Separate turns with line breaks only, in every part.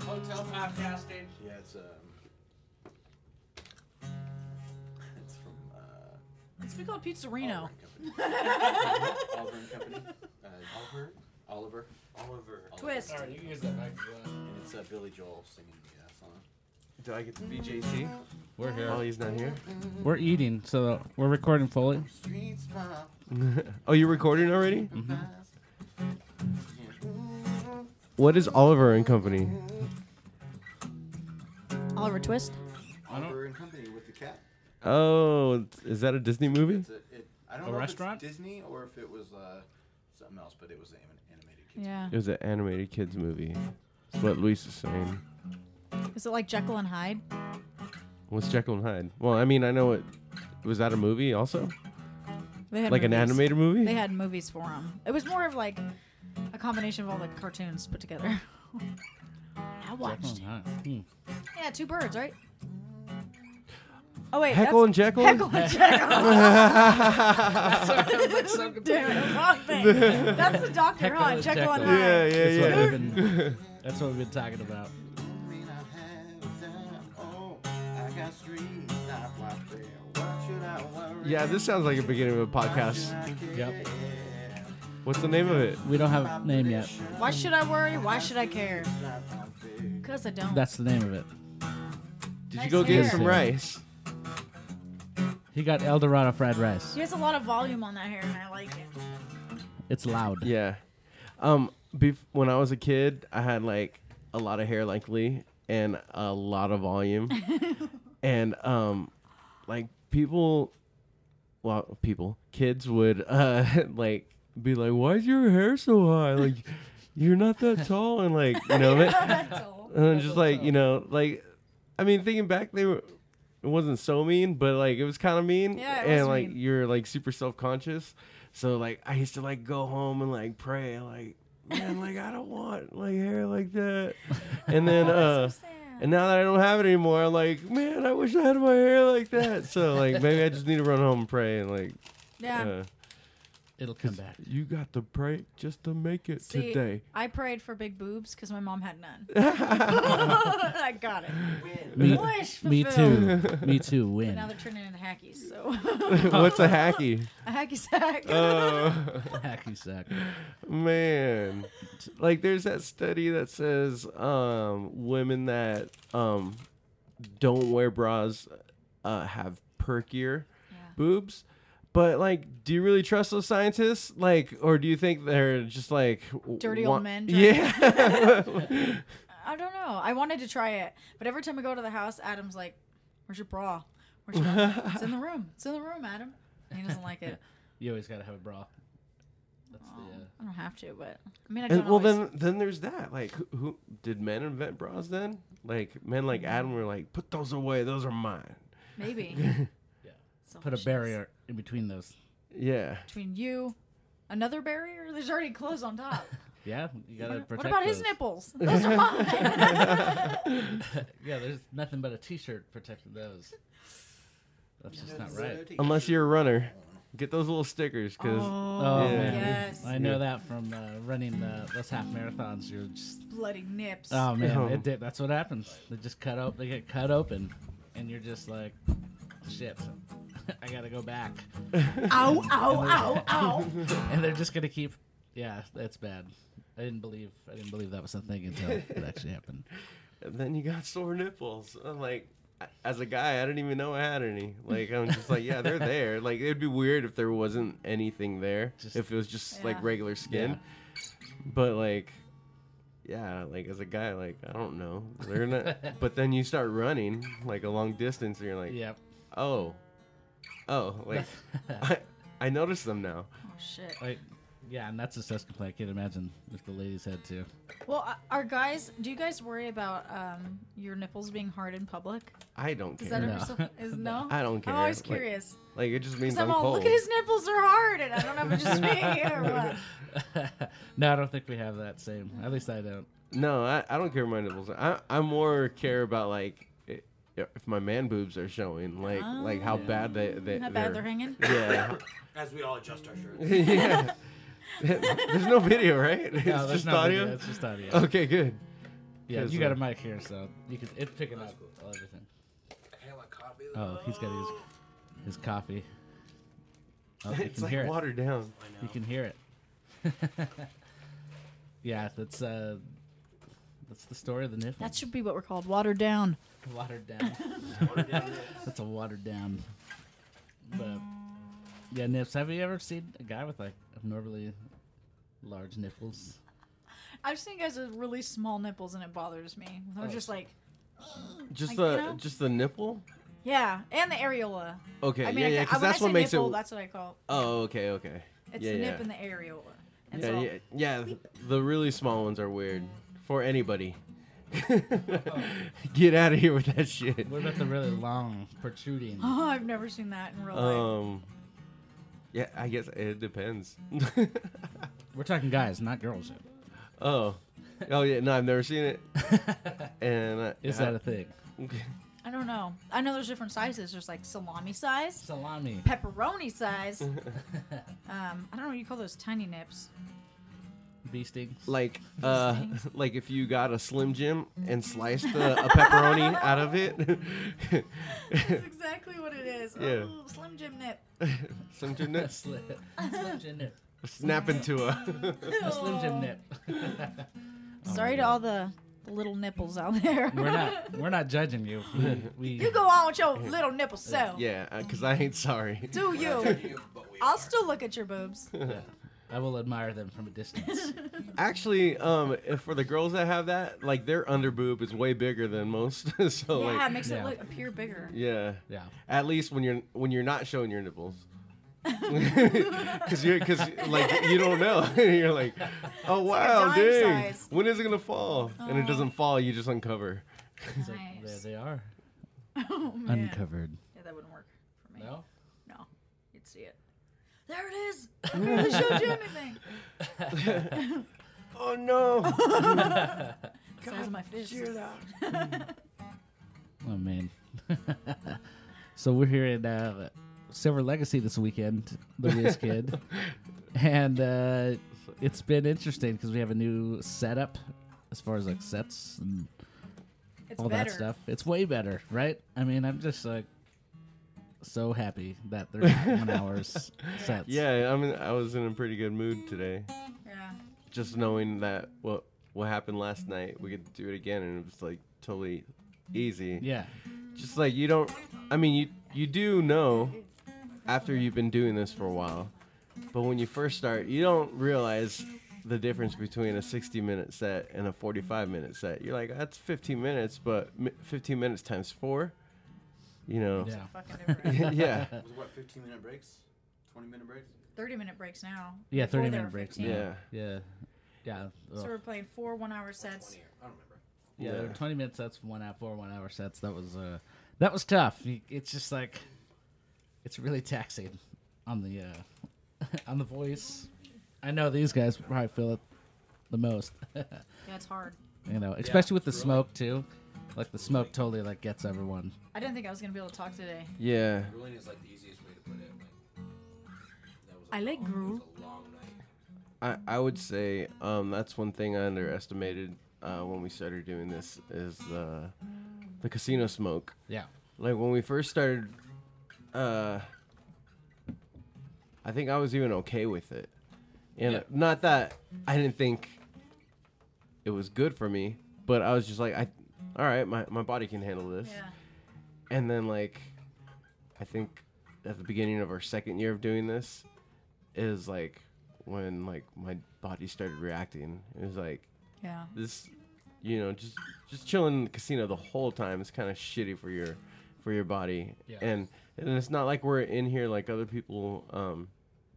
Hotel Podcasting.
Yeah, it's um, it's from uh,
It's been called Pizzerino.
Oliver and Company. Uh, Oliver, Oliver,
Oliver.
Oliver.
Twist.
All right, you can use that back if you want.
and it's uh, Billy Joel singing the uh, song.
Do I get to be JC
We're
while
here.
he's not here?
We're eating, so we're recording fully.
Streets pop.
oh, you're recording already? What is Oliver and Company?
Oliver Twist.
Oliver and Company with the cat.
Oh, is that a Disney movie?
It's a, it, I don't
A
know
restaurant?
if it's Disney or if it was uh, something else, but it was an animated kid's
Yeah.
It was an animated kids movie. That's what Luis is saying.
Is it like Jekyll and Hyde?
What's Jekyll and Hyde? Well, I mean, I know it. Was that a movie also?
They had
Like an
movies.
animated movie?
They had movies for them. It was more of like a combination of all the cartoons put together. I watched. it. Yeah, two birds, right? Oh wait,
Heckle
that's-
and Jekyll?
Heckle and Jekyll. Damn it, wrong thing. That's the Doctor
Heckle
Huh?
and
Jekyll and Hyde.
Jekyll.
yeah,
That's,
yeah.
what we've been, that's what we've been talking about.
mean I have a dime. Oh, I got streets I walk there. What should I worry?
Yeah, this sounds like a beginning of a podcast.
Why should I
Yep.
care?
What's the name of it?
We don't have a name yet.
Why should I worry? Why should I care?
Not my fear.
Cause I don't.
That's the name of it.
Did you
Nice
go get
hair.
some rice?
He got El Dorado fried rice.
she has a lot of volume on that hair, and I like it.
Uh,
It's loud.
Yeah. Um, bef- when I was a kid, I had like a lot of hair, like Lee, and a lot of volume, and um, like people, well, people, kids would uh like be like, "Why is your hair so high? Like, you're not that tall," and like, you know, and then just like, you know, like, I mean, thinking back, they were. It wasn't so mean, but like it was kind of mean,
Yeah, it
and
was
like
mean.
you're like super self conscious. So like I used to like go home and like pray like man like I don't want like hair like that. And then uh and now that I don't have it anymore, I'm like man I wish I had my hair like that. So like maybe I just need to run home and pray and like
Yeah.
uh,
It'll come back.
you got to pray just to make it
See,
today.
I prayed for big boobs because my mom had none. I got it.
Me,
Wish
me
fulfilled.
too. Me too. Win.
Now they're turning into hackies, so
What's a hacky?
a hacky sack.
Oh.
Hacky sack.
man like there's that study that says um women that um don't wear bras uh have perkier boobs but like do you really trust those scientists like or do you think they're just like w-
Dirty
wa-
old men trying-
yeah
I don't know. I wanted to try it, but every time we go to the house, Adam's like, "Where's your bra? Where's your bra? it's in the room. It's in the room, Adam." He doesn't like it.
You always gotta have a bra. That's the. uh,
I don't have to, but I mean, I don't.
and, Uh, well then
always.
then there's that like who, who did men invent bras then like men
Mm-hmm.
like adam were like put those away those are mine
maybe
Yeah. Put
Selfishness.
a barrier in between those.
yeah
between you. Another barrier? There's already clothes on top.
Yeah, you gotta protect.
what about his
those.
nipples? Those are mine.
yeah, there's nothing but a T-shirt protecting those. That's just not right.
unless you're a runner get those little stickers because
Oh
Yeah.
man,
Yes.
I know that from uh, running the, those half marathons. You're just
Bloody nips.
oh man,
Yeah.
it did, that's what happens. They just cut up, they get cut open, and you're just like, shit, I gotta go back.
ow, ow, ow, ow. Oh,
And they're just gonna keep. Yeah, that's bad. I didn't believe I didn't believe that was a thing until it actually happened.
And then you got sore nipples. I'm like, as a guy, I didn't even know I had any. Like, I'm just like, yeah, they're there. Like, it'd be weird if there wasn't anything there.
Just-
if it was just like
Yeah.
regular skin.
Yeah.
But like, yeah, like as a guy, like I don't know. They're not. but then you start running like a long distance, and you're like,
Yep.
oh, oh, like I, I notice them now.
Oh, shit.
Like, yeah, and that's a sex complaint. I can imagine if the ladies had to.
Well, uh, are guys, do you guys worry about um, your nipples being hard in public?
I don't
Is
care.
that
No.
ever so, is no?
I don't care.
I'm always
Like-
curious.
like it just means
Because I'm all,
cold.
look at his nipples are hard, and I don't know if it's just me or what.
no, I don't think we have that same. At least I don't.
No, I, I don't care my nipples. I I more care about like i- if my man boobs are showing, like like how bad they they
Oh. How bad they're hanging?
Yeah,
As we all adjust our shirts.
yeah. there's no video, right?
No,
it's
there's
just
no
audio.
video, It's just audio.
Okay, good.
Yeah,
'Cause,
you got
uh,
a mic here, so you can it's picking up everything.
Hey, my coffee.
Oh, he's got his his coffee. Oh, you
it's
can
like
hear it.
watered down.
I know.
You can hear it. yeah, that's uh, that's the story of the Nifflin.
That should be what we're called. Watered down.
watered down. that's a watered down. But yeah, nips. Have you ever seen a guy with like abnormally large nipples?
I've seen guys with really small nipples and it bothers me. They're
Oh.
just like,
Just
Like,
the
you know?
just the nipple.
yeah, and the areola.
Okay,
I mean,
yeah,
I,
yeah,
I-
because
when
that's
I say
what makes
nipple,
it.
That's what I call.
Oh, okay, okay.
It's
yeah,
the
yeah.
nip and the areola. And
yeah,
so,
yeah, yeah. th- The really small ones are weird for anybody. Oh. Get out of here with that shit.
What about the really long protruding?
Oh, I've never seen that in real life.
Um, yeah, I guess it depends.
We're talking guys, not girls. Yet.
oh, oh yeah, no, I've never seen it. And uh,
Is that a thing?
I don't know. I know there's different sizes. There's like salami size,
Salami.
pepperoni size. um, I don't know what you call those tiny nips.
Bee stings.
like uh, like if you got a Slim Jim and sliced the, a pepperoni out of it?
That's exactly what it is.
Yeah.
Oh, Slim Jim nip.
Slim Jim nip,
Slim Slim Jim nip.
snap into a.
A Slim Jim nip.
Oh
Sorry to all the little nipples out there.
We're not we're not judging you. We, we
you go on with your little nipple self.
yeah, because I ain't sorry.
Do you? I'll still look at your boobs.
I will admire them from a distance.
Actually, um, if for the girls that have that, like their underboob is way bigger than most. so
yeah, it
like,
makes
yeah.
it look appear bigger.
yeah,
Yeah.
At least when you're when you're not showing your nipples. Cause you, cause like you don't know. you're like, oh wow,
dime
dang,
size.
when is it gonna fall? And it doesn't fall. You just uncover.
It's like, there
Nice.
they are.
Oh, man.
Uncovered.
Yeah, that wouldn't work for me.
No?
No. You'd see it. There it is. I barely showed you anything.
Oh no!
Size of my fist.
Oh man. so we're here in uh, Silver Legacy this weekend, the Wiz Kid, and uh, it's been interesting because we have a new setup as far as like sets and
It's
all
better.
that stuff. It's way better, right? I mean, I'm just like so happy that they're not one hours sets.
yeah, I mean, I was in a pretty good mood today.
Yeah.
Just knowing that what what happened last night, we could do it again, and it was like totally easy.
Yeah.
just like you don't i mean you you do know after you've been doing this for a while but when you first start you don't realize the difference between a 60 minute set and a 45 minute set you're like that's 15 minutes but mi- 15 minutes times four you know
Yeah.
Fucking different.
yeah,
Was what, 15 minute breaks? 20 minute breaks?
30 minute breaks now.
Yeah,
Before
30
they
minute
were
breaks
15.
yeah.
Yeah. Yeah.
So
Ugh.
we're playing four one hour sets.
I don't remember.
Yeah, there were
Yeah.
20 minute sets, one hour, four one hour sets. That was uh, that was tough. You- It's just like, it's really taxing on the uh, on the voice. I know these guys probably feel it the most.
Yeah, it's hard.
you know, especially with the smoke too. Like the smoke totally like gets everyone.
I didn't think I was going to be able to talk today.
yeah
Grueling is like the easiest way to put it. Like, that was a
I like
long- it
gruel.
was a long night.
I, I would say um, that's one thing I underestimated uh, when we started doing this is the the casino smoke.
Yeah,
like when we first started uh i think i was even okay with it and
Yeah.
not that i didn't think it was good for me but i was just like i all right my, my body can handle this
Yeah.
and then like i think at the beginning of our second year of doing this is like when like my body started reacting it was like
Yeah.
this you know just just chilling in the casino the whole time is kind of shitty for your for your body
Yeah.
and and it's not like we're in here like other people um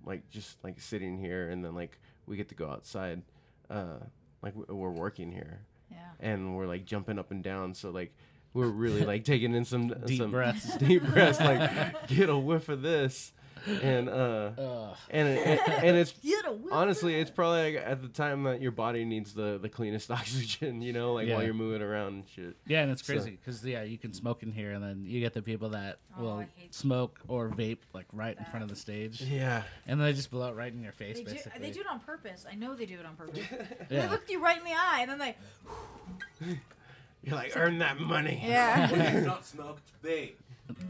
like just like sitting here and then like we get to go outside uh like w- we're working here
Yeah.
and we're like jumping up and down so like we're really like taking in some
deep
some
breaths.
deep breaths like get a whiff of this and uh
Ugh.
and and, and it's
You know, we-
honestly it's probably like at the time that your body needs the the cleanest oxygen you know like
Yeah.
while you're moving around and shit
Yeah, and it's
So-
crazy because yeah, you can smoke in here, and then you get the people that
Oh, I
will
hate
smoke or vape like right in front of the stage,
yeah
and then they just blow it right in your face.
They do,
basically,
they do it on purpose. I know they do it on purpose.
Yeah.
They look you right in the eye and then they
You're like, earn that money.
Yeah.
it's not smoked vape.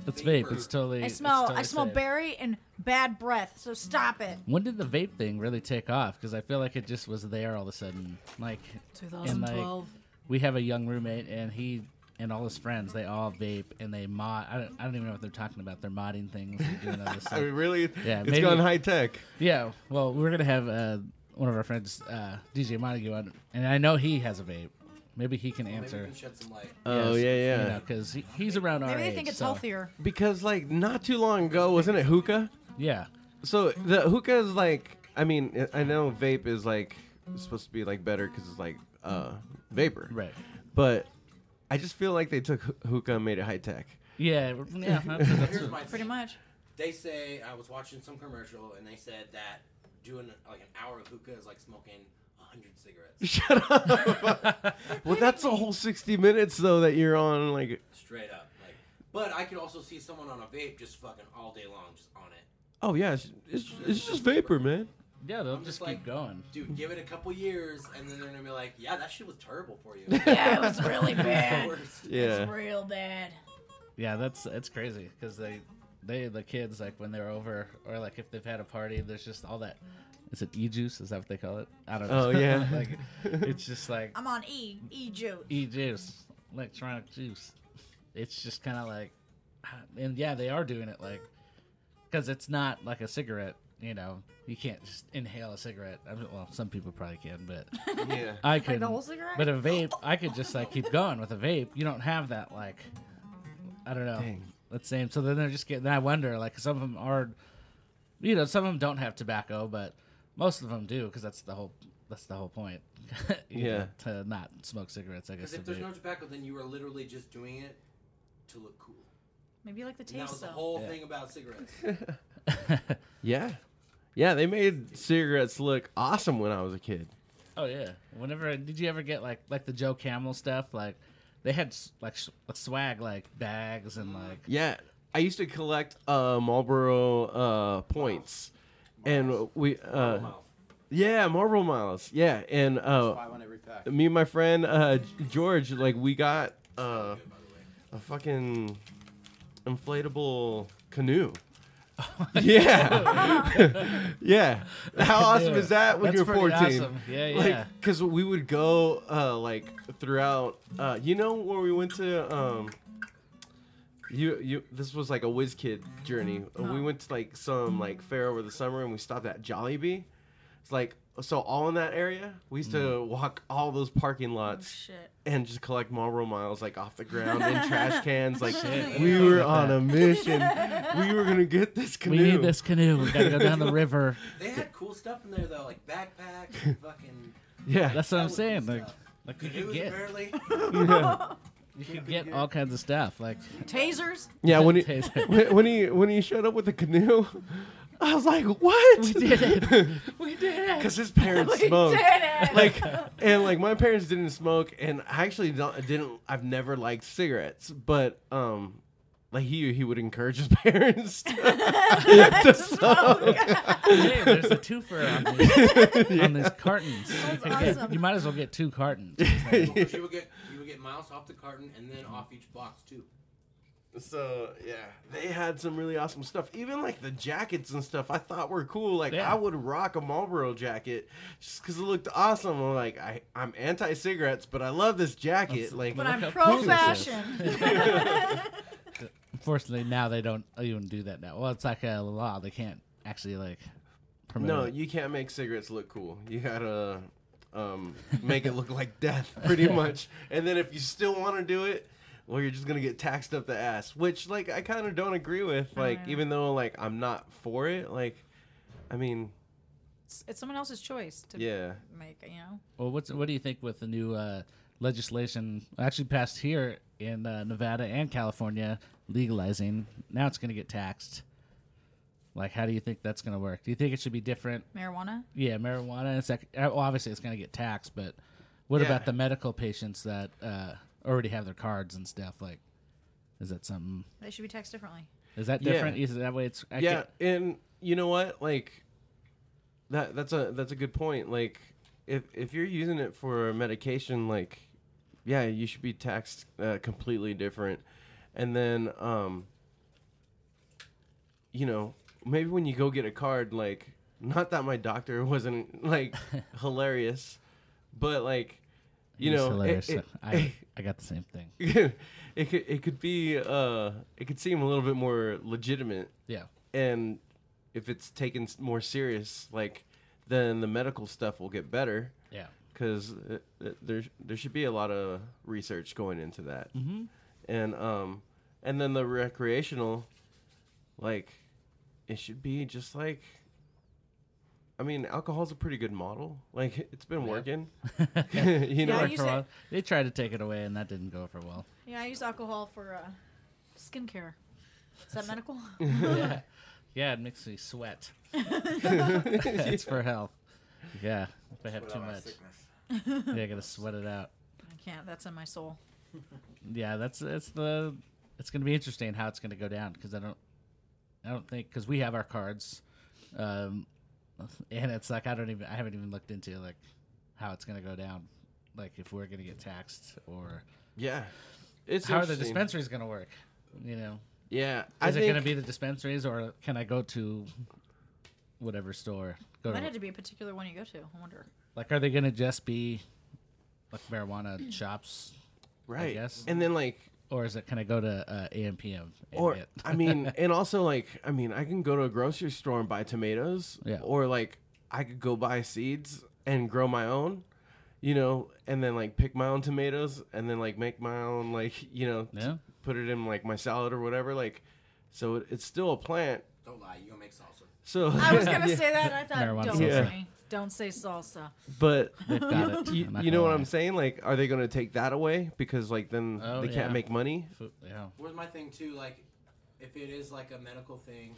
It's vape. It's totally.
I
it's
smell.
totally
I smell
safe.
berry and bad breath. So stop it.
When did the vape thing really take off? Because I feel like it just was there all of a sudden. Like, and like
2012.
we have a young roommate, and he and all his friends, they all vape and they mod. I don't, I don't even know what they're talking about. They're modding things. And doing all this
I
stuff.
mean, really?
Yeah,
it's
maybe-
gone high tech.
Yeah, well, we're gonna have uh, one of our friends, uh, DJ Montague, on, and I know he has a vape. Maybe he can
Maybe we
answer.
can shed some light.
Oh,
Yes,
yeah, yeah.
You know, because he, he's around our
Maybe they
age,
think it's
so-
healthier.
Because, like, not too long ago, wasn't it hookah?
Yeah,
So the hookah is like, I mean, I know vape is like supposed to be like better because it's like uh vapor,
right.
But I just feel like they took hoo- hookah and made it high tech.
Yeah, yeah. That's, that's,
Here's my
Pretty much.
They say I was watching some commercial and they said that doing like an hour of hookah is like smoking hundred cigarettes
Shut up. well, that's a whole sixty minutes though that you're on. Like,
straight up. Like, but I could also see someone on a vape just fucking all day long, just on it.
oh yeah, it's it's, it's just vapor, man.
yeah, they'll
I'm just
just keep
like-
going.
Dude, give it a couple years and then they're gonna be like, yeah, that shit was terrible for you.
Yeah, it was really bad.
Worst.
Yeah.
It's real bad.
Yeah, that's it's crazy because they they the kids like when they're over or like if they've had a party, there's just all that. Is it e juice? Is that what they call it? I don't know.
Oh, yeah.
like it's just like
I'm on E. E juice.
e juice, electronic juice. It's just kind of like, and yeah, they are doing it like, because it's not like a cigarette. You know, you can't just inhale a cigarette. I mean, well, some people probably can, but
Yeah.
I could.
the whole cigarette?
But a vape, I could just like keep going with a vape. You don't have that like, I don't know.
Dang.
That's same. So then they're just getting. Then I wonder like some of them are, you know, some of them don't have tobacco, but most of them do because that's the whole that's the whole point. you know,
Yeah.
to not smoke cigarettes. I guess.
Because
to
if there's
vape.
no tobacco, then you are literally just doing it to look cool.
Maybe you like the
And that
taste
was the
though.
whole
Yeah.
thing about cigarettes.
Yeah. Yeah, they made cigarettes look awesome when I was a kid.
Oh yeah. Whenever did you ever get like like the Joe Camel stuff? Like they had s- like s- swag like bags and like
Yeah, I used to collect uh, Marlboro uh, points, and we uh,
Miles.
yeah Marlboro miles. Yeah, and uh,
Buy one every pack.
me and my friend uh, G- George, like we got uh, a fucking inflatable canoe. yeah, yeah. How awesome
Yeah.
is that when
That's
you're
pretty
14?
awesome. Yeah, yeah.
Like, cause we would go uh, like throughout. Uh, you know where we went to? Um, you you. This was like a whiz kid journey. Uh,
Uh-huh.
We went to like some like fair over the summer, and we stopped at Jollibee. It's like so all in that area. We used to
Mm-hmm.
walk all those parking
Oh,
lots
shit.
and just collect Marlboro miles like off the ground in trash cans. Like
Shit.
we
Yeah.
were on a mission. we were gonna get this
we
canoe.
need this canoe. We gotta go down the river.
They had cool stuff in there though, like backpacks and fucking.
Yeah.
That's what I'm
That
saying.
was
Like
stuff.
like you could
Canoes
get
apparently.
yeah.
you could get all kinds of stuff. Like
Tasers.
Yeah, When he
Taser.
when when he when he showed up with the canoe, I was like, "What?
we did it. We did it.
Because his parents
We
smoked.
did it.
Like and like my parents didn't smoke, and I actually don't, didn't. I've never liked cigarettes, but um, like he he would encourage his parents. to, to smoke.
Hey, there's a twofer on these, on these cartons.
That's
you, could get-
awesome.
you might as well get two cartons.
Because you would get you would get miles off the carton and then off each box too.
So yeah, they had some really awesome stuff. Even like the jackets and stuff, I thought were cool. Like
Yeah.
I would rock a Marlboro jacket just because it looked awesome. I'm like I, I'm anti-cigarettes, but I love this jacket. Like
But
Look
I'm
how
pro
cool this is.
fashion.
Unfortunately, now they don't even do that now. Well, it's like a law. They can't actually like promote.
no,
it.
you can't make cigarettes look cool. You gotta um, make it look like death, pretty much. And then if you still want to do it. Well, you're just gonna get taxed up the ass, which like I kind of don't agree with. Like,
yeah.
even though like I'm not for it, like, I mean,
It's, it's someone else's choice to
yeah,
make. You know.
Well, what's what do you think with the new uh, legislation actually passed here in uh, Nevada and California legalizing? Now it's going to get taxed. Like, how do you think that's going to work? Do you think it should be different?
Marijuana.
Yeah, marijuana. It's like, uh, well, obviously it's going to get taxed, but what
Yeah.
about the medical patients that uh, already have their cards and stuff? Like, is that something?
They should be taxed differently.
Is that
Yeah.
different? Is it that way? It's I
yeah,
can't-
and you know what? Like that that's a that's a good point. Like if if you're using it for medication, like yeah, you should be taxed uh, completely different. And then, um, you know, maybe when you go get a card, like, not that my doctor wasn't like hilarious, but like, you
It's
know,
hilarious.
it, it,
I, I got the same thing.
it could it could be uh, it could seem a little bit more legitimate
Yeah.
and if it's taken s- more serious, like then the medical stuff will get better
Yeah.
because there there should be a lot of research going into that, mm-hmm. and um and then the recreational, like it should be just like. I mean, alcohol's a pretty good model. Like it's been working, you know.
I
Worked
use
for a
it-
while. They tried to take it away, and that didn't go for well.
Yeah, I use alcohol for uh, skincare. Is that medical?
yeah. yeah, it makes me sweat. it's for health. Yeah, if I have too much, yeah, I gotta sweat it out.
I can't. That's in my soul.
Yeah, that's that's the. It's gonna be interesting how it's gonna go down because I don't, I don't think because we have our cards, um, and it's like I don't even I haven't even looked into like how it's gonna go down, like if we're gonna get taxed or
Yeah, it's
how are the
interesting.
dispensaries gonna work, you know.
Yeah, I
Is it
think
going to be the dispensaries, or can I go to whatever store? Go
Might
to,
have to be a particular one you go to. I wonder.
like, are they going to just be like marijuana shops,
right.
guess.
And then like
or is it can I go to uh, AMPM? and
or
get-
I mean, and also like I mean, I can go to a grocery store and buy tomatoes,
Yeah.
or like I could go buy seeds and grow my own, you know, and then like pick my own tomatoes and then like make my own like you know, t-
Yeah.
put it in like my salad or whatever. Like, so it, it's still a plant.
Don't lie, you gonna make salsa.
So
I was gonna
Yeah.
say that. and I thought,
Marijuana
don't
salsa.
say, don't say salsa.
but
they've got it.
you,
I'm not
you
gonna
know what
lie.
I'm saying? Like, are they going to take that away because like then
Oh,
they
yeah.
can't make money?
Food- Yeah,
Where's my thing too? Like, if it is like a medical thing,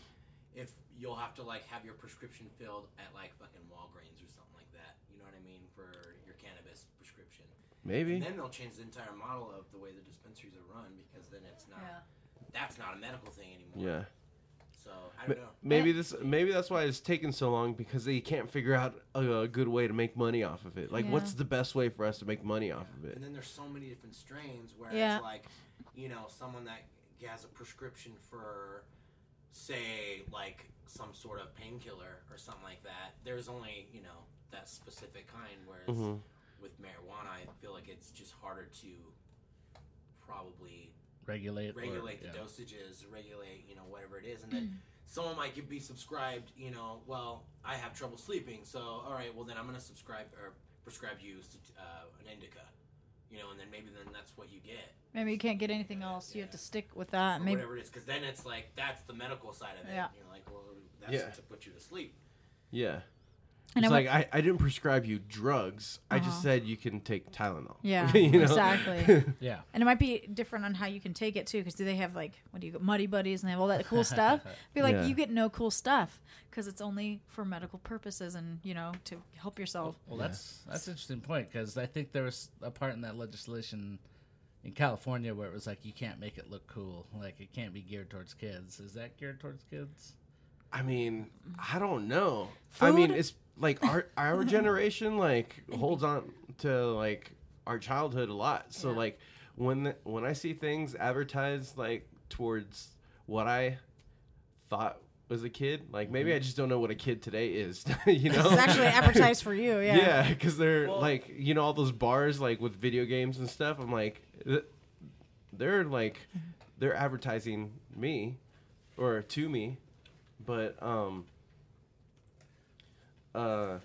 if you'll have to like have your prescription filled at like fucking Walgreens or something like that. You know what I mean for your cannabis prescription.
Maybe.
And then they'll change the entire model of the way the dispensaries are run because then it's not
Yeah.
that's not a medical thing anymore.
Yeah.
So I don't know.
Eh.
Maybe this. Maybe that's why it's taken so long because they can't figure out a, a good way to make money off of it. Like,
Yeah.
what's the best way for us to make money off of it?
And then there's so many different strains where
Yeah.
it's like, you know, someone that has a prescription for, say, like some sort of painkiller or something like that. There's only you know that specific kind. Whereas
Mhm.
with marijuana, I feel like it's just harder to probably
regulate, or-
regulate
yeah.
the dosages, regulate you know whatever it is, and then someone might get- be subscribed. You know, well, I have trouble sleeping, so all right, well then I'm gonna subscribe or prescribe you s- uh, an indica. You know, and then maybe then that's what you get,
Maybe you can't get anything else. You have to stick with that.
or
Maybe
whatever it is, because then it's like that's the medical side of it.
Uh, Yeah.
You're like, well, that's
Yeah.
to put you to sleep.
Yeah.
And
it's
I
like
went-
I, I didn't prescribe you drugs. I
Uh-huh.
just said you can take Tylenol.
Yeah,
You know?
exactly.
Yeah,
And it might be different on how you can take it too, because do they have like what do you go muddy buddies and they have all that cool stuff? Be like
Yeah.
you get no cool stuff because it's only for medical purposes and you know to help yourself.
Well, that's that's an interesting point because I think there was a part in that legislation in California where it was like you can't make it look cool, like it can't be geared towards kids. Is that geared towards kids?
I mean, I don't know. I mean,
Food?
it's like our our generation like holds on to like our childhood a lot. So
Yeah.
like when the, when I see things advertised like towards what I thought was a kid, like maybe I just don't know what a kid today is. you know,
It's Mm-hmm. actually advertised for you, yeah.
yeah, because they're
Well-
like you know all those bars like with video games and stuff. I'm like, th- they're like, they're advertising me, or to me, but um, uh,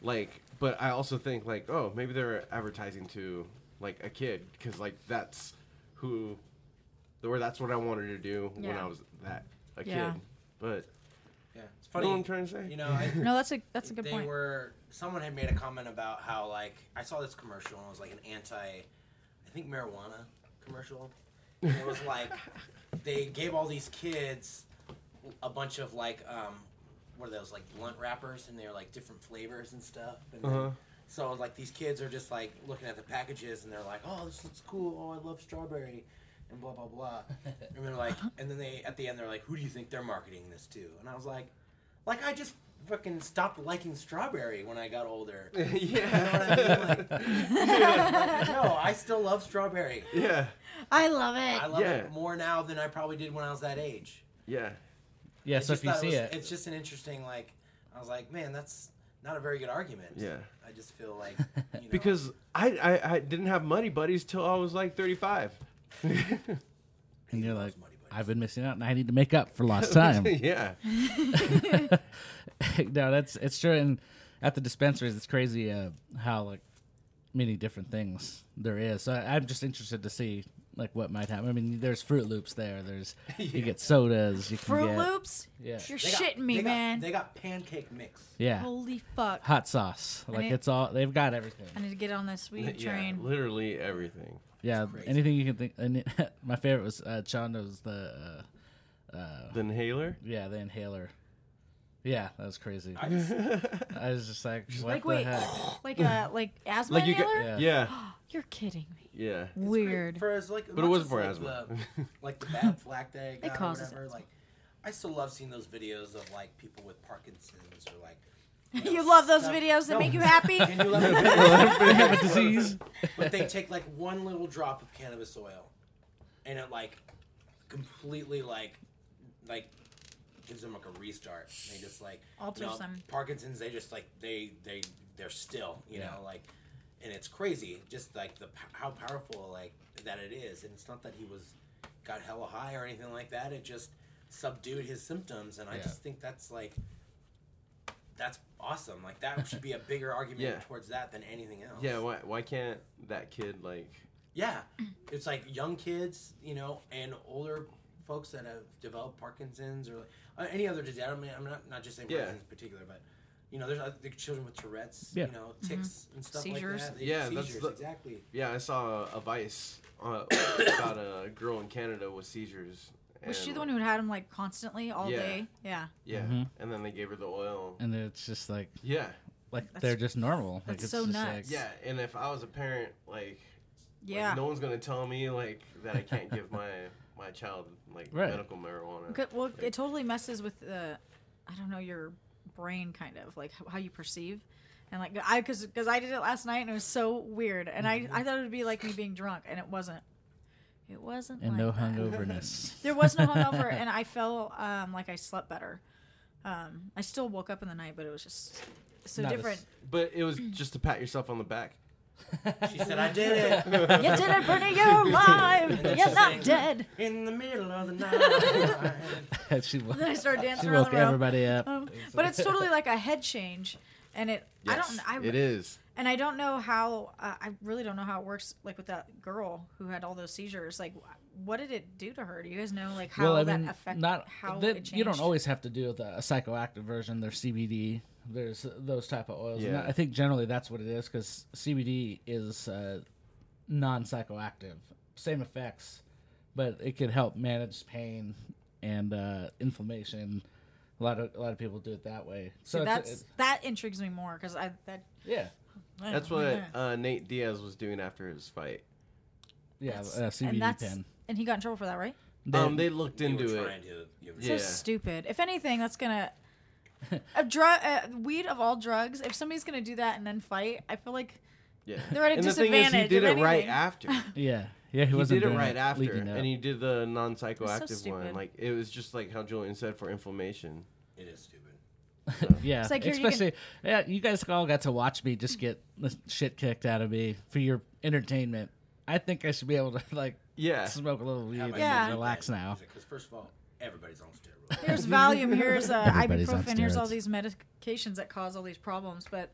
like, but I also think like, oh, maybe they're advertising to like a kid because like that's who, or that's what I wanted to do when
Yeah.
I was that a
Yeah.
kid. But
Yeah, it's
you know what I'm trying to say?
You know, I,
No, that's a that's a good
they
point.
were someone had made a comment about how like I saw this commercial and it was like an anti, I think marijuana commercial. And it was like they gave all these kids a bunch of like um, what are those like blunt wrappers and they're like different flavors and stuff. And then-
Uh-huh.
so like these kids are just like looking at the packages and they're like, oh, this looks cool. Oh, I love strawberry, and blah blah blah. and they're like, and then they at the end they're like, who do you think they're marketing this to? And I was like, like I just fucking stopped liking strawberry when I got older. You know
yeah.
what I mean? Like, like, no, I still love strawberry.
Yeah.
I love it.
I love
Yeah.
it more now than I probably did when I was that age.
Yeah.
Yeah,
I
so
just
if you
thought
see
it, was-
it,
it's just an interesting like. I was like, man, that's not a very good argument.
Yeah.
I just feel like you know,
Because I, I I didn't have money buddies till I was like 35.
and you're like,
loves Muddy Buddies.
I've been missing out, and I need to make up for lost time.
yeah.
no, that's it's true. And at the dispensaries, it's crazy uh, how like many different things there is. So I, I'm just interested to see like what might happen. I mean, there's Fruit Loops there. There's you get sodas. You can
Fruit
get,
Loops?
Yeah.
You're
They got-
shitting me,
they got-
man.
they got pancake mix.
Yeah.
Holy fuck.
Hot sauce. Like
need-
it's all they've got everything.
I need to get on this sweet train.
Yeah, literally everything.
Yeah,
crazy.
anything you can think. And it, my favorite was uh, Chondo's the uh, uh,
The inhaler?
yeah the inhaler. Yeah, that was crazy.
I just,
I was just like, what
Like
the
wait,
heck?
like a like asthma
Like you
inhaler?
got-
Yeah.
Yeah.
You're kidding me.
Yeah.
Weird.
For as like,
But
not
it wasn't
just
for
like
asthma.
The, like the bad flack that I got or
causes
whatever. Like, I still love seeing those videos of like people with Parkinson's or like.
you love those
stuff-
videos that
No.
make you happy?
Can you let me finish?
They have a disease.
but they take like one little drop of cannabis oil, and it like completely like like gives them like a restart. They just like you
Alters
know,
them.
Parkinson's. They just like they they they're still you
Yeah.
know like, and it's crazy just like the p- how powerful like that it is. And it's not that he was got hella high or anything like that. It just subdued his symptoms, and I
Yeah.
just think that's like. That's awesome. Like that should be a bigger argument
Yeah.
towards that than anything else.
Yeah, why why can't that kid like
Yeah,
Mm.
it's like young kids, you know, and older folks that have developed Parkinson's or uh, any other disease. I mean, I'm not not just saying
Yeah.
Parkinson's in particular, but you know, there's uh, the children with Tourette's,
Yeah.
you know, tics and stuff
Mm-hmm. Seizures.
like that. They
Yeah,
get
that's
seizures
the-
exactly.
Yeah, I saw a Vice uh, about a girl in Canada with seizures.
Was
and-
she the one who had him like constantly all
Yeah.
day? Yeah.
Yeah,
Mhm.
and then they gave her the oil.
And it's just like
Yeah,
like
That's-
they're just normal. like
that's
it's
so
just
nuts.
Like,
yeah. And if I was a parent, like, like,
Yeah.
no one's gonna tell me like that I can't give my my child like
Right.
medical marijuana.
Okay, well, it totally messes with the, I don't know, your brain kind of like how- how you perceive, and like I because because I did it last night and it was so weird, and I
Mm-hmm.
I thought it would be like me being drunk, and it wasn't. It wasn't.
And
like
no
that.
hungoverness.
There was no hungover, and I felt um, like I slept better. Um, I still woke up in the night, but it was just so
Not as-
different.
But it was just to pat yourself on the back.
She said, "I did it
you did it, Brittany. You're alive.
And then
You're
she
not
sang-
dead.
in the middle of the night."
she woke,
Then I started
she
dancing around
woke
the room.
everybody up.
Um, but it's totally like a head change, and it. I
Yes,
don't. I,
it is.
And I don't know how. Uh, I really don't know how it works. Like with that girl who had all those seizures. Like, wh- what did it do to her? Do you guys know like how that affected how
they-
it changed?
you don't always have to do the a psychoactive version. There's CBD. There's those type of oils. And
Yeah.
I think generally that's what it is because CBD is uh, non-psychoactive. Same effects, but it could help manage pain and uh, inflammation. A lot of a lot of people do it that way.
So,
it's-
that's
it's-
that intrigues me more because I that.
yeah,
I don't
That's
know.
what uh, Nate Diaz was doing after his fight.
yeah.
That's-
Uh, CBD
and that's
pen.
and he got in trouble for that, right?
um, they looked
You were
into
trying
it.
to give her-
Yeah.
So stupid. If anything, that's gonna. a drug, uh, weed of all drugs. If somebody's gonna do that and then fight, I feel like
Yeah,
They're at a
and the thing is, he
disadvantage,
did
if
it right
anything.
after.
Yeah, yeah. He,
he
wasn't
did it
doing
right after,
leaking up.
and he did the non-psychoactive one.
stupid.
Like it was just like how Julian said for inflammation.
It is stupid.
Yeah,
It's like, here you can-
especially yeah, you guys all got to watch me just get the shit kicked out of me for your entertainment. I think I should be able to like
Yeah,
smoke a little weed and
Yeah.
just relax now.
Because first of all, everybody's on steroids.
here's Valium, here's uh,
Everybody's on
ibuprofen, here's all
steroids.
these medications that cause all these problems, but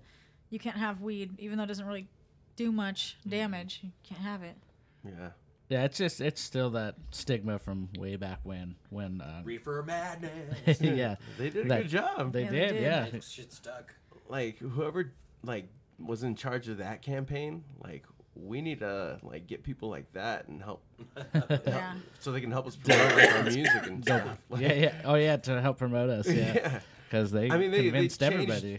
you can't have weed, even though it doesn't really do much damage. You can't have it.
yeah.
Yeah, it's just it's still that stigma from way back when when uh,
Reefer madness.
yeah
They did a
That-
good job.
they
Yeah, they
did
did.
yeah
Like, Shit stuck.
like whoever like was in charge of that campaign, like we need to like get people like that and help,
Yeah.
so they can help us promote like, our music and stuff. Like,
yeah yeah oh yeah to help promote us yeah
yeah.
because they
I mean, they, they
convinced
changed
everybody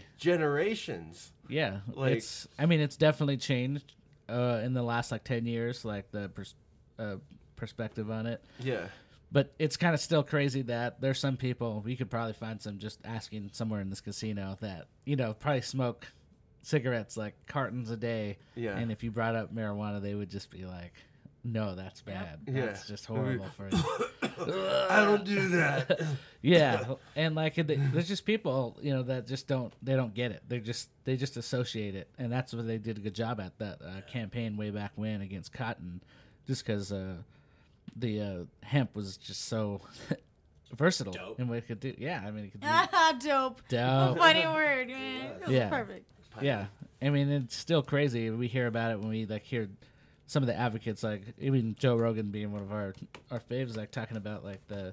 generations.
Yeah,
Like-
it's. I mean, it's definitely changed uh, in the last like ten years, like the pers- uh, perspective on it.
Yeah,
But it's kind of still crazy that there's some people you could probably find some just asking somewhere in this casino that you know probably smoke cigarettes like cartons a day.
Yeah.
And if you brought up marijuana, they would just be like, "No, that's bad.
Yeah.
That's just horrible for you."
I don't do that.
yeah. And like it- there's just people you know that just don't they don't get it. They just they just associate it, and that's what they did a good job at that uh, campaign way back when against cotton, just because. Uh, the uh, hemp was just so versatile
Dope.
in what it could do. Yeah, I mean, it could do
Ah, dope.
dope.
Funny word, man. That was
Yeah.
Perfect.
Yeah, I mean, it's still crazy. We hear about it when we like hear some of the advocates, like even Joe Rogan being one of our our faves, like talking about like the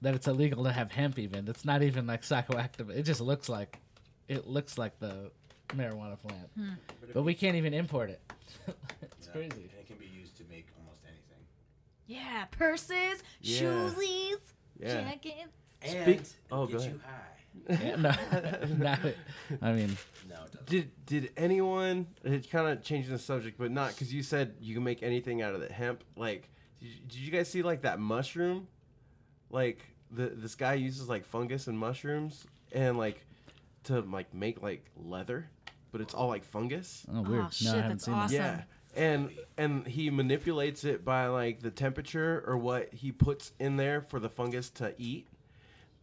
that it's illegal to have hemp. Even it's not even like psychoactive. It just looks like it looks like the marijuana plant,
Hmm.
but we can't even import it. it's
Yeah.
crazy.
And it can be used to make almost anything.
Yeah, purses,
Yeah.
shoesies,
Yeah.
jackets.
And
Speak- oh,
get
go
you high.
Yeah, no, not it. I mean,
No, it doesn't.
Did did anyone? It kind of changing the subject, but not because you said you can make anything out of the hemp. Like, did you, did you guys see like that mushroom? Like the this guy uses like fungus and mushrooms and like to like make like leather, but it's all like fungus.
oh weird.
shit,
no, I haven't
that's
seen
awesome.
Yeah.
that.
And and he manipulates it by like the temperature or what he puts in there for the fungus to eat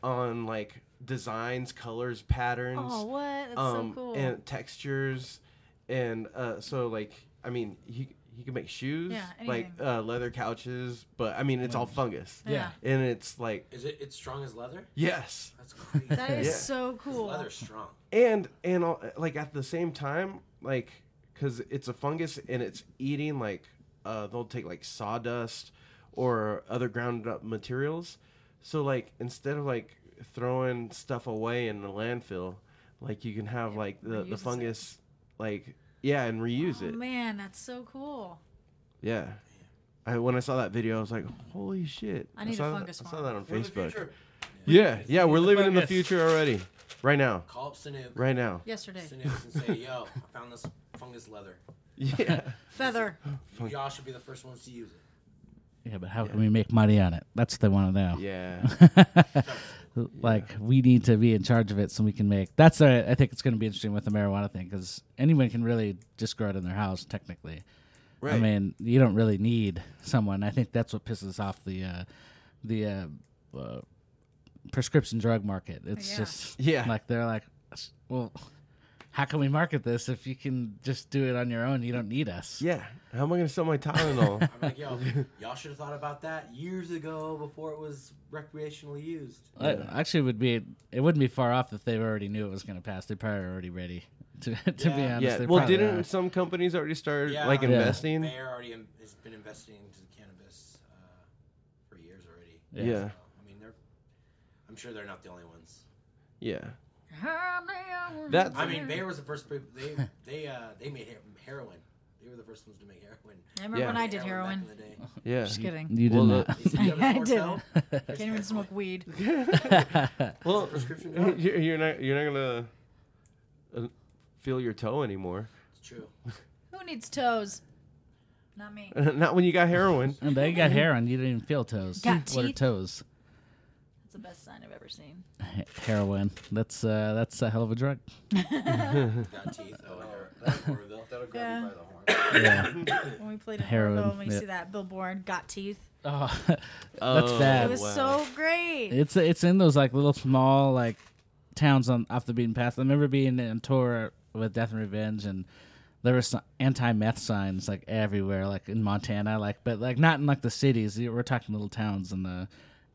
on like designs, colors, patterns,
Oh, what? That's
um
so cool.
and textures and uh so like I mean, he he can make shoes,
Yeah,
like
anything.
uh, leather couches, but I mean it's all fungus.
Yeah.
And it's like
Is it? It's strong as leather.
yes.
That's crazy.
That is
Yeah.
so cool.
Leather's strong.
and and all, like at the same time like because it's a fungus and it's eating like uh, they'll take like sawdust or other ground up materials so like instead of like throwing stuff away in the landfill like you can have like the,
reuses
the
it.
fungus like yeah and reuse
Oh,
it
man, that's so cool.
yeah I, when I saw that video, I was like, "Holy shit!"
I need a
saw
fungus
that, I saw
farm.
that on
We're the
Facebook.
future.
Yeah, yeah, we're
the
living in the
fungus.
future already, right now,
Call up Sanook.
right now.
Yesterday,
Sanook and say, "Yo, I found this fungus leather.
Yeah,
feather.
Y'all should be the first ones to use it."
Yeah, but how can we make money on it? That's what they want to know.
yeah.
like we need to be in charge of it so we can make that's the, i think it's going to be interesting with the marijuana thing because anyone can really just grow it in their house technically i
Right.
mean you don't really need someone i think that's what pisses off the uh the uh, uh prescription drug market it's
Yeah.
just
Yeah.
like they're like well how can we market this if you can just do it on your own you don't need us
Yeah. How am I going to sell my Tylenol?
I'm like, "Yo, y'all should have thought about that years ago before it was recreationally used."
I, actually, it would be it wouldn't be far off if they already knew it was going to pass. They're probably already ready. To, to be
Yeah.
honest,
yeah.
they
Well,
probably
didn't
are.
some companies already start
Yeah.
like
Yeah.
investing? Yeah.
Mayor already in- has been investing into cannabis uh, for years already.
Yeah.
Yeah.
So, I mean, they're. I'm sure they're not the only ones.
That's
I mean, Bayer was the first. peop- They they uh, they made he- heroin. They were the first ones to make heroin.
I remember
Yeah.
when I did
back
heroin.
in the day.
yeah.
Just kidding.
You did
Well,
not.
the-
They said, "You have a
I
sore
didn't.
throat?
Can't even smoke weed.
Well,
prescription drug.
you're you're not you're not going to uh, feel your toe anymore.
It's true.
Who needs toes? Not me.
not when you got heroin.
and they got hair on. You didn't even feel toes.
Got
what are
teeth.
toes?
That's the best sign I've ever seen.
He- Heroin. That's uh, that's a hell of a drug.
Got teeth. Oh, and Orville.
That'll grab
Yeah.
you by the horn.
Yeah.
When we played in
Heroin,
Orville, we
yeah.
see that billboard, got teeth.
oh, that's
Oh,
bad.
It was
wow.
so great.
It's it's in those like little small like towns on off the beaten path. I remember being on tour with Death and Revenge, and there were some anti-meth signs like everywhere, like in Montana, like but like not in like the cities. You- We're talking little towns in the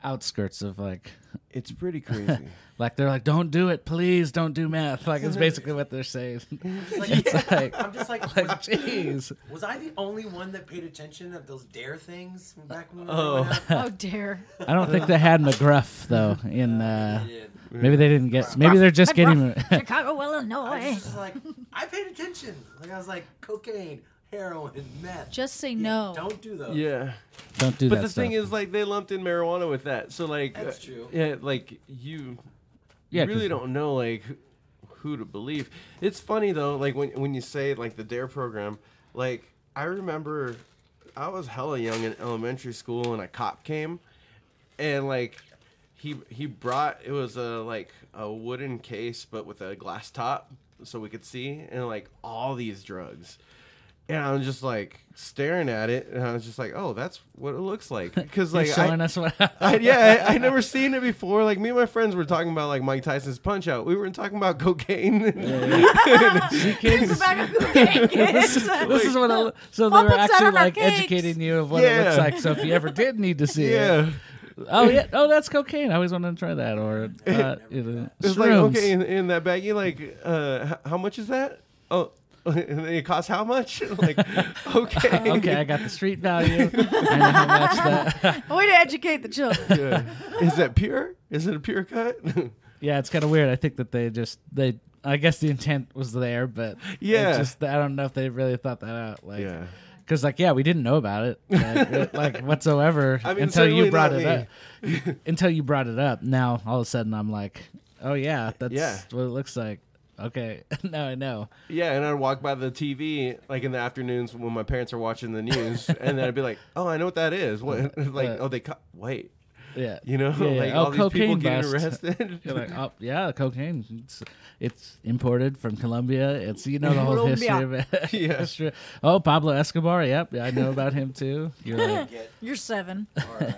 outskirts of like
It's pretty crazy.
like they're like don't do it, please don't do meth. Like it's basically what they're saying. it's like
I'm just like,
like
was,
jeez.
was I the only one that paid attention of those dare things back when?
Oh.
oh dear.
I don't think they had McGruff though. In uh,
we did.
maybe they didn't get. Maybe they're just getting.
Chicago,
I
Illinois.
was just like, I paid attention. Like I was like, cocaine, heroin, meth.
Just say
Yeah,
no.
Don't do those.
yeah.
Don't do
But
that.
the thing
stuff.
is like they lumped in marijuana with that. So like
That's
uh,
true.
Yeah, like you
Yeah,
you really
'cause-
don't know like who- who to believe. It's funny though, like when when you say like the Dare program, like I remember I was hella young in elementary school and a cop came and like he he brought it was a like a wooden case but with a glass top so we could see and like all these drugs and i was just like staring at it and i was just like oh that's what it looks like because
You're
like I-
showing us what.
I, yeah, I, I never seen it before. Like me and my friends were talking about like Mike Tyson's Punch Out. We were talking about cocaine.
Here's a bag of cocaine, kids.
this is what. I, so they were
Muppets out on
actually
our
like
cakes.
educating you of what it
Yeah.
looks like. So if you ever did need to see it,
yeah,
oh yeah, oh that's cocaine. I always wanted to try that. Or uh, you know,
it's like okay
shrooms.
in, in that baggie. Like, uh, h- how much is that? Oh, and it costs how much? Like, okay,
okay, I got the street value. I know how much that.
Way to educate the children.
Yeah. Is that pure? Is it a pure cut?
Yeah, it's kind of weird. I think that they just they. I guess the intent was there, but it
Yeah.
just I don't know if they really thought that out. Like,
yeah,
because like yeah, we didn't know about it like, like, whatsoever
I mean,
until
certainly
you brought
not
it up. until you brought it up. Now all of a sudden I'm like, oh yeah, that's
Yeah.
what it looks like. Okay, now I know.
yeah. And I'd walk by the TV like in the afternoons when my parents are watching the news, and then I'd be like, oh, I know what that is. What? like, oh, they cut. Wait.
Yeah,
You know,
Uh, Yeah, yeah.
like
Oh,
all these people
cocaine
getting
bust.
arrested.
You're like, oh yeah, cocaine. It's, it's imported from Colombia. It's you know the whole
Colombia.
history of it.
Yeah.
History- Oh, Pablo Escobar. Yep, yeah, I know about him too. You're like,
Get
You're seven.
our uh,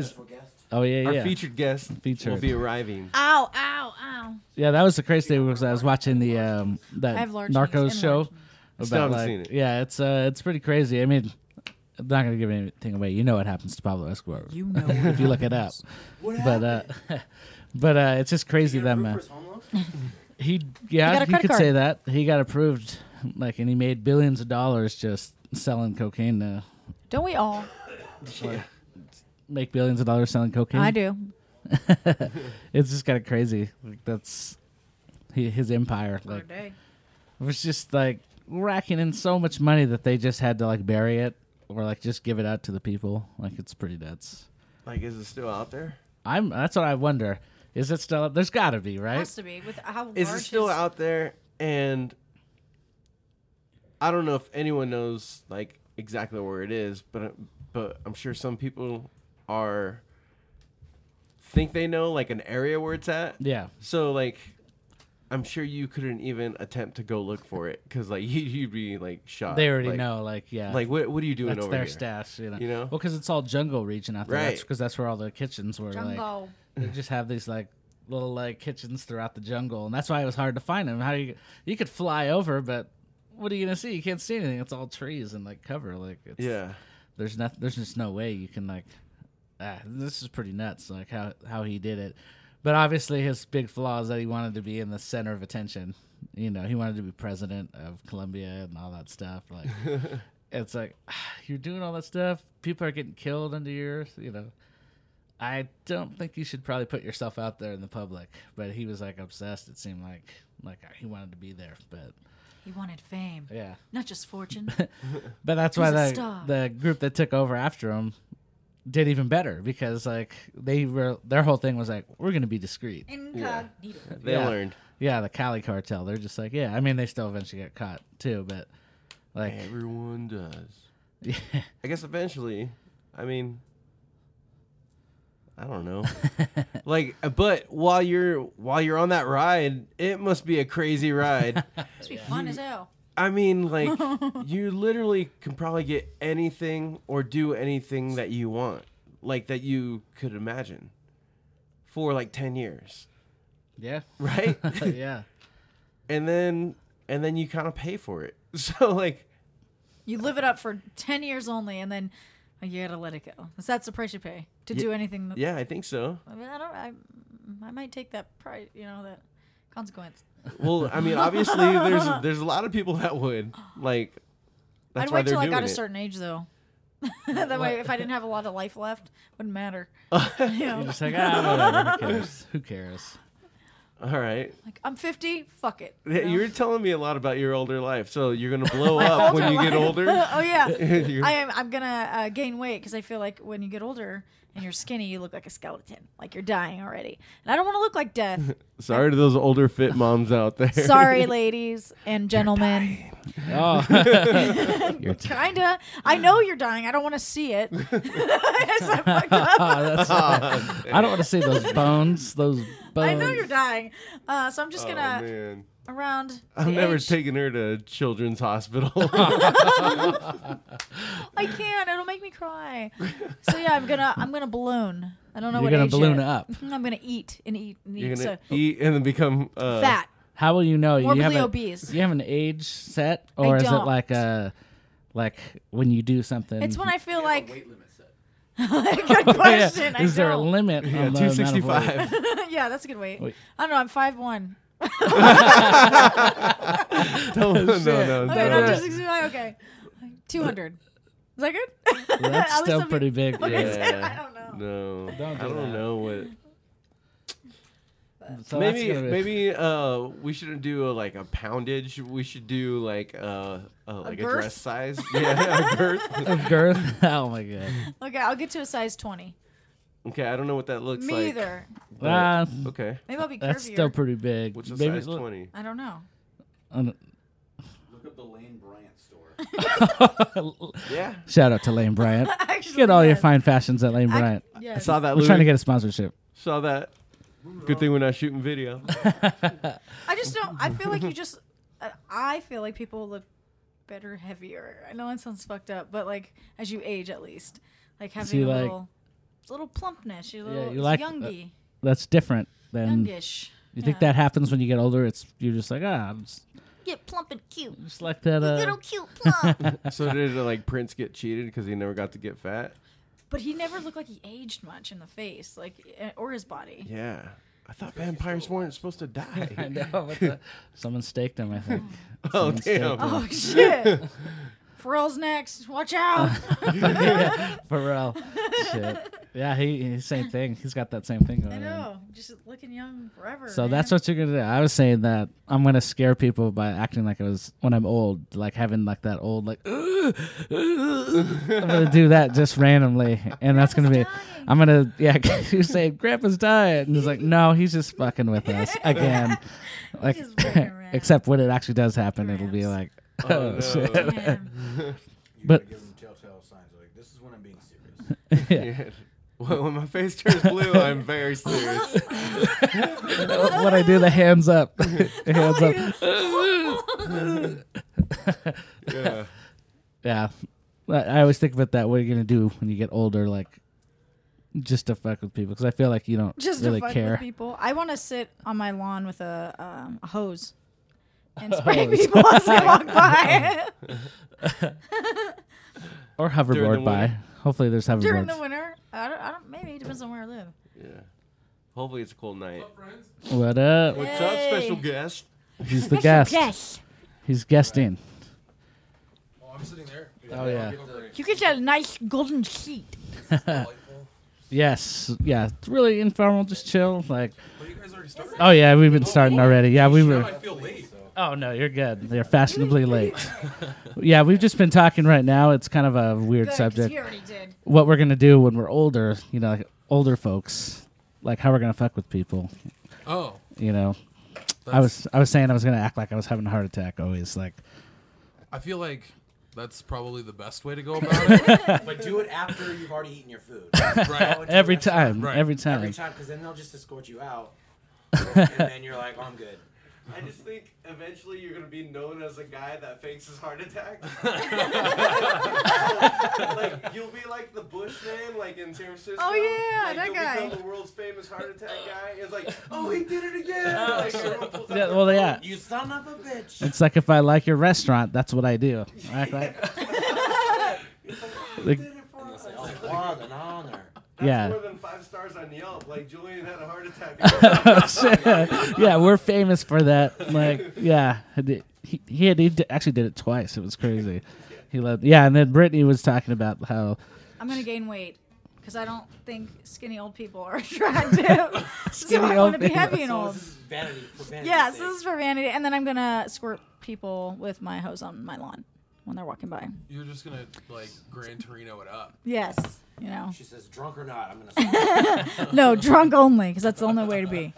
special guest.
oh yeah,
Our
yeah.
featured guest will
Featured.
be arriving.
Ow, ow, ow.
Yeah, that was the crazy thing was I was watching the um that
I have large knees
Narcos
and
show.
large knees.
Still haven't
like-
seen it.
Yeah, it's uh it's pretty crazy. I mean, I'm not gonna give anything away. You know what happens to Pablo Escobar
You know it.
if you look it up.
What
But
happened?
uh, but uh, it's just crazy
Did
that
you
man.
approve for his home loan?
He yeah,
got a
he
credit
could
card.
say that he got approved, like, and he made billions of dollars just selling cocaine to
Don't we all?
make billions of dollars selling cocaine.
I do.
It's just kind of crazy. Like that's he, his empire.
For a
Like
day.
It was just like racking in so much money that they just had to like bury it or like just give it out to the people. Like it's pretty nuts.
Like, is it still out there?
I'm that's what I wonder. Is it still there's gotta be, right?
Has to be with how
Is
large
it still
his-
out there? And I don't know if anyone knows like exactly where it is, but uh, but I'm sure some people are think they know like an area where it's at.
Yeah.
So like. I'm sure you couldn't even attempt to go look for it because, like, you, you'd be like shot.
They already
Uh, Like-
know, like yeah.
Like, what, what are you doing
that's
over
their
here?
stash, you know.
You know?
Well, because it's all jungle region out there. That's
Right.
because that's where all the kitchens were. Like
Jungle.
they just have these like little like kitchens throughout the jungle, and that's why it was hard to find them. How you you could fly over, but what are you gonna see? You can't see anything. It's all trees and like cover. Like it's,
Yeah.
there's not there's just no way you can like ah, this is pretty nuts like how how he did it but obviously his big flaw is that he wanted to be in the center of attention you know he wanted to be president of colombia and all that stuff like it's like you're doing all that stuff people are getting killed under your you know i don't think you should probably put yourself out there in the public but he was like obsessed it seemed like like he wanted to be there but
He wanted fame,
yeah
not just fortune.
but that's
He's
why
a
the,
star.
the group that took over after him did even better because like they were their whole thing was like we're gonna be discreet.
Incognito.
They
Yeah.
learned.
Yeah, the Cali cartel. They're just like yeah. I mean, they still eventually got caught too, but like
Everyone does.
yeah,
I guess eventually. I mean, I don't know. like, uh, but while you're while you're on that ride, it must be a crazy ride.
Must be fun as hell.
I mean, like, you literally can probably get anything or do anything that you want, like that you could imagine, for like ten years,
yeah,
right?
yeah.
and then and then you kind of pay for it. So like,
You live it up for ten years only, and then you gotta let it go. That's- That's the price you pay to do anything. That,
yeah, I think so.
I mean, I don't. I, I might take that price. You know that consequence.
Well, I mean, obviously, there's there's a lot of people that would like. That's
I'd
why
wait
they're
till I
doing
got a
it.
certain age though. that way, if I didn't have a lot of life left, wouldn't matter. You know,
You're just like ah, whatever. Who cares? Who cares?
All right,
like I'm 50. Fuck it.
Yeah,
know?
you're telling me a lot about your older life, so you're gonna blow up when you get older.
oh yeah.
You're-
I am. I'm gonna uh, gain weight because I feel like when you get older, and you're skinny, you look like a skeleton. Like you're dying already. And I don't want to look like death.
Sorry to those older fit moms out there.
Sorry, ladies and gentlemen.
Oh,
Kinda. I know you're dying. I don't want to see it. As I fuck up.
oh, that's,
Oh,
I don't want to see those bones. Those bones.
I know you're dying. Uh, so I'm just
Oh,
gonna
man.
around.
I've
the
never
age-
taken her to children's hospital.
I can't. It'll make me cry. So yeah, I'm gonna I'm gonna balloon. I don't know
You're
what
gonna
age
balloon
yet.
up.
I'm gonna eat and eat and
You're
eat.
gonna
So
eat and then become uh,
fat,
How will you know? You
morbidly
have, a,
obese.
you have an age set, or is it
don't.
like a like when you do something?
It's when I feel
A
like
weight limit set.
good
Oh, yeah.
question.
Is
I
there a
don't.
limit?
Yeah,
on the amount of weight?
265.
yeah, that's a good weight.
Wait.
I don't know. I'm five one.
no, no, no,
Okay,
no.
not just Okay, two hundred. Is that good?
Well,
At
that's
least
still
I'm-
pretty big.
What is it?
Yeah.
I don't know.
No,
Don't do
I don't
that.
know what.
So that's
maybe
gonna be-
maybe uh, we shouldn't do a, like a poundage. We should do like uh, uh, like a,
girth?
dress size. Yeah, a girth.
of girth. Oh my god.
Okay, I'll get to a size twenty.
Okay, I don't know what that looks
Me
like.
either.
but-
Ah,
Okay,
Maybe I'll be curvier.
that's still pretty big.
what's a
Maybe
size
look-
twenty?
I don't know.
I don't-
Look up the Lane Bryant store.
Yeah,
Shout out to Lane Bryant.
Actually,
Get all your
yes.
fine fashions at Lane
I-
Bryant.
I
Yes.
saw that.
We're trying to
Louis.
get a sponsorship.
saw that. Good thing we're not shooting video.
I just don't. I feel like you just. uh, I feel like people look better heavier. I know that sounds fucked up, but like as you age, at least, like having
you
a
like-
little, little plumpness, your little
you like-
youngy,
That's different than
youngish.
you think that happens when you get older. It's you're just like ah, I'm just,
get plump and cute,
just like that. Uh,
little cute plump.
So did like Prince get cheated because he never got to get fat?
but he never looked like he aged much in the face, like eh, or his body.
Yeah, I thought vampires weren't supposed to
I
die.
know. What the, someone staked him. I think.
oh
Someone staked
damn!
Oh shit! Pharrell's next. Watch out.
Pharrell. Shit. Yeah, he, he same thing. He's got that same thing going
I
on.
know. Just looking young forever.
So that's
man.
what you're gonna do. I was saying that I'm gonna scare people by acting like I was when I'm old, like having like that old like. I'm gonna do that just randomly, and that's gonna be. I'm gonna yeah. You say Grandpa's dying, and he's like, no, he's just fucking with us again. Like,
Just fucking around.
except when it actually does happen, it'll be
Gramps.
like, oh,
Oh, no.
shit.
Damn.
You
But-
gotta give them telltale signs like this is when I'm being serious.
Yeah. Well, when my face turns blue, I'm very serious.
when I do the hands up, the hands up.
Yeah.
Yeah. I I always think about that. What are you going to do when you get older? Like, just to fuck with people? Because I feel like you don't
Just
really
to fuck
care.
with people. I want to sit on my lawn with a, um, a hose and spray
Hose.
people as they walk by
Or hoverboard
During the
by.
winter.
Hopefully there's hoverboards.
during the winter. I don't, I don't. Maybe it depends on where I live.
Yeah. Hopefully it's a cold night.
What up?
What's up,
Hey.
special guest?
He's the guest.
Yes,
He's guesting.
Oh, I'm sitting there.
Oh, yeah.
you get a nice golden sheet.
Yes. Yeah. It's really informal. Just chill. Like,
Well, you guys already started.
oh, yeah, we've been starting already. Yeah, we were.
feel late.
Oh, no, you're good. They're fashionably late. Yeah, we've just been talking right now. It's kind of a weird
Good, 'cause
subject.
He already did.
what we're gonna do when we're older, you know, like older folks, like how we're gonna fuck with people,
Oh,
you know. I was I was saying I was gonna act like I was having a heart attack always, like
I feel like that's probably the best way to go about it.
But do it after you've already eaten your food. Go into a
every
restaurant.
time,
Right.
every time.
Every time, because then they'll just escort you out, and then you're like, oh, "I'm good."
I just think eventually you're gonna be known as a guy that fakes his heart attack. like you'll be like the Bush name, like in San Francisco.
Oh, yeah,
Like,
that
you'll
guy.
Become the world's famous heart attack guy. It's like, oh, he did it again.
Oh,
like, everyone pulls out
Yeah,
their
well,
phone.
yeah.
You son of a bitch.
It's like if I like your restaurant, that's what I do. I act like, like
Did it for us.
Oh, what an honor.
That's
Yeah.
more than five stars on Yelp. Like Julian had a heart attack.
yeah, we're famous for that. Like yeah, I did- he he, had, he d- actually did it twice. It was crazy. He loved yeah, and then Brittany was talking about how
I'm gonna gain weight because I don't think skinny old people are attractive. so I
old
want to be
people.
heavy and
So
old.
this is vanity for vanity.
Yes, this is for vanity, and then I'm gonna squirt people with my hose on my lawn. when they're walking by.
You're just gonna like Gran Torino it up.
Yes, you know.
She says, drunk or not, I'm going to.
No, drunk only, because that's the only way to be.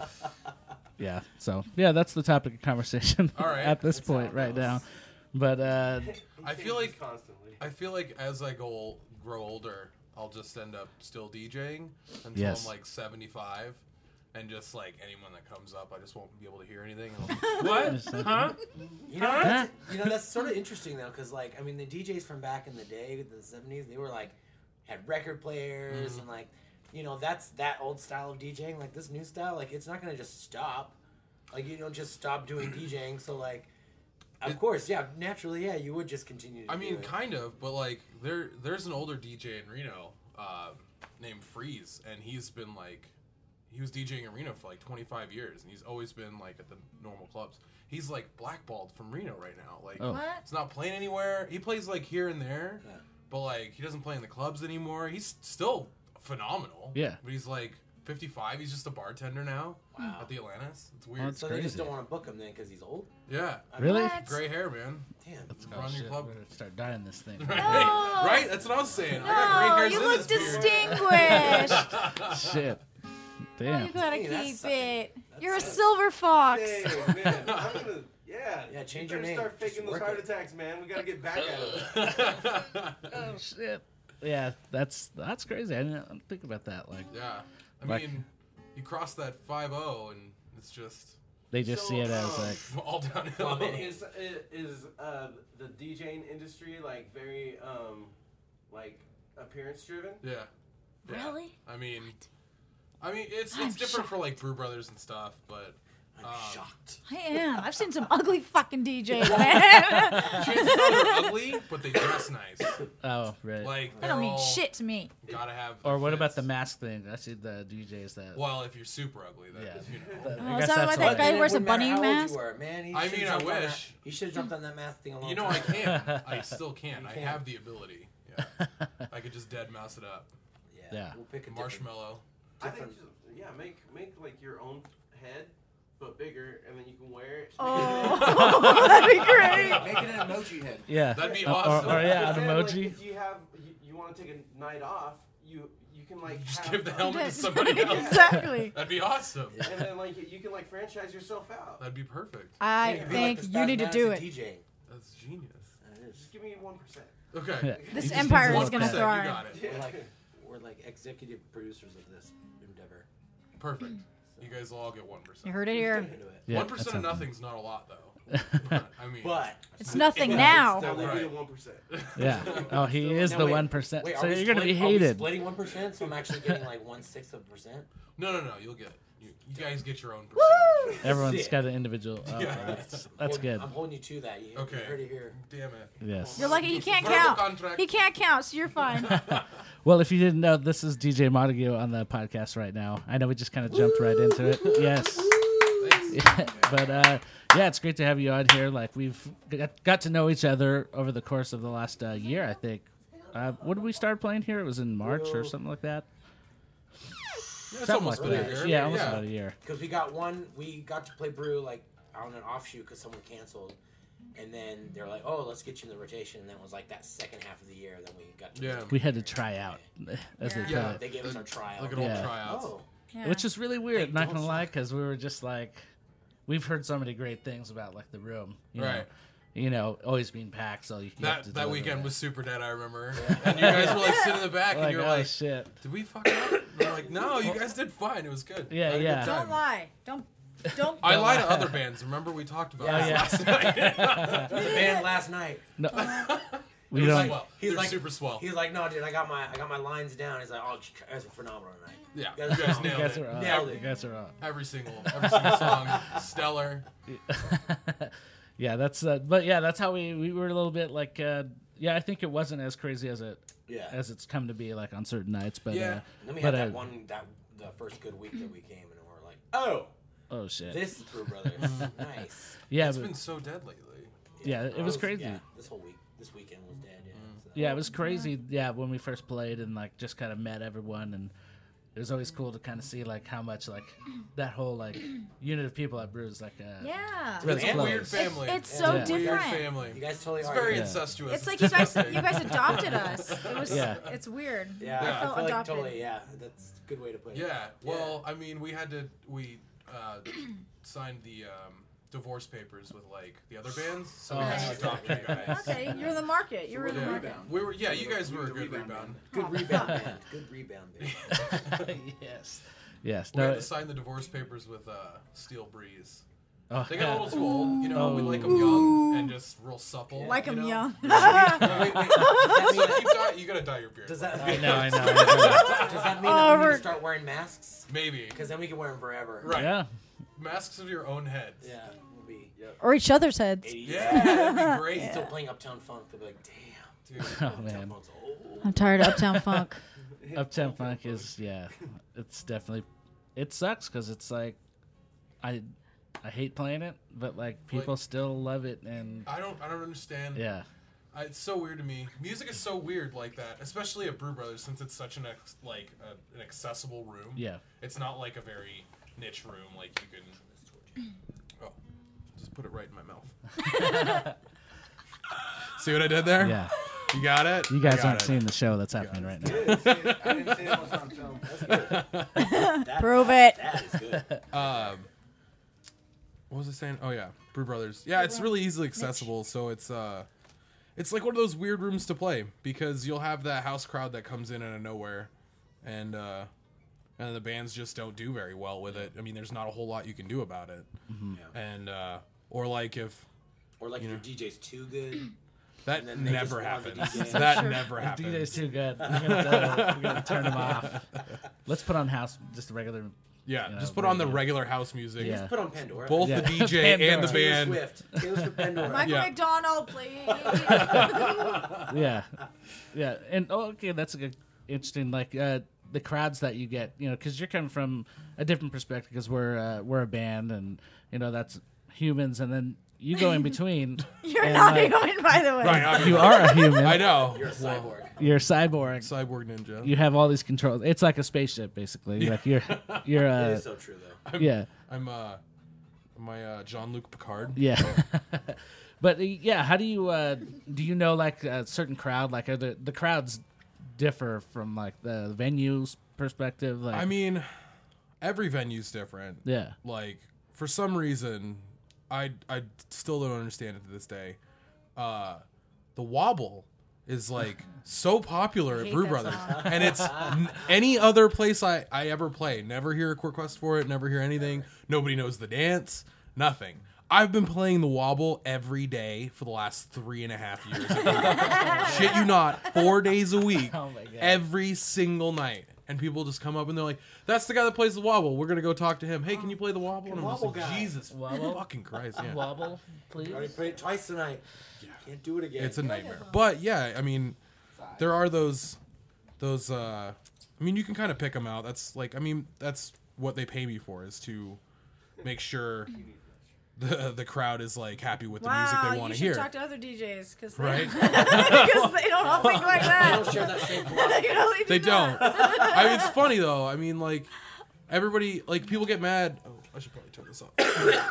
Yeah. So yeah, that's the topic of conversation
All right.
at this point right now. But uh,
I feel like
Constantly.
I feel like as I go grow older, I'll just end up still DJing until
Yes.
I'm like 75, and just like anyone that comes up, I just won't be able to hear anything. And I'll- what? Huh?
You know, that's, you know, that's sort of interesting though, because like, I mean, the DJs from back in the day, the '70s, they were like had record players
Mm.
and like, you know, that's that old style of DJing. Like this new style, like it's not gonna just stop. Like you don't just stop doing DJing. So like, of course, yeah, naturally, yeah, you would just continue. To
I
do
mean,
it.
kind of, but like there, there's an older DJ in Reno uh, named Freeze, and he's been like, he was DJing in Reno for like 25 years, and he's always been like at the normal clubs. He's like blackballed from Reno right now. Like,
Oh.
What?
he's not playing anywhere. He plays like here and there,
Yeah.
but like he doesn't play in the clubs anymore. He's still phenomenal.
Yeah.
but he's like 55. He's just a bartender now
Wow.
at the Atlantis. It's weird.
Well, it's
so they just
crazy.
don't want to book him then because he's old.
yeah,
I mean,
really?
What?
gray hair, man.
Damn.
Oh,
Run your
shit,
club.
we're gonna start dying this thing.
Right,
No.
right. That's what I was saying. I got
No,
gray hairs
Oh, you
in
look
this beard.
distinguished.
shit.
Oh,
Damn.
you gotta
Hey, that's
keep
something.
it. You're a
something.
silver fox.
Hey, man, I'm gonna, yeah.
Yeah, change
you better
your name.
Start faking
Just
those
work
heart
it.
attacks, man. We gotta get back at it.
Oh, shit. Yeah, that's that's crazy. I didn't think about that. Like
yeah, I
Like-
mean, you cross that 5-0 and it's just
they just
So,
see it as
um,
like
all downhill.
Um, and is is uh, the DJing industry like very um like appearance driven?
yeah, Yeah.
Really?
I mean, I mean, it's
I'm
it's different for like Brew Brothers and stuff, but
I'm
Um,
shocked.
I am. I've seen some ugly fucking DJs, man.
chances are they're ugly, but they dress nice.
oh right.
Like
They
they're
don't mean
all
shit to me.
Gotta have.
or
their
what about
fits.
the mask thing? I see the DJs that.
Well, if you're super ugly, then
Yeah.
you know.
Oh, is that why
that's
that
all-
guy
It
wears a
wouldn't matter
bunny
how old
mask?
You were, man. He
I
should've
mean, I
jumped on that-
wish.
you should have jumped on that math thing a long
You know,
time
I
ago.
can. I still can.
You
I
can.
have the ability. Yeah. I could just dead mouse it up.
Yeah.
We'll pick a different-
Marshmallow.
I think
Different.
just, yeah, make make like your own head but bigger, and then you can wear it.
Oh, that'd be great.
Make it an emoji head.
yeah.
That'd be
Or- or-
awesome.
Or, yeah, an
Instead, like,
emoji.
if you have you, you want to take a night off, you you can like
Just
have
give the
fun.
helmet to somebody else.
exactly.
That'd be awesome.
and then like you can like franchise yourself out.
That'd be perfect.
I
You could be
think
like the
you need to
Spasmodic
do it.
DJ.
That's genius.
That is.
Just give me one percent.
Okay.
Yeah.
This
You just
empire
need
is gonna
1%, you
thrive.
got it.
We're like, we're like executive producers of this endeavor.
Perfect. You guys will all get one
You
percent.
heard it here.
We're gonna do it.
Yeah,
One percent
that's
of
something.
nothing's not a lot though. I mean,
But
It's nothing
Yeah,
now.
That would be
Right.
the one percent.
Yeah. Oh, he is
Now,
the
wait,
one percent.
wait, are
So
we
you're gonna be
split- are we
hated.
splitting one percent, so I'm actually getting like one sixth of a percent.
no, no, no. You'll get. it. You, you guys get your own
Woo!
percent.
Everyone's
Shit.
got an individual. Oh,
Yeah.
That's that's
Hold-
good.
I'm holding you to that. You,
Okay.
you heard it here.
Damn it.
Yes.
You're lucky he can't
Verbal
count.
contract.
He can't count, so you're fine.
Well, if you didn't know, this is DJ Montague on the podcast right now. I know we just kind of jumped right into it. Yes.
Thanks.
but uh, yeah, it's great to have you on here. Like we've got, got to know each other over the course of the last uh, year, I think. Uh, when did we start playing here? It was in March or something like that.
Yeah, it's
Something
almost
like
been a
that.
year.
Yeah, almost about a year.
Because we got one, we got to play brew like on an offshoot because someone canceled, and then they're like, "Oh, let's get you in the rotation." And that was like that second half of the year. Then we got to
Yeah.
We had to try out, as they
Yeah.
call it,
They gave us our trial.
Look at old
Yeah.
tryouts.
Oh,
Yeah.
which is really weird.
They
Not
don't
gonna lie,
suck.
because we were just like, we've heard so many great things about like the room, you Know?
Right.
You know, always being packed. So you have to
That that
deliver
weekend
it.
was super dead. I remember. And you guys were like sitting in the back, and
like,
you're
oh
like,
shit.
"Did we fuck up?" And I'm like, "No, you guys did fine. It was good."
Yeah,
I had a good
yeah.
time."
don't lie. Don't don't
I lie to
lie.
other bands. Remember we talked about
Yeah,
this last night.
the band last night.
We
They're
don't.
swell.
he's
They're
like-
super swell.
He's like, "No, dude, I got my I got my lines down." He's like, "Oh, you guys are phenomenal tonight."
yeah,
You
you
guys
guys
are-
You
nailed
guys
it.
are up.
Nailed it.
You guys are up.
Every single, every single song, stellar.
yeah, that's uh, but yeah, that's how we we were a little bit like uh yeah, I think it wasn't as crazy as it
Yeah.
as it's come to be like on certain nights, but
Yeah.
uh,
And then we
but
had that
uh,
one that the first good week that we came, and we're like, "Oh,
oh shit.
this is Brew Brothers, nice."
yeah,
It's
but-
been so dead lately.
yeah, it was crazy.
Yeah, this whole week, this weekend was dead. Yeah. so-
Yeah, it was crazy. Yeah, when we first played and like just kind of met everyone and it was always cool to kind of see like how much like that whole like unit of people at Brew is like uh,
Yeah.
Really? That's
It's a
close.
weird family.
It's- it's so
Yeah.
Weird
different.
family.
You guys totally
It's
are.
very
yeah.
incestuous.
It's like you guys you guys adopted us. It was
Yeah.
it's weird.
Yeah,
I felt
I feel
adopted.
like totally. Yeah, that's a good way to put it.
Yeah. Well, I mean, we had to we uh, signed the um, divorce papers with like the other bands, so we
uh,
had
Nice.
to adopt you guys.
Okay, you're the market. You were the
we're the
market.
rebound.
We were. Yeah, you guys
We
were a
the
good
band.
rebound.
good rebound, man. Good rebound, man.
yes, yes.
We
No,
had to sign the divorce papers with uh, Steel Breeze.
oh,
They got old school, you know. We like them young and just real supple.
Like
you
I'm
know?
young.
Wait, wait, does that
So
mean,
keep di- you gotta dye your beard.
does that
I
mean,
know, I know. I know.
does that mean
Oh,
that we need
we're-
to start wearing masks?
Maybe
Because then we can wear them forever.
Right.
Yeah,
masks of your own heads.
Yeah, we'll be
Or each other's heads.
80s.
Yeah, that'd be great.
Still playing Uptown Funk. They'll be like, damn,
Dude,
oh
Uptown
man,
Funk's old.
I'm tired of Uptown Funk.
Uptown Funk is yeah, it's definitely it sucks because it's like I I hate playing it, but like people still love it and
I don't. I don't understand.
yeah,
I, it's so weird to me. Music is so weird like that, especially at Brew Brothers, since it's such an ex, like a, an accessible room.
Yeah.
it's not like a very niche room. Like you can. Oh, just put it right in my mouth. See what I did there?
yeah.
you got it.
You guys
Got
aren't
it.
seeing the show that's happening right now.
I didn't say it was on film.
That-
Prove it.
That is good.
Um, what was I saying? Oh yeah, Brew Brothers. Yeah, it's really easily accessible. So it's uh, it's like one of those weird rooms to play because you'll have that house crowd that comes in out of nowhere, and uh, and the bands just don't do very well with it. I mean, there's not a whole lot you can do about it.
Mm-hmm.
Yeah.
And uh, or like if
Or like if your DJ's too good.
that
And then they
never
just want the
happens.
DJ.
that
Sure.
never
DJ's
happens.
too good. We're gonna, uh, we're gonna turn him off. Let's put on house, just a regular.
Yeah,
Yeah,
just put on the
radio.
regular house music.
Yeah.
Just put on Pandora.
Both
Yeah.
the DJ and the
Pandora.
Taylor
band.
Swift. Taylor Swift Pandora.
Michael
Yeah.
McDonald, please.
Yeah, yeah, and oh, okay, that's a good, interesting. Like uh, the crowds that you get, you know, because you're coming from a different perspective. Because we're uh, we're a band, and you know that's humans, and then you go in between.
You're
and,
not
like,
human, by the way.
Right, obviously.
You are a human.
I know.
You're a cyborg.
You're a cyborg.
Cyborg ninja.
you have all these controls. It's like a spaceship, basically. Like you're, you're,
That
uh,
is so true, though.
yeah.
I'm uh my uh John Luke Picard.
Yeah. but uh, yeah, how do you uh do you know like a certain crowd like are the the crowds differ from like the venues perspective like
I mean, every venue's different.
yeah.
Like for some reason, I I still don't understand it to this day. Uh the wobble is like so popular at
hate
Brew
that
Brothers,
song.
and it's n- any other place I I ever play. Never hear a request for it. Never hear anything. Nobody knows the dance. Nothing. I've been playing the wobble every day for the last three and a half years. at Brew Brothers. Shit you not, four days a week,
Oh my God.
every single night. And people just come up and they're like, "That's the guy that plays the wobble. We're gonna go talk to him. Hey, can you play the wobble?" And I'm just
Wobble
like,
guy.
Jesus,
Wobble?
fucking Christ, yeah.
Wobble, please.
I already played it twice tonight. Can't do it again.
It's a nightmare. But yeah, I mean, there are those, those. uh I mean, you can kind of pick them out. That's like, I mean, that's what they pay me for is to make sure the the crowd is like happy with the music
Wow,
they
you
want
should
to hear.
talk to other DJs because they,
Right?
'cause they don't all think like
They
that.
don't share that same
they really do
They
not.
don't. I mean, it's funny though. I mean, like everybody, like people get mad. Oh, I should probably turn this off.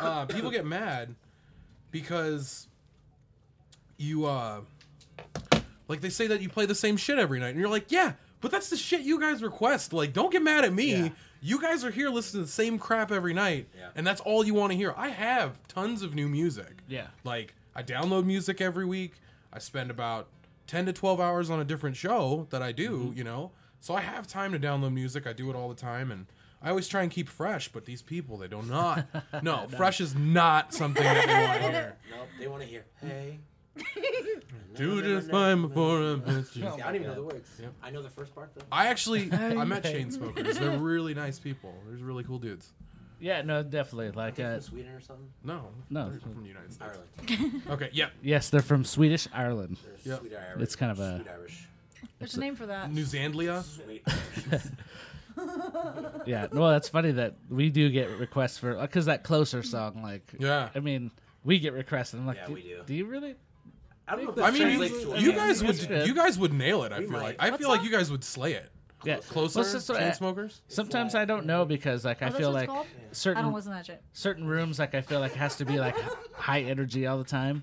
uh, people get mad because you, uh like, they say that you play the same shit every night, and you're like, yeah, but that's the shit you guys request. Like, don't get mad at me.
Yeah.
You guys are here listening to the same crap every night,
Yeah.
and that's all you want to hear. I have tons of new music.
Yeah.
Like I download music every week. I spend about 10 to 12 hours on a different show that I do,
Mm-hmm.
you know. So I have time to download music. I do it all the time and I always try and keep fresh, but these people they do not. No, fresh is not something that they want to hear.
No, they want to hear. Hey.
Do just fine before I miss you.
I don't even know the words.
Yep.
I know the first part, though.
I actually I met Chainsmokers. They're really nice people. They're really cool dudes.
Yeah, no, definitely. Like
From
uh,
Sweden or something?
No,
No.
they're from the United States.
Ireland.
Okay, yep.
yes, they're from Swedish Ireland.
There's
Yep.
Sweet Irish.
It's kind of a-
Sweet Irish.
There's a name for that.
New Zandlia.
Sweet Irish.
Yeah. Well, that's funny that we do get requests for because that closer song like
Yeah.
I mean, we get requests and I'm like
Yeah,
do,
we do.
do you really?
I don't know if
I
that
mean,
translates to
you,
a
you
man.
guys would
Yeah.
you guys would nail it. I
We
feel
might.
like I
What's
feel like
that?
you guys would slay it.
Yeah,
Closer,
Let's just-
chain smokers.
Sometimes
like-
I don't know because like I
oh, that's
feel
what
like
it's called? I don't
certain
listen to that shit.
certain rooms like I feel like has to be like high energy all the time,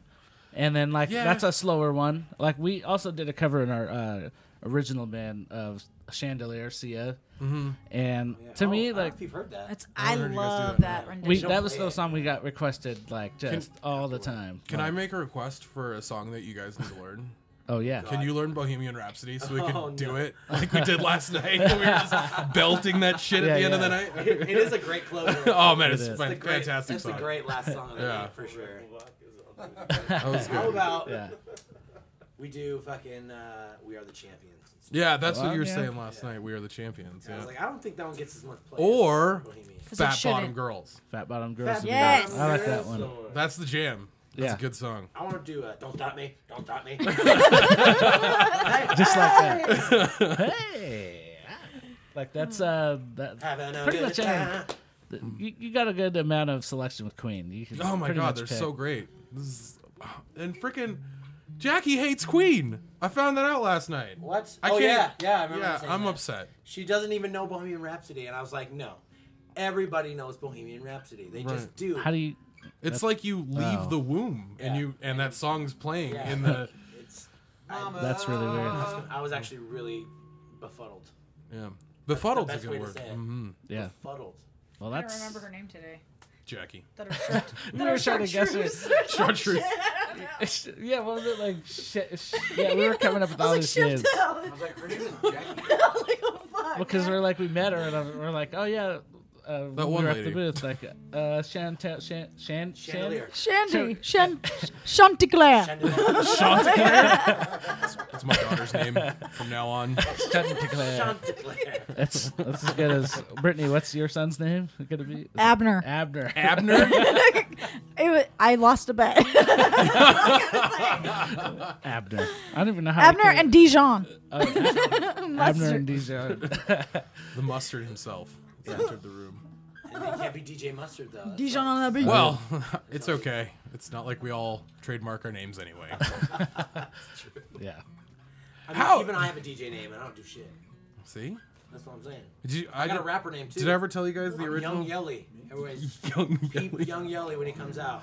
and then like
Yeah.
that's a slower one. Like we also did a cover in our uh, original band of Chandelier Sia, and to
Mm-hmm. Oh, I
me
don't know
like
if you've heard that.
It's I
heard you guys do
love
that.
that
we
rendition.
that was
play
the
it.
song we got requested like just all the time.
Can
Like,
I make a request for a song that you guys need to learn?
Oh yeah.
Can you learn Bohemian Rhapsody so we can
Oh,
do
no.
it like we did last night? we were just belting that shit
Yeah,
at the end
yeah.
of the night.
it it is a great closer.
oh man, it's,
is.
fan-
It's a great,
fantastic
It's
song.
a great last song of the
Yeah.
night for sure.
that was
How
good.
about
yeah.
we do fucking uh, We Are the Champions?
Yeah, that's what
Well,
you were
yeah.
saying last night. We are the champions.
I
Yeah.
was like, I don't think that one gets as much play.
Or-
as Bohemian.
'Cause it
Fat bottom
shouldn't.
girls.
Fat Bottom Girls. would be
Yes.
awesome. I like that one.
That's the jam. That's
Yeah.
a good song.
I want to do a "Don't Stop Me, Don't Stop Me."
Just like that. hey. Like that's uh that
Having a
Pretty
good
much
time.
you, you got a good amount of selection with Queen. You can
Oh my
pretty
god,
much
they're
pick.
so great. This is, uh, and freaking Jackie hates Queen. I found that out last night.
What?
I
oh yeah,
can't-
yeah. I remember you
Yeah,
saying
I'm
that.
upset.
She doesn't even know Bohemian Rhapsody, and I was like, no. Everybody knows Bohemian Rhapsody. They just
Right.
do.
How do you?
It's like you leave
Wow.
the womb and
Yeah.
you and that song's playing
Yeah.
in the
It's.
That's really weird.
Uh,
I was actually really befuddled.
yeah. Befuddled's
best
a
way to
good word.
say it.
hmm
Yeah.
Befuddled.
Well,
I
that's.
don't remember her name today.
Jackie.
That are short.
We were trying to guess
chartreuse.
it.
Chartreuse.
yeah, what was it like? Shit, sh- yeah, we were coming up with all
I
these
was like,
names
shipped out.
was like, her name is Jackie.
like, oh, fuck.
because we're like we met her and I'm- we're like, oh yeah, uh, when we
one
were at the
lady.
booth like uh, Chantel, Shan, Shan,
Chandelier.
Shandy. Shan- Chanticleer.
Chandelier.
That's my daughter's name from now on.
Shan, Chanticleer.
Chanticleer.
That's that's as good as Brittany. What's your son's name? Gonna be
Abner.
Abner.
Abner.
It was, I lost a bet.
Abner. I don't even know how. to
Abner
kill-
and Dijon.
Abner and Dijon.
the mustard himself has entered the room.
And it can't be DJ Mustard though. That's
Dijon
like-
on the beat.
Well, it's okay. It's not like we all trademark our names anyway.
yeah.
I mean,
How-
Even I have a DJ name, and I don't do shit.
See?
That's what I'm saying.
Did you, I,
I got a
did-
rapper name too.
Did I ever tell you guys the
I'm
original?
Young Yelly. Everybody's
Young
peep
Yelly.
Young Yelly when he comes out.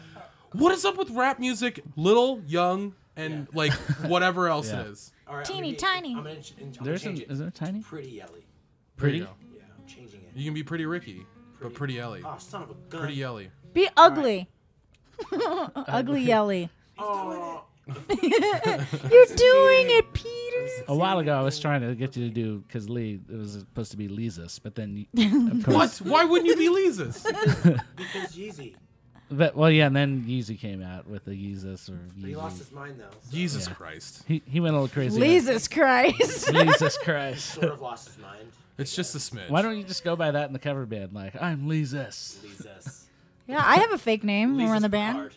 What is up with rap music? Little, young, and like whatever else
Yeah.
it is.
All right, I'm
Teeny
gonna be-
tiny.
I'm gonna, ch- I'm gonna
There's
change
an,
it.
is there a tiny?
Pretty Yelly.
There you
Pretty?
go.
Yeah, I'm changing it.
You can be pretty Ricky, but pretty Ellie.
Oh, son of a gun.
Pretty Ellie.
Be ugly. ugly yelly.
Oh,
You're doing it, Peter.
A while ago, I was trying to get you to do because Lee. It was supposed to be Lisa's, but then you, of course.
What? Why wouldn't you be Lisa's?
because Yeezy.
But, well, yeah, and then Yeezy came out with the Yeezus or
He lost
Yeezy.
his mind though. So
Jesus
Yeah.
Christ.
He, he went a little crazy. with
Jesus Christ.
Jesus Christ.
sort of lost his mind.
It's just a smidge.
Why don't you just go by that in the cover band? Like I'm Lizus.
Jesus.
yeah, I have a fake name. when we're in the band.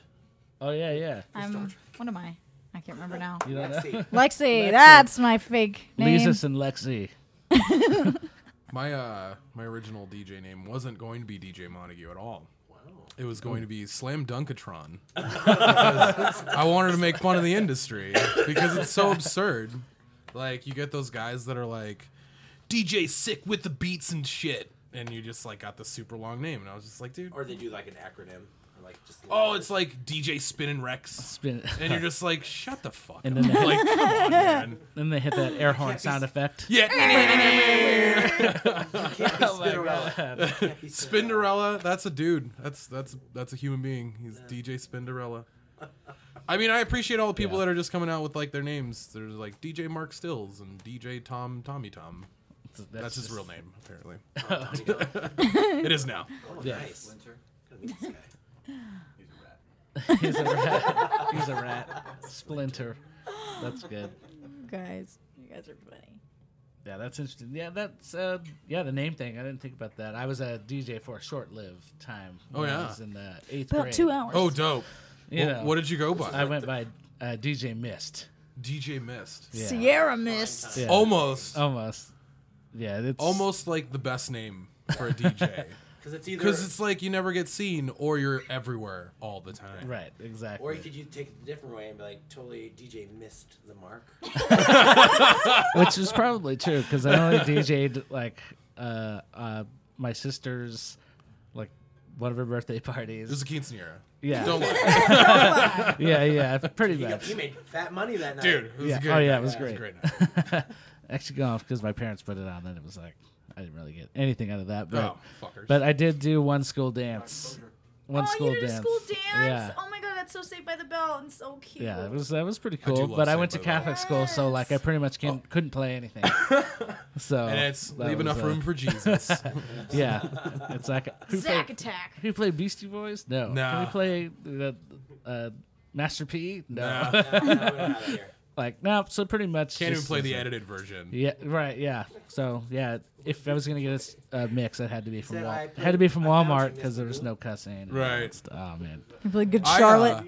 Oh yeah, yeah.
I'm. What am I? I can't remember now.
You don't know.
Lexi.
Lexi. That's my fake name.
Lizus and Lexi.
My uh my original DJ name wasn't going to be DJ Montague at all.
Wow.
It was going to
Oh.
be Slam Dunkatron. Because I wanted to make fun of the industry because it's so absurd. Like you get those guys that are like DJ sick with the beats and shit and you just like got the super long name and I was just like, dude,
Or they do like an acronym, or like just.
oh, it's like DJ Spinning Rex.
Spin.
And you're just like, shut the fuck
And
up.
then they-
like, come on, man.
Then they hit that air horn sound effect.
Yeah.
can't
Oh
be Spinderella. Can't be
Spinderella, that's a dude. That's that's that's a human being. He's DJ Spinderella. I mean, I appreciate all the people
Yeah.
that are just coming out with like their names. There's like DJ Mark Stills and DJ Tom Tommy Tom.
That's,
That's his
just- Oh,
real name, apparently.
Spinderella.
it is now.
Oh,
Yeah.
nice.
Winter.
Gotta meet this guy.
He's a rat.
He's a rat. He's a rat. Splinter. That's good.
guys, you guys are funny.
Yeah, that's interesting. Yeah, that's uh, yeah the name thing. I didn't think about that. I was a DJ for a short-lived time.
Oh,
when
yeah.
I was in the eighth
About
grade.
two hours.
Oh, dope.
You
Well,
know,
what did you go by?
I went by uh, DJ Mist.
DJ Mist.
Yeah. Oh.
Sierra Mist.
Yeah.
Almost,
Almost. Yeah, it's
almost like the best name for a DJ.
because it's either
Because it's like you never get seen, or you're everywhere all the time.
Right, exactly.
or you could you take it a different way and be like, totally DJ missed the mark.
which is probably true because I only DJ'd like uh, uh, my sister's like one of her birthday
It was
parties.
a quinceanera.
Yeah.
Don't lie,
Yeah, yeah, pretty
He, got,
much.
he made fat money that night.
dude. It was
Yeah.
good.
Oh yeah, it was
It was
great.
great.
Actually, going off because my parents put it on, and it was like I didn't really get anything out of that. But
Oh, fuckers.
but I did do one school dance. One
oh,
school
you did
dance.
a school dance.
Yeah.
Oh my god, that's so Saved by the Bell and so cute.
Yeah, it was that was pretty
I do
cool.
love
but I
Saved
went to
by the Bell.
Catholic school, so like I pretty much can't, couldn't play anything. So
and it's
that
leave
was,
enough
uh,
room for Jesus.
Yeah, it's like who
Zack
played,
Attack.
who played Beastie Boys? No. Can
Nah.
we play the uh, Master P? No.
Nah.
No, no, we're not out of here.
like no. So pretty much
Can't even
just-
play the edited version.
Yeah, right. Yeah. So yeah, if I was gonna get a uh, mix, it had to be from
Said
Wal-
I
it had to be from
played- I found
Walmart
you,
because
Mr.
there was
Blue.
no cussing. and all
Right.
that stuff. Oh man.
You played Good
I, uh,
Charlotte.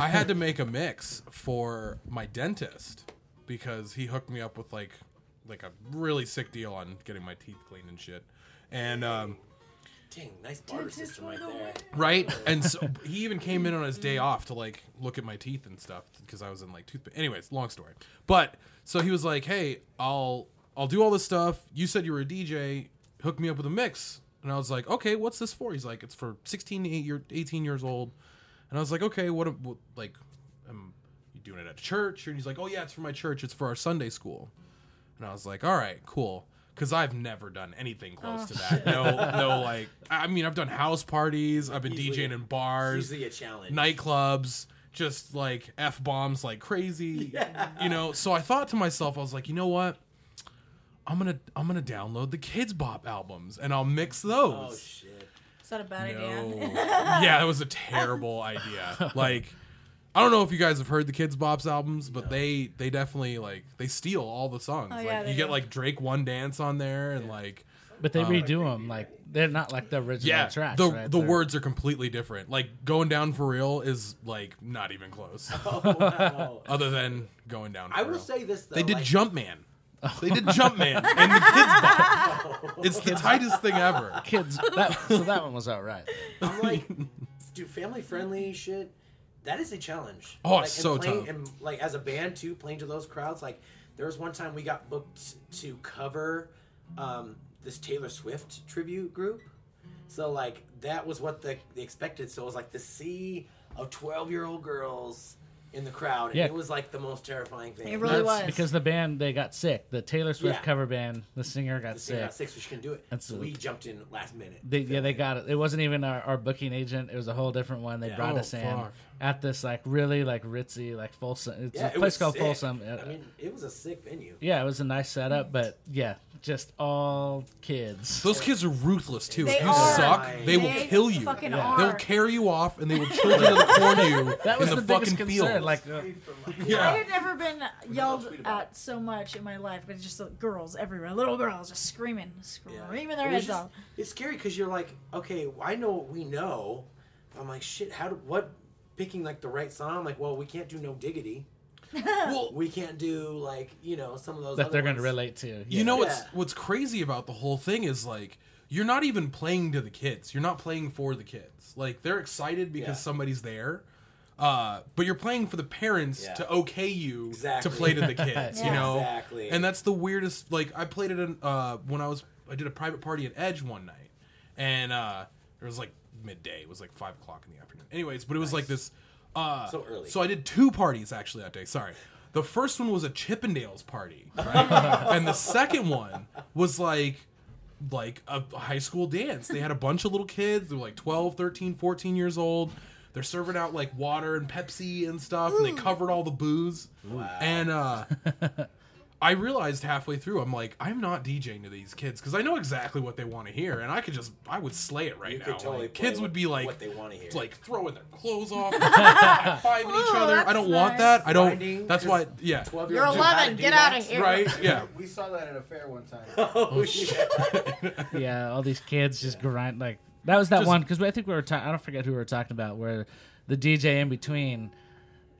I, had to make a mix for my dentist because he hooked me up with like like a really sick deal on getting my teeth cleaned and shit. And um,
Dang, nice barter
Dentist
system right there.
101.
right, and so he even came in on his day off to like look at my teeth and stuff because I was in like toothpaste. Anyways, long story. But so he was like, "Hey, I'll I'll do all this stuff. You said you were a DJ. Hook me up with a mix." And I was like, "Okay, what's this for?" He's like, "It's for 16 to 8 year, 18 years old." And I was like, okay, what, what like, am you doing it at church? And he's like, oh yeah, it's for my church. It's for our Sunday school. And I was like, all right, cool. Cause I've never done anything close to that. No, no, like, I I mean, I've done house parties. I've been
Oh. Easily-
DJing in
It's
bars,
usually a challenge.
nightclubs, just like f bombs like crazy. You know. So I thought to myself, I was like, you know what? I'm gonna I'm gonna download the Kids Bop albums and I'll mix those.
Oh shit.
Is that a bad
No.
idea?
yeah, that was a terrible idea. Like, I don't know if you guys have heard the Kids Bop's albums, but they they definitely like they steal all the songs.
Oh,
like
yeah,
you
they
get
do.
like Drake One Dance on there, and like
But they redo them like they're not like the original
Um, yeah,
tracks.
the
right?
the
They're-
words are completely different. Like going down for real is like not even close.
Oh wow.
other than going down. For
I will
real.
say this though.
they did
like,
Jumpman. They did Jumpman and the Kids Bop. It's the tightest thing ever.
kids. That, so that one was all right.
I'm like, do family friendly shit. That is a challenge.
Oh,
like,
it's
and
so
playing,
tough.
And like as a band too, playing to those crowds. Like there was one time we got booked to cover um, this Taylor Swift tribute group. So like that was what the, they expected. So it was like the sea of twelve year old girls in the crowd, and
Yeah.
it was like the most terrifying thing.
It really was.
because the band they got sick. The Taylor Swift
Yeah.
cover band, the singer got
The singer
sick.
got sick, so she couldn't do it.
That's
so
a-
we jumped in last minute.
They, yeah, they got it. It wasn't even our, our booking agent. It was a whole different one. They
Yeah.
brought
Oh,
us in
fuck.
at this like really like ritzy like Folsom. It's
Yeah,
a
it
place
was
called
sick.
Folsom.
I mean, it was a sick venue.
yeah, it was a nice setup, but yeah, just all kids.
Those kids are ruthless too.
They
if you
are.
suck, they, will
They
kill you.
fucking
Yeah.
They'll
are.
carry you off and they will children to the corner you
That was
in
the,
the,
biggest
fucking
concern.
field.
Like, uh,
I
yeah.
had never been yelled
tweet about
at so much in my life, but it's just like, girls everywhere, little girls just screaming,
Yeah.
screaming their
It was
heads
just-
off.
It's scary because you're like, okay, well, I know what we know. I'm like, shit, how do what picking like the right song? I'm like, well, we can't do no diggity.
Well,
We can't do like you know some of those
that
other
they're going to
ones.
relate to.
you know what's
Yeah.
what's crazy about the whole thing is like you're not even playing to the kids. You're not playing for the kids. Like they're excited because
Yeah.
somebody's there. Uh, but you're playing for the parents
Yeah.
to okay you
Exactly.
to play to the kids, you
Yeah.
know?
Exactly.
And that's the weirdest. Like I played it in, uh, when I was I did a private party at Edge one night, and uh, it was like midday. It was like five o'clock in the afternoon. Anyways, but it was like this. Uh,
So early.
So I did two parties actually that day. Sorry. The first one was a Chippendales party, right? and the second one was like like a high school dance. They had a bunch of little kids. They were like 12, 13, 14 years old. They're serving out like water and Pepsi and stuff, and they covered all the booze. And uh, I realized halfway through, I'm like, I'm not DJing to these kids because I know exactly what they want to hear, and I could just, I would slay it right
You
now.
could totally
Like,
play
kids
what-
would be like,
what they wanna hear.
like throwing their clothes off, high-fiving each
Oh,
Ooh,
other. I
that's
don't want
nice.
that. I don't.
Grinding,
that's why. Yeah.
Twelve
You're
year old.
11, get out of here.
Right. Yeah.
We saw that at a fair one time.
Oh shit.
yeah, all these kids just grind like that was that
Just-
one because I think we were talking. I don't forget who we were talking about where the DJ in between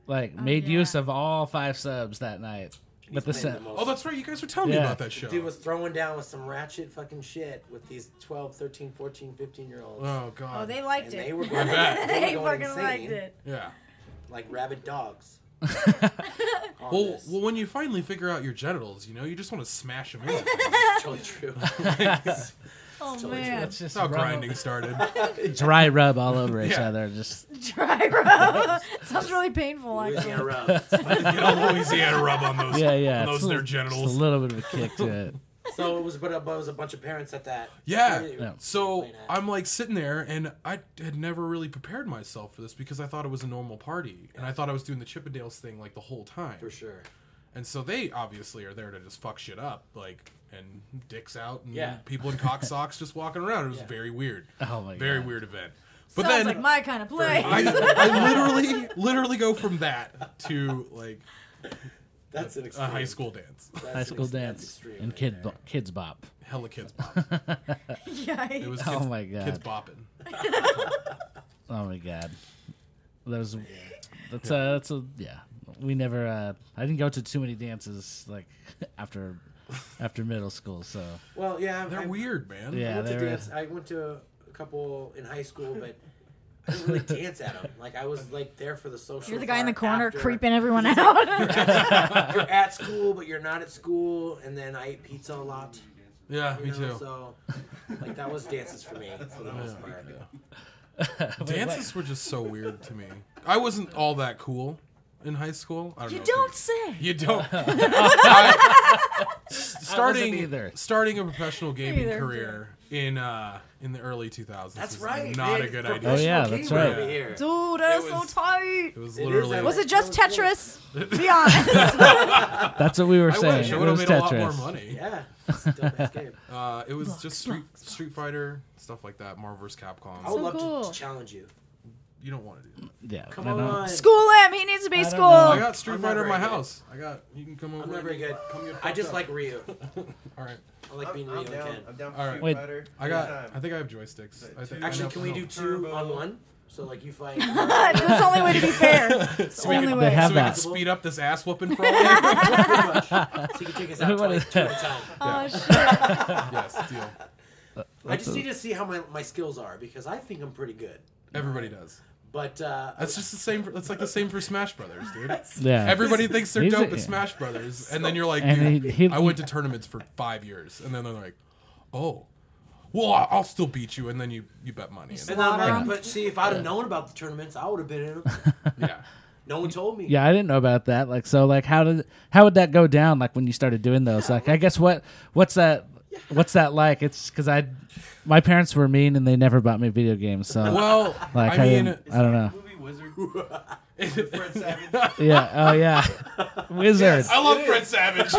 like made
yeah.
use of all five subs that night. But the
He's playing
set-
most-
Oh, that's right. You guys were telling
Yeah.
me about that show.
Dude was throwing down with some ratchet fucking shit with these 12, 13, 14, 15 year olds.
oh
Oh,
god.
they liked
and
it.
they were
I
going,
bet.
they
they
were going
fucking
insane,
liked it.
yeah.
like rabid dogs. on
Well,
this.
well, when you finally figure out your genitals, you know, you just want to smash them. In.
It's totally true.
Oh
totally
man,
It's just
That's how
rub-
grinding started.
Dry rub all over each
Yeah.
other. Just
dry rub sounds really painful.
Louisiana
Actually,
rub.
Get a Louisiana rub on those.
yeah, yeah.
on
it's
those
a
their
little-
genitals.
Just a little bit of a kick to it.
So it was, but it was a bunch of parents at that.
Yeah.
Yeah.
So
Wait, I-
I'm like sitting there, and I had never really prepared myself for this because I thought it was a normal party, and I thought I was doing the Chippendales thing like the whole time.
For sure.
And so they obviously are there to just fuck shit up, like and dicks out, and
Yeah.
people in cock socks just walking around. It was
Yeah.
very weird.
Oh my
very
God.
weird event. But
sounds
then
like my kind of play.
I, I literally, literally go from that to like
That's an extreme.
a high school dance.
That's
High
an
school
ex- that's
dance
extreme
and
right
kid
there.
bo- kids bop.
Hella kids bop.
Yikes.
It was
Oh
kids-
my God.
kids bopping.
Oh my god, that was that's uh that's a yeah. We never uh I didn't go to too many dances like after after middle school. So
Well, yeah.
They're
I-
weird, man.
Yeah.
I went to
they're- uh,
dance. I went to a couple in high school, but I didn't really dance at them. Like I was like there for the social.
You're the guy in the
part
corner
after.
creeping everyone out.
You're at school, but you're not at school. And then I ate pizza a lot.
Yeah,
You
me
know,
too.
So, like that was dances for me for the most part.
Dances were just so weird to me. I wasn't all that cool in high school. I don't
you
know if
don't say.
You don't. I- starting
either.
starting a professional gaming
Neither.
career in uh in the early 2000s.
That's
was
right.
Not
man.
a good idea.
Oh, yeah,
Professional
that's
gamer
right.
over here.
Dude, that
It
is so
was-
tight.
It was
It is
literally.
that
Was it just
That was cool.
Tetris? Be honest.
that's what we were
I
saying.
wish I
It
would have
was
made a lot more
Tetris.
money.
Yeah. It's a dumbass game.
Uh, it was just Street, Street Fighter stuff like that, Marvel vs. Capcom.
I would
So
love
cool.
to, to challenge you.
You don't want to do that.
Yeah,
Come
I know.
on.
school him. He needs to be
I don't
schooled.
know.
I
I
got Street
I'm not
Fighter in
very
my
good.
house. I got. You can come over.
I'm not
and
very good.
Come get
I
fucked
just
up.
like Ryu.
All right.
I like being
I'm,
Ryu
I'm
and
down.
Ken.
I'm down for
All right.
Street
Wait.
Fighter.
I got.
Anytime.
I think I have joysticks. I think-
Actually, can we do
no.
two
Turbo.
on one? So like you fight.
That's the only way to be fair. It's the
we
only
can-
way.
They have
so
that.
we can speed up this ass whooping for all you?
Pretty much. So you can take us out
What is
twice, two at a time.
oh
Yeah.
shit.
yes, deal.
I just need to see how my, my skills are because I think I'm pretty good.
Everybody does.
But uh,
That's just the same. For, that's like the same for Smash Brothers, dude.
Yeah,
Everybody thinks they're
He's
dope
a-
at Smash Brothers, and then you're like,
And
dude,
he- he-
I went to tournaments for five years, and then they're like, oh, well, I- I'll still beat you, and then you you bet money. And
and I'm
Slaughter.
like, but see, if I'd have known about the tournaments, I would have been in them.
yeah,
No one told me.
Yeah, I didn't know about that. Like, so, like, how did how would that go down? Like when you started doing those? Like, I guess what what's that what's that like? It's because I my parents were mean and they never bought me video games. So,
well,
like,
I
I,
mean,
didn't- I don't know.
Movie Wizard. With Fred Savage.
Yeah. Oh yeah. Wizard.
I love Fred Savage.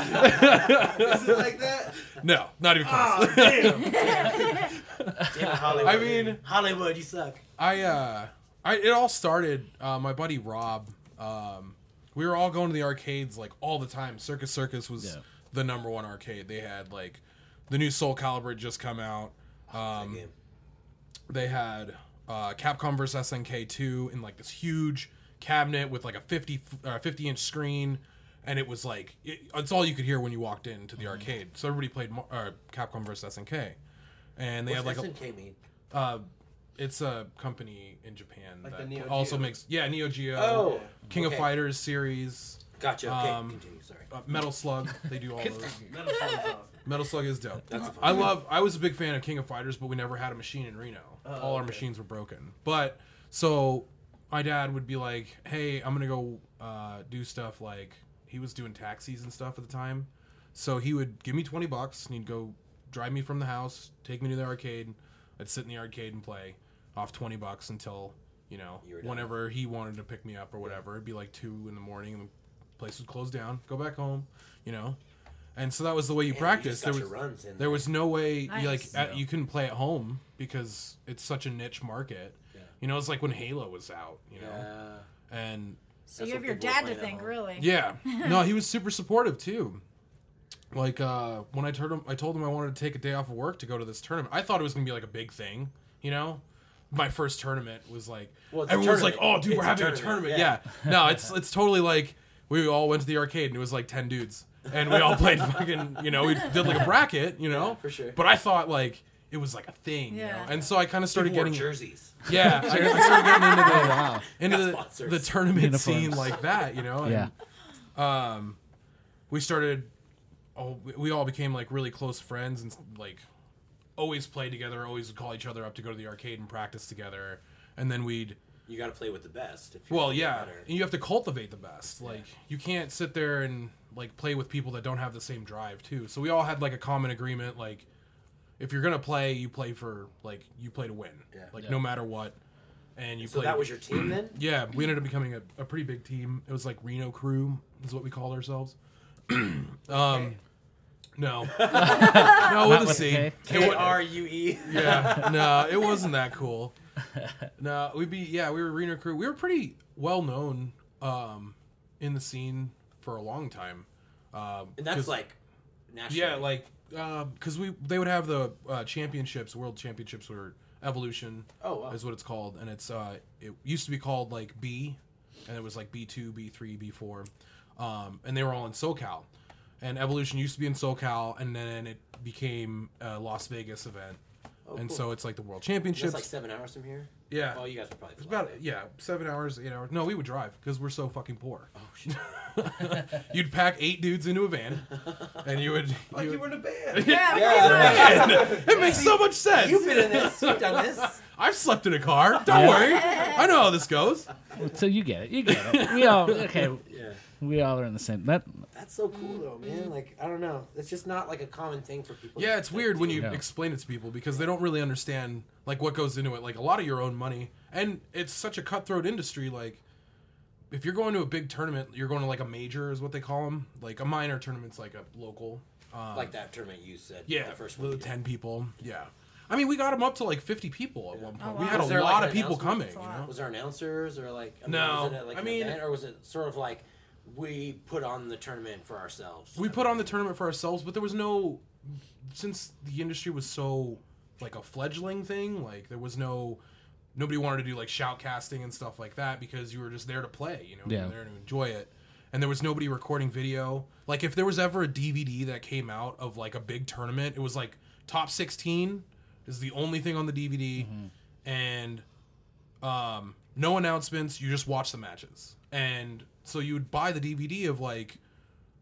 Is it like that?
no, not even
Ah.
close.
Damn it, Hollywood.
I mean-
Hollywood, you suck.
I uh, I it all started. Uh, my buddy Rob. Um, we were all going to the arcades like all the time. Circus Circus was
Yeah.
the number one arcade. They had like the new Soul Calibur had just come out. Um,
Game.
they had uh, Capcom vs SNK two in like this huge cabinet with like a 50 uh, 50 inch screen, and it was like it, it's all you could hear when you walked into
Mm-hmm.
the arcade. So everybody played Mar- uh, Capcom vs SNK, and they
What's
had like
SNK mean?
a uh, it's a company in Japan
Like the
that
Neo
also
Geo.
makes yeah Neo Geo,
Oh,
King of
okay.
Fighters series,
Gotcha. Okay,
Um,
continue. Sorry.
uh, Metal Slug. They do all those.
Metal Slug's awesome.
Metal Slug is dope. I love. I was a big fan of King of Fighters, but we never had a machine in Reno.
Oh,
All our
okay.
machines were broken. But so my dad would be like, "Hey, I'm gonna go uh, do stuff like he was doing taxis and stuff at the time. So he would give me twenty bucks and he'd go drive me from the house, take me to the arcade. I'd sit in the arcade and play off twenty bucks until you know
You were done.
whenever he wanted to pick me up or whatever. It'd be like two in the morning and the place would close down. Go back home, you know." And so that was the way you
Man,
practiced.
You just got
there
your
was
runs in
there was no way you, like
Nice.
at, you couldn't play at home because it's such a niche market.
Yeah.
You know, it's like when Halo was out. You know,
Yeah.
and
So
That's
you have
what
your
people
dad
play
to
at
thank,
home.
really.
yeah, no, he was super supportive too. Like uh, when I told him, I told him I wanted to take a day off of work to go to this tournament. I thought it was gonna be like a big thing. You know, my first tournament was like
Well, it's a
everyone's like,
tournament.
"Oh, dude,
It's
we're
a
having a
tournament,
tournament." Yeah. no, it's it's totally like we all went to the arcade and it was like 10 dudes and we all played fucking you know we did like a bracket you know
for sure.
but i thought like it was like a thing you know
Yeah.
and so i kind of started
People wore
getting
jerseys.
yeah i started getting into the
wow.
into
Got
the,
sponsors.
the tournament scene
Uniforms.
like that, you know. And,
Yeah.
Um, we started. Oh, we- we all became like really close friends and like always played together. Always would call each other up to go to the arcade and practice together. And then we'd
You got to play with the best. If you're
well,
gonna get
yeah,
better.
and you have to cultivate the best. Like you can't sit there and like play with people that don't have the same drive too. So we all had like a common agreement like if you're gonna play, you play for like you play to win.
Yeah.
Like
Yeah.
no matter what. And you
So
play
that was your team then.
yeah, we ended up becoming a, a pretty big team. It was like Reno Crew is what we called ourselves. um, no, no, with a
with a
C.
K?
K R U E.
Yeah, no, it wasn't that cool. No, we'd be yeah, we were Reno Crew. We were pretty well known um, in the scene for a long time. Um,
And
'cause-
that's like national.
yeah, like because we they would have the uh, championships, world championships, were Evolution
oh wow.
is what it's called, and it's uh, it used to be called like B, and it was like B two, B three, B four, um, and they were all in SoCal, and Evolution used to be in SoCal, and then it became a Las Vegas event,
Oh,
and
cool.
so it's like the World
And
Championships.
that's like seven hours from here.
yeah,
Well, you guys were probably
it's
flying.
about yeah, seven hours, eight hours. No, we would drive because we're so fucking poor.
Oh shit.
You'd pack eight dudes into a van, and you would.
Like
you
you
would-
were in a band.
Yeah,
Yeah.
it makes so much sense.
You've been in this. You've done this.
I've slept in a car. Don't
Yeah.
worry. I know how this goes.
So you get it. You get it. We all okay.
Yeah.
We all are in the same. That
That's so cool though, man. Like I don't know. It's just not like a common thing for people.
Yeah,
to-
it's
to
weird when
do.
you
Yeah.
explain it to people because they don't really understand like what goes into it. Like a lot of your own money, and it's such a cutthroat industry. Like if you're going to a big tournament, you're going to like a major is what they call them. Like a minor tournament's like a local. Um,
like that tournament you said.
yeah,
the first one.
with
you did.
ten people. Yeah, I mean we got them up to like fifty people at one
Oh,
point. We
wow.
had
Was
a
there, like,
lot
an
of people
announcement?
coming.
That's
You
a
know?
lot.
Was there announcers or like? I mean,
No.
Was it at, like,
I
an
mean-
event, or was it sort of like we put on the tournament for ourselves?
we put on the tournament for ourselves, but there was no since the industry was so like a fledgling thing, like there was no nobody wanted to do like shoutcasting and stuff like that because you were just there to play, you know, you
Yeah.
were there to enjoy it. And there was nobody recording video. Like if there was ever a DVD that came out of like a big tournament, it was like top 16 is the only thing on the DVD and um, no announcements. You just watch the matches, and so you would buy the DVD of like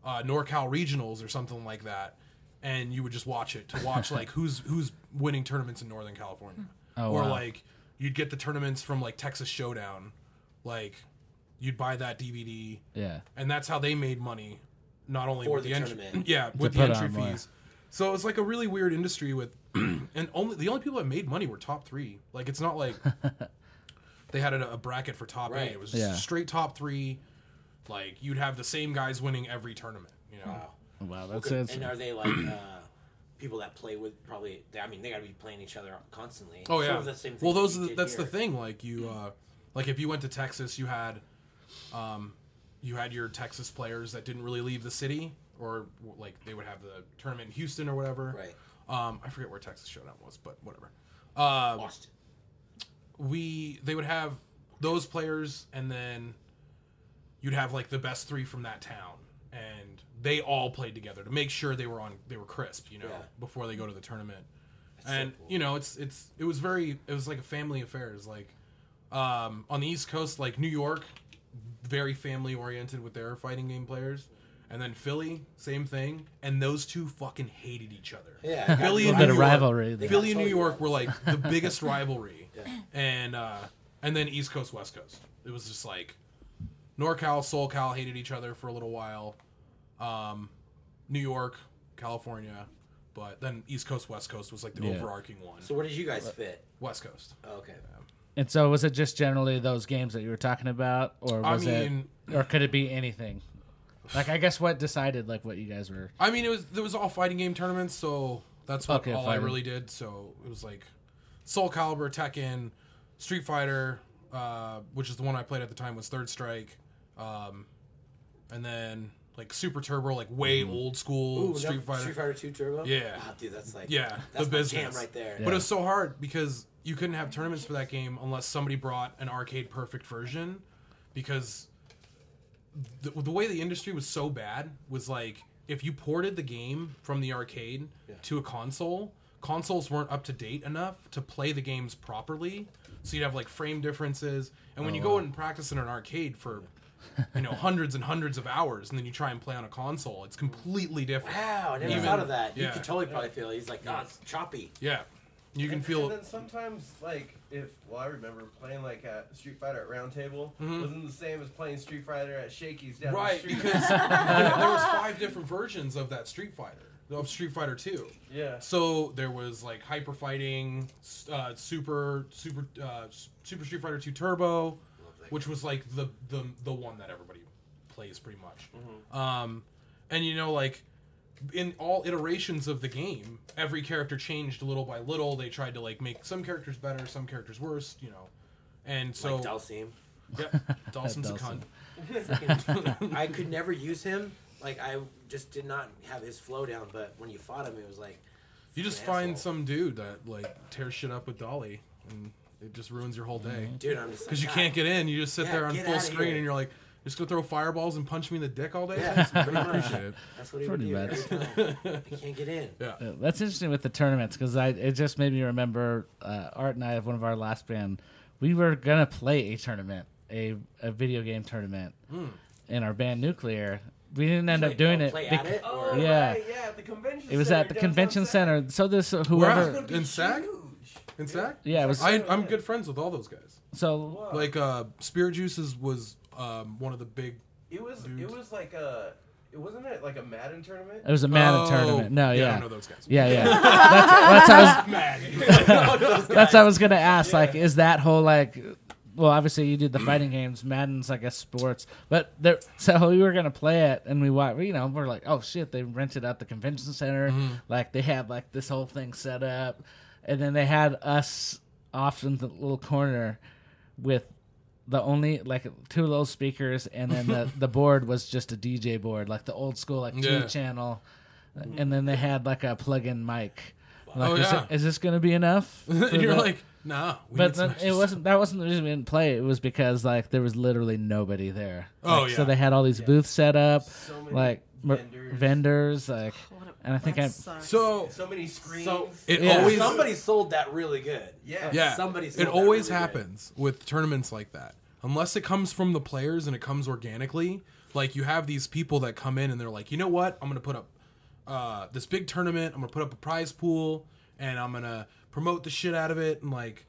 uh, NorCal regionals or something like that, and you would just watch it to watch like who's who's winning tournaments in Northern California,
Oh,
or
wow.
like you'd get the tournaments from like Texas Showdown, like you'd buy that DVD,
yeah.
and that's how they made money, not only
For
with
the
the, entry,
tournament.
yeah, with the
put
entry
on, like-
fees. So it's like a really weird industry with, and only the only people that made money were top three. Like it's not like they had a, a bracket for top
Right.
eight. It was
Yeah.
straight top three. Like you'd have the same guys winning every tournament. You know,
Wow.
Wow, that's
Okay,
it.
And are they like uh, people that play with probably? they- I mean, they got to be playing each other constantly.
Oh
Sort
yeah.
of the same thing
well,
that
those
you
are the,
did
that's the
here.
thing. Like you, uh, like if you went to Texas, you had, um, you had your Texas players that didn't really leave the city, or like they would have the tournament in Houston or whatever.
Right.
Um, I forget where Texas Showdown was, but whatever. Um,
Austin.
we they would have those players and then you'd have like the best three from that town and they all played together to make sure they were on they were crisp you know
Yeah.
before they go to the tournament
That's so
and
cool.
you know it's it's it was very it was like a family affair It's like um on the east coast like new york very family oriented with their fighting game players and then philly same thing and those two fucking hated each other
Yeah.
Philly
A little bit
and New
of
York-
rivalry. there.
Philly and New
totally
York
right.
were like the biggest rivalry,
Yeah.
and uh, and then East Coast West Coast. It was just like NorCal, SoulCal hated each other for a little while. Um, New York, California, but then East Coast West Coast was like the
Yeah.
overarching one.
So where did you guys fit?
West Coast.
Oh, okay.
And so, was it just generally those games that you were talking about, or
I
was
mean-
it, or could it be anything? Like, I guess what decided like what you guys were.
I mean, it was there was all fighting game tournaments, so that's what
Okay,
all I
fighting.
really did. So it was like Soul Calibur, Tekken, Street Fighter, uh, which is the one I played at the time was Third Strike, um, and then like Super Turbo, like way
Mm-hmm.
old school
Ooh,
Street
no,
Fighter.
Street Fighter Two Turbo.
Yeah.
Wow, dude, that's like
Yeah,
that's
the
my
business
jam right there.
But it was so hard because you couldn't have tournaments for that game unless somebody brought an arcade perfect version, because the, the way the industry was so bad was like if you ported the game from the arcade to a console consoles weren't up to date enough to play the games properly so you'd have like frame differences and when you go and practice in an arcade for you know hundreds and hundreds of hours and then you try and play on a console it's completely different
Wow, I never
Even-
thought of that. You
yeah.
could totally probably feel it. He's like, oh, it's choppy.
yeah you can
and,
feel
And then sometimes, like if well, I remember playing like at Street Fighter at Round Table wasn't the same as playing Street Fighter at Shakey's down
Mm-hmm. right
the street.
because there, there was five different versions of that street fighter of street fighter 2
yeah,
So there was like hyper fighting, s- uh, super super uh, s- Super Street Fighter Two Turbo, which was like the the the one that everybody plays pretty much. Um, and you know like in all iterations of the game, every character changed little by little. They tried to like make some characters better, some characters worse. You know, and so
like Dalsim.
yep, Dawson's a
Dawson.
cunt.
Fucking- I could never use him. Like I just did not have his flow down. But when you fought him, it was like
You just
An
find
asshole.
some dude that like tears shit up with Dolly, and it just ruins your whole day.
Mm-hmm.
Dude, I'm just
because you
like, "Ah,
can't
God.
get in. You just sit
Yeah,
there on
get
full
outta
screen,
here.
and you're like, just gonna throw fireballs and punch me in the dick all day.
Yeah,
Thanks,
pretty
I
much.
appreciate it.
That's what he
Pretty
would
bad.
do. every time. I can't get in.
Yeah.
Uh, That's interesting with the tournaments because I it just made me remember uh, Art and I of one of our last band. We were gonna play a tournament, a a video game tournament in our band Nuclear. We didn't end up
Like,
doing
oh,
it.
Play
be-
at it.
Oh,
or-
Yeah.
right, yeah, at the convention.
It was
center
at the
downtown
convention
Sac.
center. So this uh,
We're
whoever,
out in SAG.
Huge.
In SAG.
yeah, it was
I, I'm good friends with all those guys.
so
Wow.
Like uh, Spear Juices was um, one of the big.
it was. It
dudes.
was like a. It wasn't it like a Madden tournament.
it was a Madden
Oh,
tournament. No,
yeah, I
yeah,
don't know those guys.
yeah, yeah. that's, that's how I was, That's what I was gonna ask. Like, is that whole like? Well, obviously you did the fighting games. Madden's like a sports, but there. So we were gonna play it, and we watched. You know, we're like, oh shit, they rented out the convention center. Like they had like this whole thing set up, and then they had us off in the little corner with the only like two of those speakers, and then the the board was just a DJ board, like the old school like two
Yeah.
channel, Mm-hmm. and then they had like a plug-in mic. Like,
Oh,
is,
yeah.
it- is this gonna be enough? for
and you're
the-
like, nah. We
but
need some
then
extra
it wasn't. That wasn't the reason we didn't play. It was because like there was literally nobody there.
Oh,
Like,
yeah.
So they had all these booths set up,
So many
like mer-
vendors. Oh,
vendors, like,
What a-
and I think
that
I.
sucks.
So
So many screens.
So-
it
Yeah.
always
Somebody sold that really good.
yeah.
Yeah,
Somebody sold that
It always
really good.
happens with tournaments like that, unless it comes from the players and it comes organically. Like you have these people that come in and they're like, you know what? I'm gonna put up uh, this big tournament. I'm gonna put up a prize pool, and I'm gonna promote the shit out of it, and like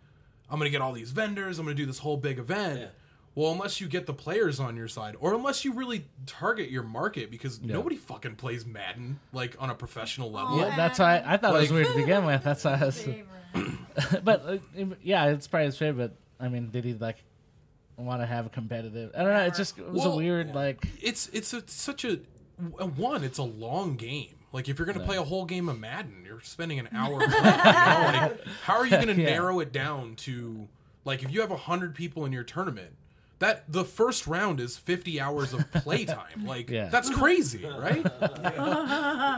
I'm gonna get all these vendors. I'm gonna do this whole big event.
Yeah.
Well, unless you get the players on your side, or unless you really target your market, because nobody fucking plays Madden like on a professional level.
Oh,
Yeah, that's why I, I thought it was
Like-
weird to begin with. That's why I was.
Favorite.
but uh, it- yeah, it's probably his favorite. I mean, did he like want to have a competitive? I don't know. It just it was a
Well,
weird like.
it's it's a, such a w- one. It's a long game. Like if you're gonna play a whole game of Madden, you're spending an hour. playing, you know? Like how are you gonna
Yeah.
narrow it down to like if you have hundred people in your tournament, that the first round is fifty hours of playtime. Like
Yeah.
that's crazy, right?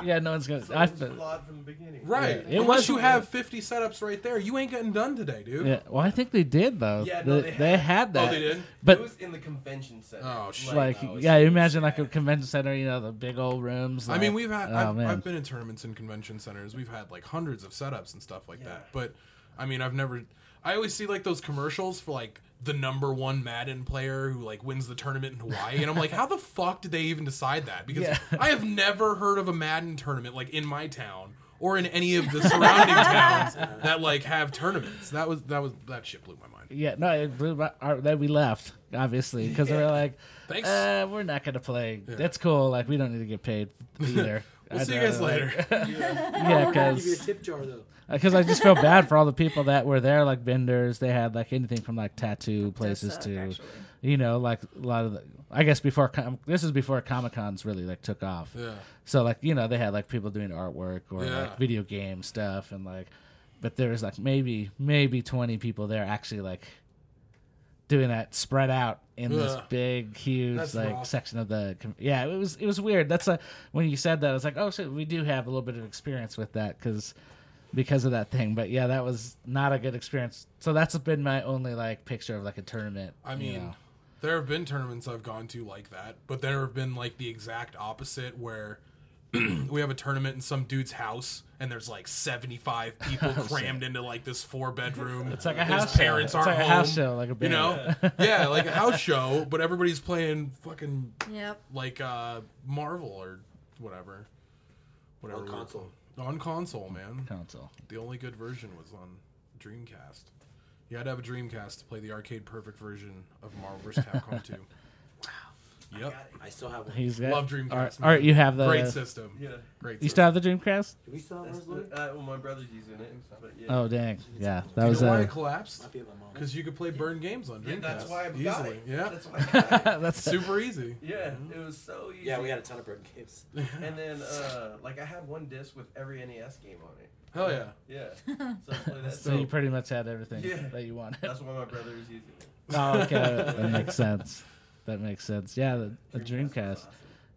Yeah, no one's gonna. I,
It was flawed from the beginning.
Right.
Yeah, it
Unless
was-
you have fifty setups right there, you ain't getting done today, dude.
yeah, well, I think they did though.
Yeah, no, they
they
had-
had
Oh,
that.
they did.
But
it was in the convention center.
Oh, shit.
like
no, it's
yeah,
huge,
imagine like
yeah.
a convention center, you know, the big old rooms.
I
like-
mean, we've had.
oh,
I've,
man.
I've been in tournaments and convention centers. We've had like hundreds of setups and stuff like that. But I mean, I've never. I always see like those commercials for like the number one Madden player who like wins the tournament in Hawaii, and I'm like, how the fuck did they even decide that? Because
Yeah.
I have never heard of a Madden tournament like in my town or in any of the surrounding towns that like have tournaments. That was that was that shit blew my mind.
yeah, no, it blew my, our, then we left obviously because we were like,
Thanks.
uh, we're not gonna play. That's cool. Like we don't need to get paid either.
We'll
I'd
see you guys
rather, like-
later.
Yeah,
I'll give you a
because
tip jar though.
I just feel bad for all the people that were there, like vendors. They had like anything from like tattoo
uh,
places
suck,
to,
actually.
you know, like a lot of the. I guess before com- this is before Comic Cons really like took off.
yeah.
So like you know they had like people doing artwork or
Yeah.
like video game stuff and like, but there was like maybe maybe twenty people there actually like doing that spread out in this
Ugh.
big huge
That's
like
rough.
section of the com- yeah it was it was weird that's a when you said that I was like oh shit we do have a little bit of experience with that because because of that thing but yeah that was not a good experience so that's been my only like picture of like a tournament
I
you
mean,
know.
There have been tournaments I've gone to like that, but there have been like the exact opposite where we have a tournament in some dude's house and there's like 75 people crammed into like this four bedroom. It's
like a house show.
parents
It's
aren't
like a
home,
house show, like a
You
band.
know? yeah, like a house show, but everybody's playing fucking
Yep.
like uh Marvel or whatever. Whatever
On
we were
console.
playing. On console, man.
console.
The only good version was on Dreamcast. You had to have a Dreamcast to play the arcade perfect version of Marvel vs. Capcom 2. Wow. Yep.
I still have one.
He's got,
Love Dreamcast.
All right,
man.
all right, you have the.
Great system.
Yeah.
Great.
You
system.
still have the Dreamcast?
Do we still have
That's
ours,
the,
Louis?
uh, well, my brother's using it. But yeah.
Oh dang, yeah, that
You
was
know why
uh,
it collapsed?
Might be at my mom's.
Because you could play burn games on Dreamcast.
Yeah, that's why I
easily.
got it.
Yeah.
That's why I got it.
that's
Super easy.
Yeah, it was so easy.
Yeah, we had a ton of broken games.
And then, uh, like, I had one disc with every NES game on it.
Hell yeah.
Yeah. So I played that.
So you pretty much had everything
Yeah.
that you wanted.
that's why my brother was using it.
oh, okay, that makes sense. That makes sense. Yeah, the, the Dreamcast.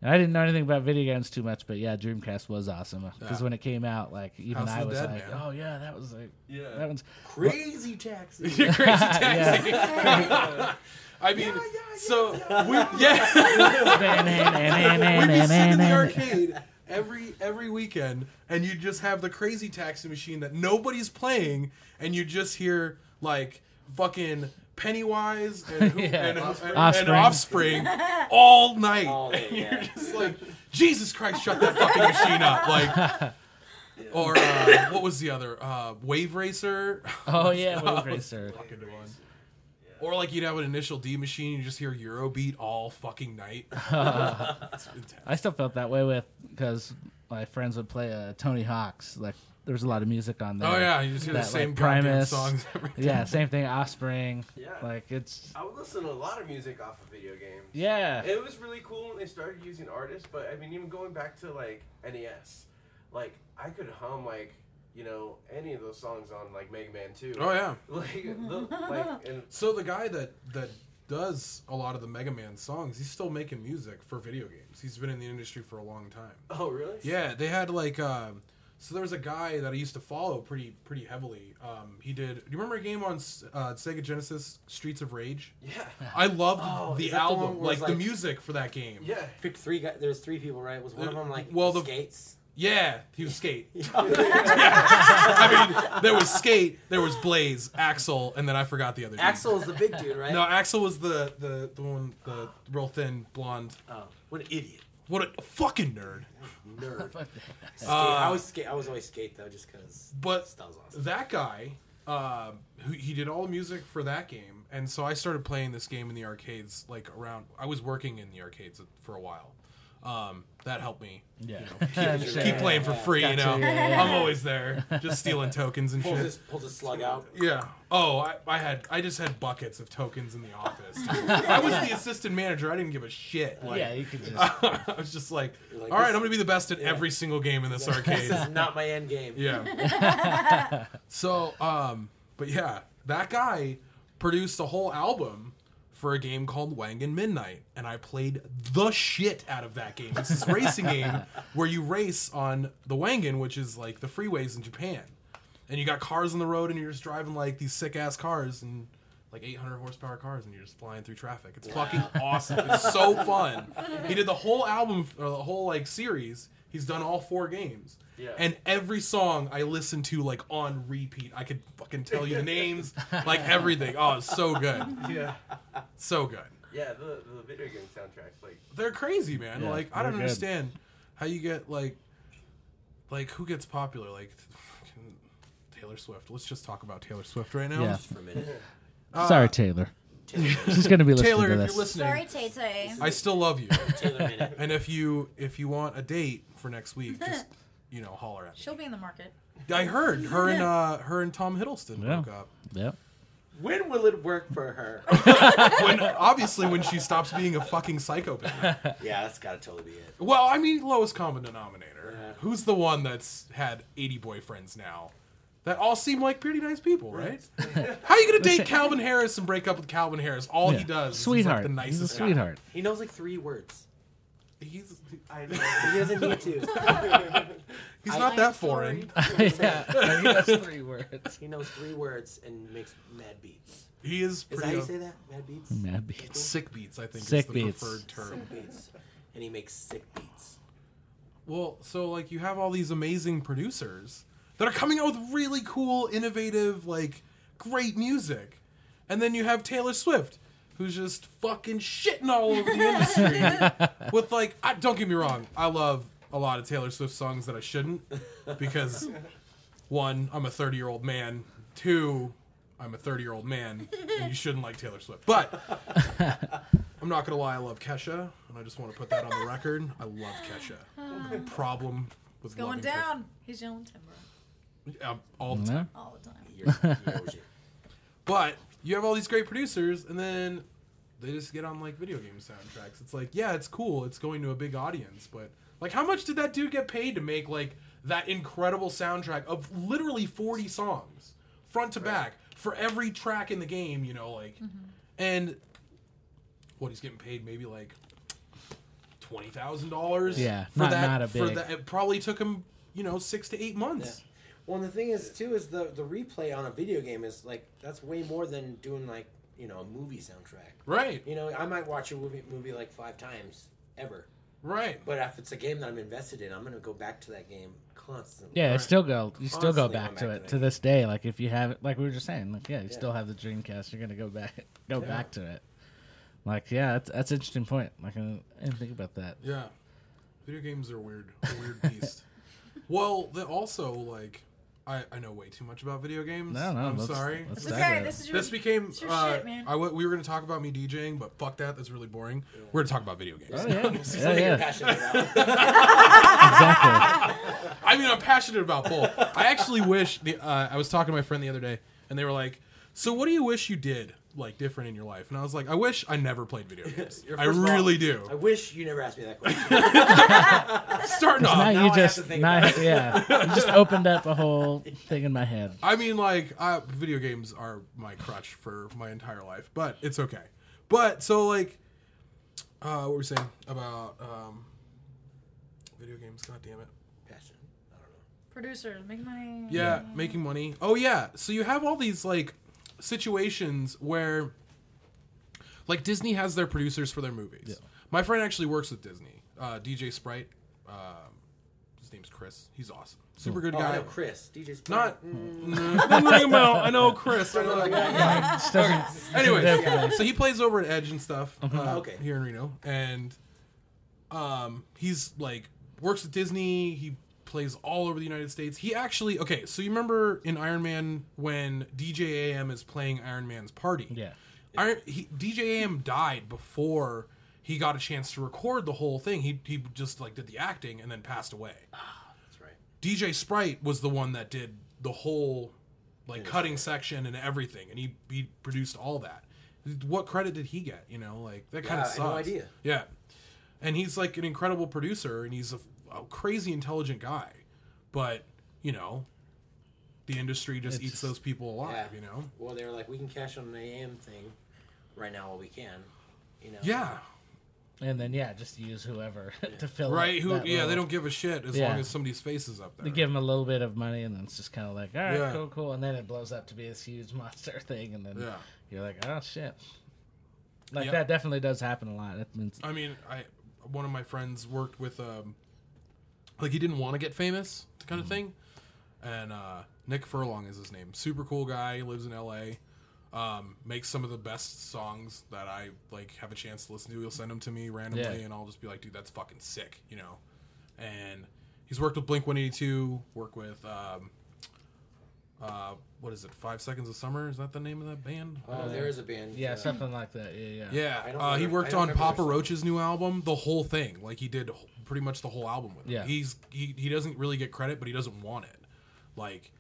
I didn't know anything about video games too much, but yeah, Dreamcast was awesome because
Yeah.
when it came out, like even
House of
I
the
was
Dead
like,
Man.
"Oh yeah, that was like that
Yeah.
one's."
Crazy taxes.
You're crazy taxi.
Yeah.
I mean, so we yeah. We'd be sitting in the
yeah,
arcade every every weekend, and you just have the crazy taxi machine that nobody's playing, and you just hear like fucking Pennywise and, who,
Yeah.
and, and- and
Offspring.
offspring all night.
All day,
and you're
yeah.
just like, Jesus Christ, shut that fucking machine up! Like, or uh, what was the other uh, Wave Racer?
Oh, yeah,
That
Wave
was
Racer.
fucking one. Or like you'd have an initial D machine, you just hear Eurobeat all fucking night. It's intense.
I still felt that way with because my friends would play uh, Tony Hawk's. Like there was a lot of music on there.
Oh yeah, you just hear
that,
the same
like,
goddamn
Primus.
songs every day.
Yeah, same thing. Offspring.
Yeah.
Like it's
I would listen to a lot of music off of video games.
yeah.
It was really cool when they started using artists, but I mean, even going back to like NES, like I could hum like you know any of those songs on like Mega Man Two.
Oh yeah.
Like, the, like and
So the guy that that does a lot of the Mega Man songs, he's still making music for video games. He's been in the industry for a long time.
oh really?
Yeah, they had like um so there was a guy that I used to follow pretty pretty heavily. Um, he did. Do you remember a game on S- uh, Sega Genesis, Streets of Rage?
Yeah.
I loved
Oh,
the
is that the
album,
one where
like,
it's
the
like-
music for that game.
Yeah.
Picked three guys. There's three people, right? Was one of them like
Well, the-
skates?
Yeah, he was skate. I mean, there was skate, there was Blaze, Axel, and then I forgot the other. dude.
Axel is the big dude, right?
No, Axel was the the the one, the real thin blonde.
Oh, what an idiot.
What a fucking nerd!
Nerd. skate.
Uh,
I always skate. I was always skate though, just because.
But
that was awesome.
that guy, uh, who he did all the music for that game, and so I started playing this game in the arcades. Like around, I was working in the arcades for a while. Um, that helped me
Yeah.
keep playing for free. You know,
Gotcha, yeah, yeah,
I'm always there, just stealing tokens and
Pulls
shit.
his pulls his slug out.
Yeah. Oh, I, I had I just had buckets of tokens in the office. I was the assistant manager. I didn't give a shit. Like,
Yeah, you could just
I was just like,
You're like,
all right,
this-
I'm gonna be the best at every single game in this
This
arcade.
is not my end game.
yeah. so, um, but yeah, that guy produced a whole album for a game called Wangan Midnight, and I played the shit out of that game. It's this racing game where you race on the Wangan, which is like the freeways in Japan, and you got cars on the road, and you're just driving like these sick ass cars and. Like 800 horsepower cars, and you're just flying through traffic. It's fucking awesome. It's so fun. He did the whole album, or the whole like series. He's done all four games,
Yeah.
and every song I listened to like on repeat. I could fucking tell you the names, like everything. Oh, it's so good,
Yeah.
so good.
Yeah. The the video game soundtracks like
They're crazy, man.
Yeah,
like I don't
they're good.
understand how you get like, like who gets popular? Like fucking Taylor Swift. Let's just talk about Taylor Swift right now.
Yeah.
Just for a minute.
Sorry, Taylor. She's gonna be listening
Uh, Taylor,
to
if
this.
you're listening,
Sorry, Tay Tay.
I still love you.
Taylor minute.
and if you if you want a date for next week, just you know holler at
She'll be in the market.
me. I heard her and uh her and Tom Hiddleston
Yeah.
broke up.
Yep.
When will it work for her?
when obviously when she stops being a fucking psychopath.
yeah, that's gotta totally be it.
Well, I mean lowest common denominator.
Yeah.
Who's the one that's had 80 boyfriends now? That all seem like pretty nice people, right? How are you gonna date Calvin Harris and break up with Calvin Harris? All he
Yeah.
does, is he's like
sweetheart.
the nicest
he's a
guy.
sweetheart.
He knows like three words.
He's
I know.
He doesn't need to.
he's
I-
not
I'm
that foreign.
yeah, he has three words.
He knows three words and makes mad beats.
He is
Is that how
pretty.
you say that? Mad Beats?
Mad beats.
Sick beats, I think,
Sick
is the
beats.
preferred term.
Sick beats. And he makes sick beats.
Well, so like you have all these amazing producers that are coming out with really cool, innovative, like great music, and then you have Taylor Swift, who's just fucking shitting all over the industry with like. I, don't get me wrong, I love a lot of Taylor Swift songs that I shouldn't because one, I'm a 30 year old man. Two, I'm a 30 year old man, and you shouldn't like Taylor Swift. But I'm not gonna lie, I love Kesha, and I just want to put that on the record. I love Kesha. Problem with
Going
loving
down. He's yelling timber
Kesha, um, all the
Yeah.
time.
all the time.
You're, you're OG.
But you have all these great producers, and then they just get on like video game soundtracks. It's like, yeah, it's cool, it's going to a big audience, but like, how much did that dude get paid to make like that incredible soundtrack of literally 40 songs, front to back, for every track in the game? You know, like, and what he's getting paid maybe like twenty thousand dollars.
Yeah,
for
not-
that.
not a
For
big-
that, it probably took him you know six to eight months.
Well, and the thing is, too, is the, the replay on a video game is like, that's way more than doing like, you know, a movie soundtrack.
Right,
You know, I might watch a movie, movie like five times ever.
right.
But if it's a game that I'm invested in, I'm going to go back to that game constantly.
Yeah, I
Right.
still go. You still go
Constantly
back
going
to
back
it
to
to
that.
this day. Like if you have, like we were just saying, like yeah, you
Yeah.
still have the Dreamcast. You're gonna go back, go
Yeah.
back to it. Like yeah, that's that's an interesting point. Like I didn't think about that.
Yeah. Video games are weird, a weird beast. well, they also like I, I know way too much about video games.
No, no,
I'm
let's-
sorry.
let's
It's
dive
okay.
in.
This is your.
This became
it's your
uh,
shit, man.
I w- we were going to talk about me DJing, but fuck that. That's really boring. We're going to talk about video games.
Oh yeah, yeah,
You're
yeah.
passionate about.
exactly.
I mean, I'm passionate about both. I actually wish the uh, I was talking to my friend the other day, and they were like, "So what do you wish you did like different in your life?" And I was like, "I wish I never played video games.
Your
I
first thought.
really do."
I wish you never asked me that question.
Starting off,
now
now I
you
have to
just,
think
now,
about
yeah, you just opened up a whole thing in my head.
I mean, like, I, video games are my crutch for my entire life, but it's okay. But so, like, uh, what were we saying about um, video games? God damn it!
Passion. I don't know.
Producers make money.
Yeah, making money. Oh yeah. So you have all these like situations where, like, Disney has their producers for their movies. My friend actually works with Disney. Uh, DJ Sprite. Um, his name's Chris. He's awesome. Super good
Oh, I
guy.
know Chris. DJ's
Not. Mm, nothing about- I know Chris. I know that guy.
Just doesn't-
Anyways, so he plays over at Edge and stuff uh,
Okay.
here in Reno, and um, he's like works at Disney. He plays all over the United States. He actually okay. So you remember in Iron Man when DJ AM is playing Iron Man's party?
Yeah.
Iron, he, DJ AM died before he got a chance to record the whole thing. He he just like did the acting and then passed away.
That's right.
DJ Sprite was the one that did the whole like cutting section and everything, and he he produced all that. What credit did he get? You know, like that
Yeah,
kind of
I had
sucks.
no idea.
Yeah, and he's like an incredible producer, and he's a, a crazy intelligent guy, but you know, the industry just
It's
eats
just-
those people alive.
Yeah.
You know.
Well, they were like, we can cash on an AM thing right now while we can. You know.
Yeah.
and then yeah, just use whoever to fill.
Right. Who?
that
Yeah. They
role.
don't give a shit as
Yeah.
long as somebody's face is up there.
They give him a little bit of money, and then it's just kind of like, all right,
Yeah.
cool, cool, and then it blows up to be this huge monster thing, and then
Yeah.
you're like, oh shit. Like
Yeah. Uh,
that definitely does happen a lot. That means
I mean, I one of my friends worked with um, like he didn't want to get famous kind of thing, and uh, Nick Furlong is his name. Super cool guy. He lives in L.A. Um, makes some of the best songs that I like have a chance to listen to. He'll send them to me randomly,
Yeah.
and I'll just be like, dude, that's fucking sick, you know. And he's worked with Blink One Eighty Two. Worked with. Um, uh, what is it? Five Seconds of Summer? Is that the name of that band?
Oh, there is a band.
yeah,
uh,
something like that. Yeah, yeah.
Yeah,
I don't
uh, he
remember- I
worked
don't
on
remember
Papa
their song.
Roach's new album, the whole thing. Like he did wh- pretty much the whole album with. Him.
Yeah.
he's he, he doesn't really get credit, but he doesn't want it. Like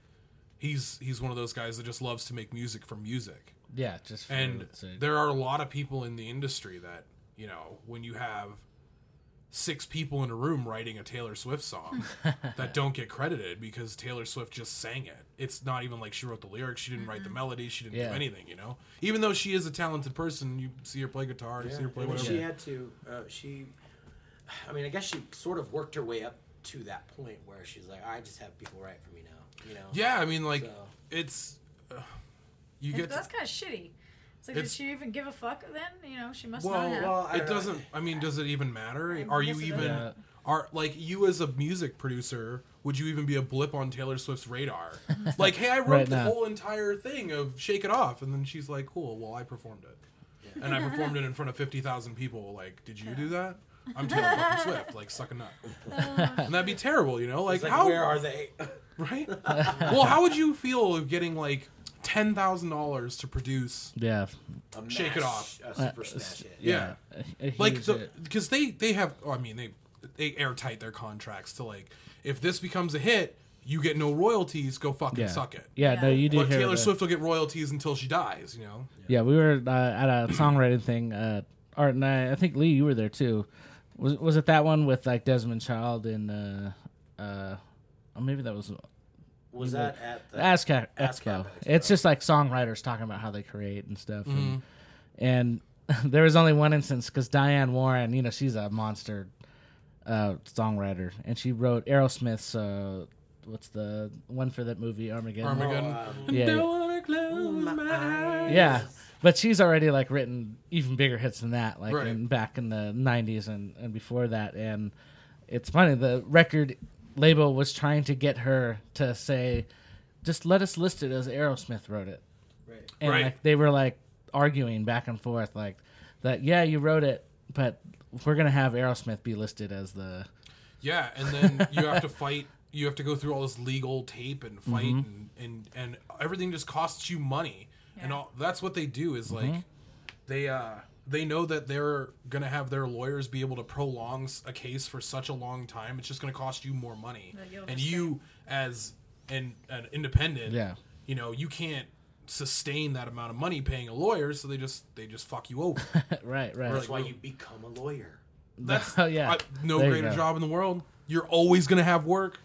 he's he's one of those guys that just loves to make music for music.
Yeah, just for
And
the sake.
there are a lot of people in the industry that you know when you have six people in a room writing a Taylor Swift song that don't get credited because Taylor Swift just sang it. It's not even like she wrote the lyrics, she didn't write the melody, she didn't
Yeah.
do anything, you know. Even though she is a talented person, you see her play guitar, you see her play
and
whatever.
She had to. Uh, she, I mean, I guess she sort of worked her way up to that point where she's like, I just have people write for me now. You know.
Yeah, I mean, like
So-
it's uh, you
And
get
that's kind of shitty. It's like, did
It's-
she even give a fuck then? You know, she must
Well,
not have.
Well, I
it
don't know.
doesn't. I mean, does it even matter?
I
Are you
guess it
even
doesn't.
are like you as a music producer? Would you even be a blip on Taylor Swift's radar? like, hey, I wrote
Right
the
now.
whole entire thing of "Shake It Off," and then she's like, "Cool, well, I performed it, and I performed it in front of fifty thousand people. Like, did you do that?" I'm Taylor fucking Swift, like sucking up, and that'd be terrible, you know. Like,
It's like,
how
where are they?
right? well, how would you feel of getting like ten thousand dollars to produce?
Yeah.
A
Shake it off.
A
Uh,
super smash hit.
yeah.
A- a
like
huge
the
hit.
because they they have oh, i mean they they airtight their contracts to like if this becomes a hit you get no royalties go fucking
yeah.
suck it
Yeah, no,
Yeah.
you do
but
hear
taylor
the-
swift will get royalties until she dies you know
Yeah, we were uh, at a songwriting thing. Uh, Art and I, I think Lee, you were there too. Was was it that one with like Desmond Child and uh, uh, or maybe that was
Was that at the?
ASCAP
ASCAP
Expo.
Expo.
It's just like songwriters talking about how they create and stuff. And, and there was only one instance because Diane Warren, you know, she's a monster uh, songwriter, and she wrote Aerosmith's. Uh, what's the one for that movie Armageddon?
armageddon
um,
Yeah,
Don't
yeah.
wanna close
my
my eyes.
Yeah, but she's already like written even bigger hits than that, like
Right.
in, back in the '90s and and before that. And it's funny the record label was trying to get her to say, "Just let us list it as Aerosmith wrote it,"
Right.
and
Right.
like they were like arguing back and forth, like that. Yeah, you wrote it, but we're gonna have Aerosmith be listed as the
yeah and then you have to fight you have to go through all this legal tape and fight
Mm-hmm.
and, and and everything just costs you money and
Yeah.
all that's what they do is
Mm-hmm.
like they uh they know that they're gonna have their lawyers be able to prolong s- a case for such a long time it's just gonna cost you more money
That you'll
and
just
you as an, an independent
Yeah.
you know you can't sustain that amount of money paying a lawyer so they just they just fuck you over
right, right.
That's why you become a lawyer.
that's
Oh, yeah.
I- no
There you
greater
go.
job in the world you're always gonna have work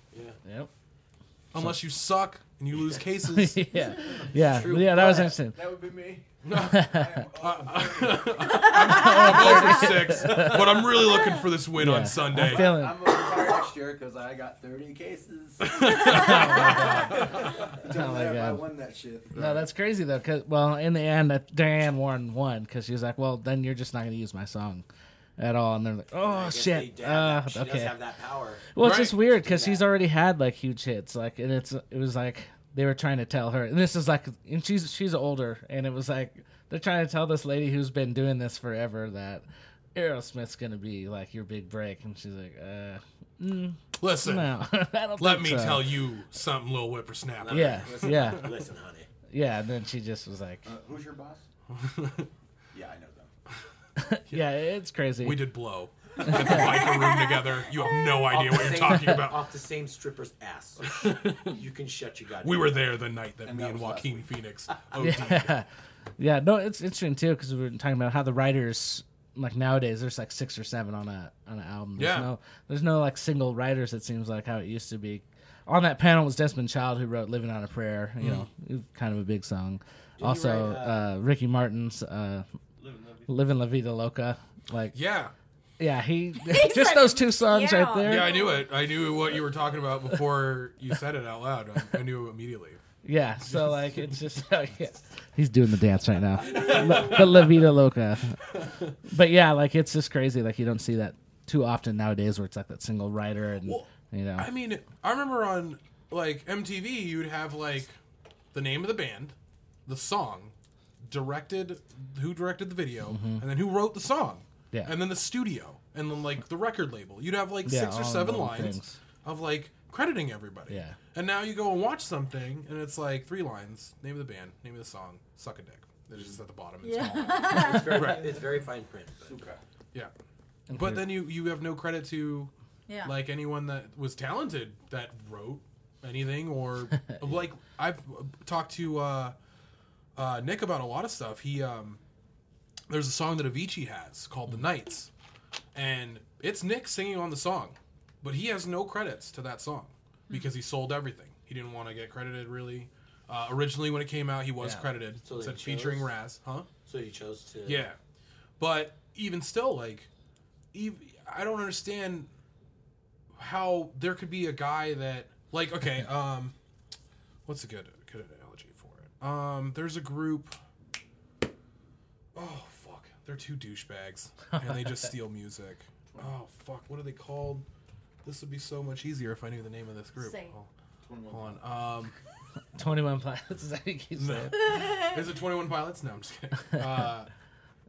Yep.
unless you suck and you lose cases
yeah, yeah, yeah. That was interesting.
That would be me.
I'm over six, but I'm really looking for this win
Yeah.
on Sunday.
I'm feeling.
I'm gonna retire next year because I got 30 cases. Don't
Oh my
laugh, I
God.
won that shit.
No, that's crazy though. Cause well, in the end, uh, Diane Warren won because she was like, "Well, then you're just not going to use my song at all." And they're like,
I
"Oh
guess they
shit!"
did have
Uh,
that- she does
okay.
have that power.
Well, it's
Right.
just weird because
Yeah.
she's already had like huge hits, like, and it's it was like they were trying to tell her, and this is like, and she's she's older, and it was like they're trying to tell this lady who's been doing this forever that Aerosmith's going to be like your big break, and she's like, "Uh,
Listen,
no, I don't
let
think
me
so."
tell you something, little whippersnapper.
uh, Yeah,
Listen,
yeah,
Listen, honey.
yeah. And then she just was like,
Uh, who's your boss? yeah, I know them.
"Yeah, it's crazy."
We did blow. At the biker room together. You have no idea what you're talking about.
Off the same stripper's ass. So you can shut your goddamn.
We were there the night that
And
me
that
and
was last
Joaquin Phoenix OD.
yeah. yeah, no, it's interesting too because we were talking about how the writers like nowadays there's like six or seven on a on an album. There's
Yeah.
no there's no like single writers. It seems like how it used to be. On that panel was Desmond Child who wrote "Living on a Prayer,"
Hmm.
you know, kind of a big song. also,
write,
uh, Ricky Martin's uh, "Living La Vida Loca." Like, yeah,
Yeah.
he
said,
just those two songs
"Yeah."
right there.
Yeah, I knew it. I knew what you were talking about before you said it out loud. I, I knew immediately.
Yeah, so like it's just like yeah. he's doing the dance right now, La- the La Vida Loca. But yeah, like it's just crazy. Like you don't see that too often nowadays, where it's like that single writer and
Well,
you know,
I mean, I remember on like MTV, you'd have like the name of the band, the song, directed, who directed the video, and then who wrote the song,
Mm-hmm. Yeah.
and then the studio, and then like the record label. You'd have like
Yeah,
six
all
or
in
seven
little
lines
things.
of like crediting everybody.
Yeah.
And now you go and watch something, and it's like three lines: name of the band, name of the song, suck a dick. It's just at the bottom. It's
Yeah.
all out.
It's very, it's very fine print. but-
yeah. But then you you have no credit to
Yeah.
like anyone that was talented that wrote anything or like I've talked to uh, uh, Nick about a lot of stuff. He um, there's a song that Avicii has called "The Nights," and it's Nick singing on the song, but he has no credits to that song because he sold everything. He didn't want to get credited really. Uh, originally, when it came out, he was
Yeah.
credited.
So
it
they
said featuring
chose-
Raz, huh?
So you chose to.
Yeah, but even still, like, ev I don't understand how there could be a guy that, like, okay, um, what's a good good analogy for it? Um, there's a group. Oh fuck, they're two douchebags, and they just steal music. Oh fuck, what are they called? This would be so much easier if I knew the name of this group.
Say.
Hold- Hold on. Um,
21 pilots. Is that what you keep
no.
saying?
Is it Twenty One Pilots? No, I'm just kidding. Uh,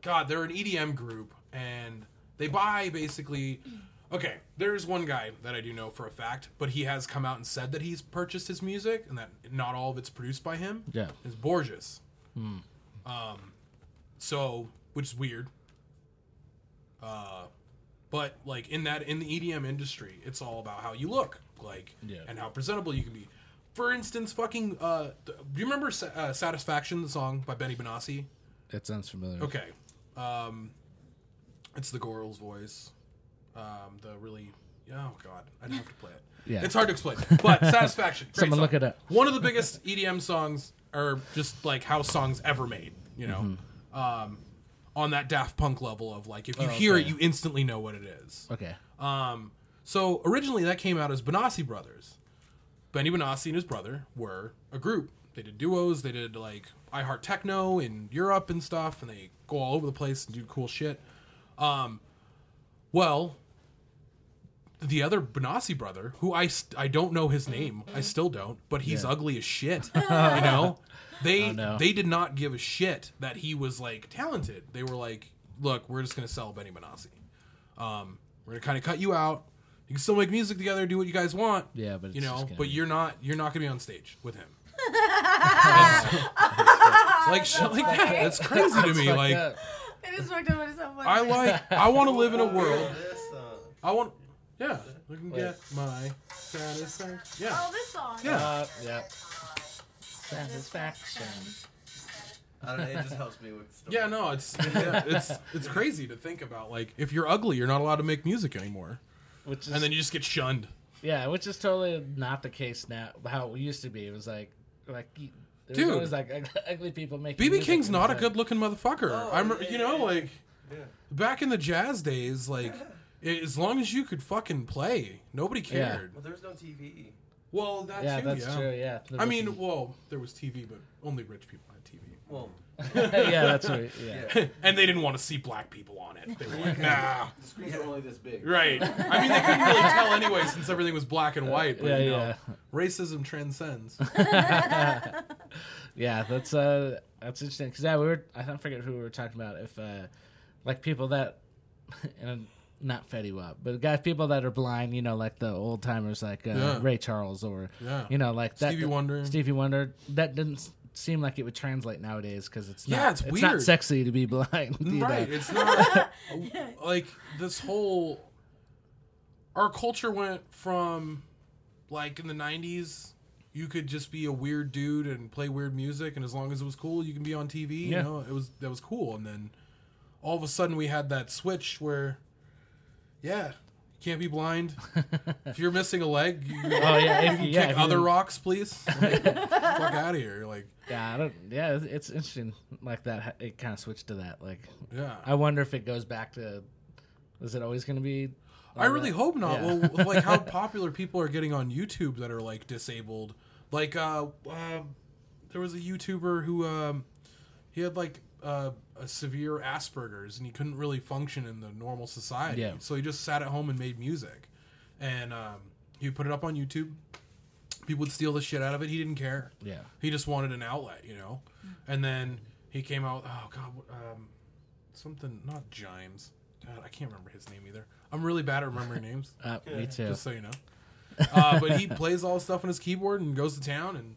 God, they're an EDM group, and they buy basically. Okay, there's one guy that I do know for a fact, but he has come out and said that he's purchased his music and that not all of it's produced by him.
Yeah.
is Borges. Um, so which is weird. Uh, but like in that in the EDM industry, it's all about how you look, like,
Yeah.
and how presentable you can be. For instance, fucking, uh, th- do you remember Sa- uh, "Satisfaction" the song by Benny Benassi?
That sounds familiar.
Okay, um, it's the Gorill's voice. Um, the really, oh god, I'd have to play it.
Yeah.
it's hard to explain. But "Satisfaction," great
Someone
song.
look it up.
One of the biggest EDM songs, or just like house songs ever made. You know,
Mm-hmm.
um, on that Daft Punk level of like, if you hear
Oh,
it,
okay. Oh,
you instantly know what it is.
Okay.
Um, so originally that came out as Benassi Brothers. Benny Benassi and his brother were a group. They did duos. They did like I Heart Techno in Europe and stuff, and they go all over the place and do cool shit. Um, well, the other Benassi brother, who I st- I don't know his name, I still don't, but he's
Yeah.
ugly as shit. you know, they
Oh, no.
they did not give a shit that he was like talented. They were like, look, we're just gonna sell Benny Benassi. Um, we're gonna kind of cut you out. You can still make music together, do what you guys want.
Yeah, but it's
you
just
know,
gonna
but
be-
you're not you're not gonna be on stage with him. And so- like shit like that. That's crazy to me.
Fucked
Like
up.
It is fucked up. It is so funny.
I like I want to live in a world.
Oh, This, uh,
I want yeah. We can get my satisfaction. Yeah.
Oh, this song.
Yeah.
Uh, yeah. Satisfaction.
I don't know. It just helps me with. Stuff.
Yeah, no, it's yeah, it's it's crazy to think about. Like, if you're ugly, you're not allowed to make music anymore,
Which is
and then you just get shunned.
yeah, which is totally not the case now. How it used to be, it was like like you- it was
Dude.
always like ug- ugly people making.
BB
music,
King's
and it
not a
was
good
like-
looking motherfucker.
Oh,
I'm,
yeah,
you know,
yeah,
like
yeah.
back in the jazz days, like i- as long as you could fucking play, nobody
Yeah.
cared.
Well, there's no TV.
Well, that
Yeah,
too,
that's
yeah.
true. Yeah. There
I
was-
mean, well, there was TV, but only rich people had TV.
Well,
yeah, that's right. Yeah.
and they didn't want to see black people on it. They were like, nah.
The screens are only this big.
Right. I mean, they couldn't really tell anyway since everything was black and white, but
Uh, yeah,
you know,
yeah.
racism transcends.
yeah, that's uh, that's interesting because yeah, we were I don't forget who we were talking about if uh, like people that and not Fetty Wap, but guys people that are blind, you know, like the old timers like uh,
Yeah.
Ray Charles or
Yeah.
you know like that
Stevie Wonder.
Stevie Wonder that didn't s- seem like it would translate nowadays because it's not
Yeah, it's
not
weird.
sexy to be blind, you know?
right. It's not like this whole. Our culture went from like in the 90s, you could just be a weird dude and play weird music, and as long as it was cool, you can be on TV.
Yeah.
You know, it was that was cool. And then all of a sudden, we had that switch where, yeah. you Can't be blind. if you're missing a leg, you
Oh yeah, if, you- yeah, if
kick
you
other
didn't-
rocks, please. Like, fuck out of here. Like,
Yeah, I don't, yeah, it's, it's interesting. Like that, ha- it kind of switched to that. Like,
yeah.
I wonder if it goes back to. Is it always going to be?
I really
that-
hope not.
yeah.
Well, with, like how popular people are getting on YouTube that are like disabled. Like, uh, um, there was a YouTuber who um, he had like uh, a severe Asperger's and he couldn't really function in the normal society.
Yeah.
So he just sat at home and made music, and um, he would put it up on YouTube. People would steal the shit out of it. He didn't care.
Yeah.
He just wanted an outlet, you know. And then he came out. Oh God, what- um, something not Gimes. God, I can't remember his name either. I'm really bad at remembering names.
Uh, Me too.
Just so you know. Uh, but he plays all stuff on his keyboard and goes to town and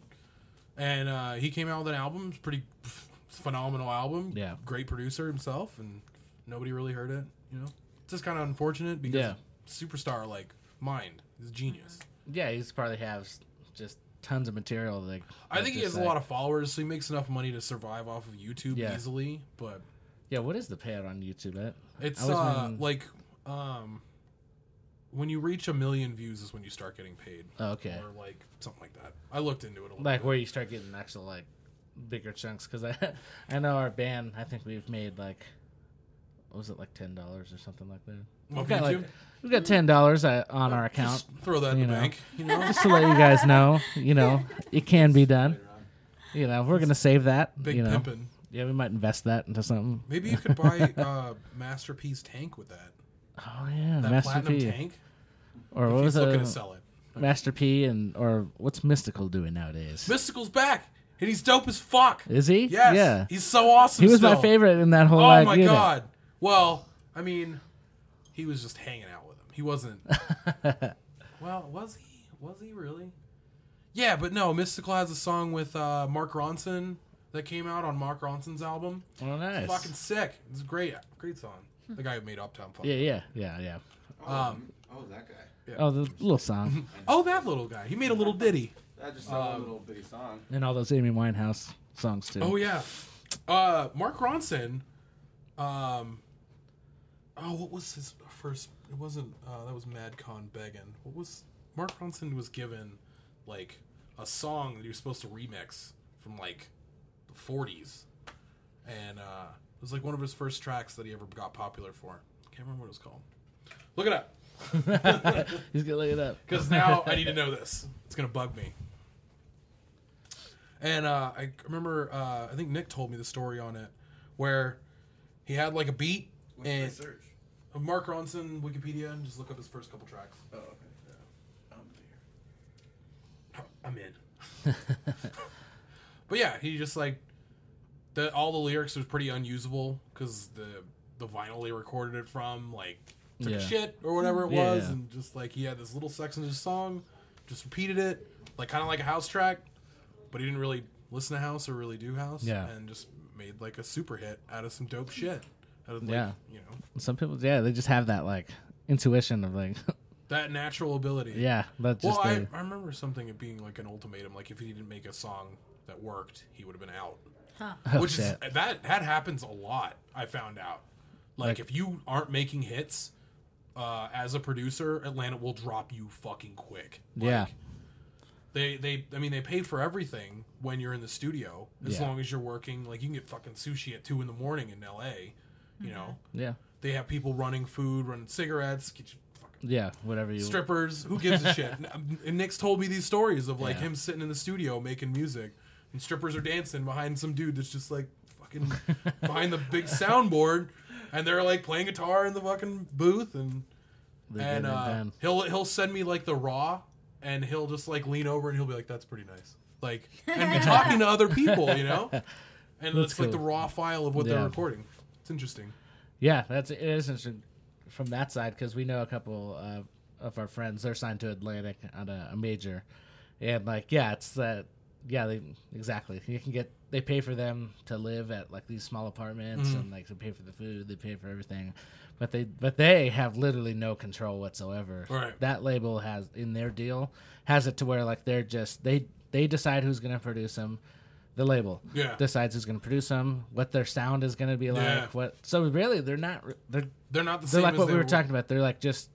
and uh, he came out with an album. It's pretty pff, phenomenal album.
Yeah.
Great producer himself, and nobody really heard it. You know, it's just kind of unfortunate because
Yeah.
superstar like mind is genius.
yeah, he's probably has just tons of material. Like,
I think he has a lot of followers, so he makes enough money to survive off of YouTube
Yeah.
easily. But
Yeah, what is the payout on YouTube? At
it's
I was
uh,
wondering-
like um, when you reach a million views is when you start getting paid,
oh, okay,
or like something like that. I looked into it a little.
like
bit.
where you start getting actual like bigger chunks. Because I, I know our band. I think we've made like, what was it like ten dollars or something like that.
Off
We've got like
YouTube?
we've got ten dollars uh, on our account.
Just throw that in
you
the
know.
bank. You know,
Just to let you guys know, you know, it can be done.
Later on.
You know, we're gonna save that.
big
you know.
pimpin'.
Yeah, we might invest that into something.
Maybe you could buy uh, Masterpiece Tank with that.
Oh yeah,
That
Master
platinum
P.
tank.
Or
If
what
he's
was
looking
a,
to sell it.
Master P and or what's Mystical doing nowadays?
Mystical's back, and he's dope as fuck.
Is he?
Yes.
Yeah.
He's so awesome.
He was my
still.
favorite in that whole.
Oh
like,
my
unit.
god. Well, I mean, he was just hanging out with him. He wasn't. well, was he? Was he really? Yeah, but no. Mystical has a song with uh, Mark Ronson that came out on Mark Ronson's album.
Oh nice. Hmm.
It's fucking sick. It's great. Great song. The guy who made Uptown Funk.
Yeah, yeah, yeah, yeah.
Oh,
Um,
oh, that guy.
Oh, the little song
Oh, that little guy. He made a little ditty.
That just sounded a little bitty song.
and all those Amy Winehouse songs too.
Oh yeah, uh, Mark Ronson. Um, oh, what was his first? It wasn't. Uh, that was MadCon Beggin. What was Mark Ronson was given like a song that he was supposed to remix from like the '40s, and uh, it was like one of his first tracks that he ever got popular for. Can't remember what it was called. Look it up,
He's gonna look it up.
because now I need to know this. It's gonna bug me. And uh, I remember, uh, I think Nick told me the story on it, where he had like a beat
What's
and
the search?
Mark Ronson Wikipedia and just look up his first couple tracks.
Oh, okay. Yeah. I'm there.
I'm in. but yeah, he just like the all the lyrics was pretty unusable because the the vinyl they recorded it from like took
Yeah.
a shit or whatever it
Yeah.
was, and just like he had this little section of his song, just repeated it like kind of like a house track, but he didn't really listen to house or really do house,
Yeah.
and just made like a super hit out of some dope shit. Out of like,
Yeah.
you know
Some people, yeah, they just have that like intuition of like,
that natural ability.
yeah, that's just
well, I,
the-
I remember something it being like an ultimatum. Like if he didn't make a song that worked, he would have been out. Which is
Oh, shit.
that that happens a lot. I found out. Like,
Like-
if you aren't making hits uh, as a producer, Atlanta will drop you fucking quick. Like,
yeah,
They they I mean they pay for everything when you're in the studio as
Yeah.
long as you're working. Like you can get fucking sushi at two in the morning in L.A. You know
yeah,
they have people running food, running cigarettes. Get your fucking
yeah, whatever you.
strippers. Who gives a shit? um, And Nick's told me these stories of like
Yeah.
him sitting in the studio making music, and strippers are dancing behind some dude that's just like fucking behind the big soundboard, and they're like playing guitar in the fucking booth, and
they get
and
it
uh,
done.
he'll he'll send me like the raw, and he'll just like lean over and he'll be like, "That's pretty nice," like and be talking to other people, you know, and
That's
it's like the
cool.
raw file of what they're
Yeah.
recording. It's interesting.
Yeah, that's it is interesting from that side because we know a couple uh, of our friends. They're signed to Atlantic on a, a major, and like yeah, it's that yeah they exactly you can get they pay for them to live at like these small apartments
Mm-hmm.
and like they pay for the food they pay for everything but they but they have literally no control whatsoever
Right.
that label has in their deal has it to where like they're just they they decide who's going to produce them the label
Yeah.
decides who's going to produce them what their sound is going to be like
Yeah.
what so really they're not re- they're
They're not the
they're
same
like
as
what
they
we were talking about they're like just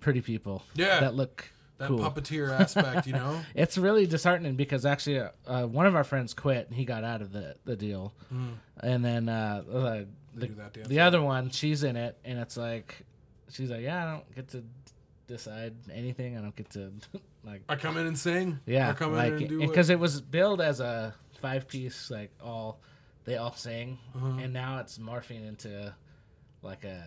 pretty people
Yeah.
that look
That
cool
puppeteer aspect, you know.
it's really disheartening because actually uh, uh, one of our friends quit and he got out of the, the deal and then uh, uh,
Mm. They
the,
do that dance
the other one she's in it and it's like she's like yeah i don't get to decide anything i don't get to like
I come in and sing.
yeah
I come
like
in and do
because it was billed as a five piece like all they all sing
Uh-huh.
and now it's morphing into like a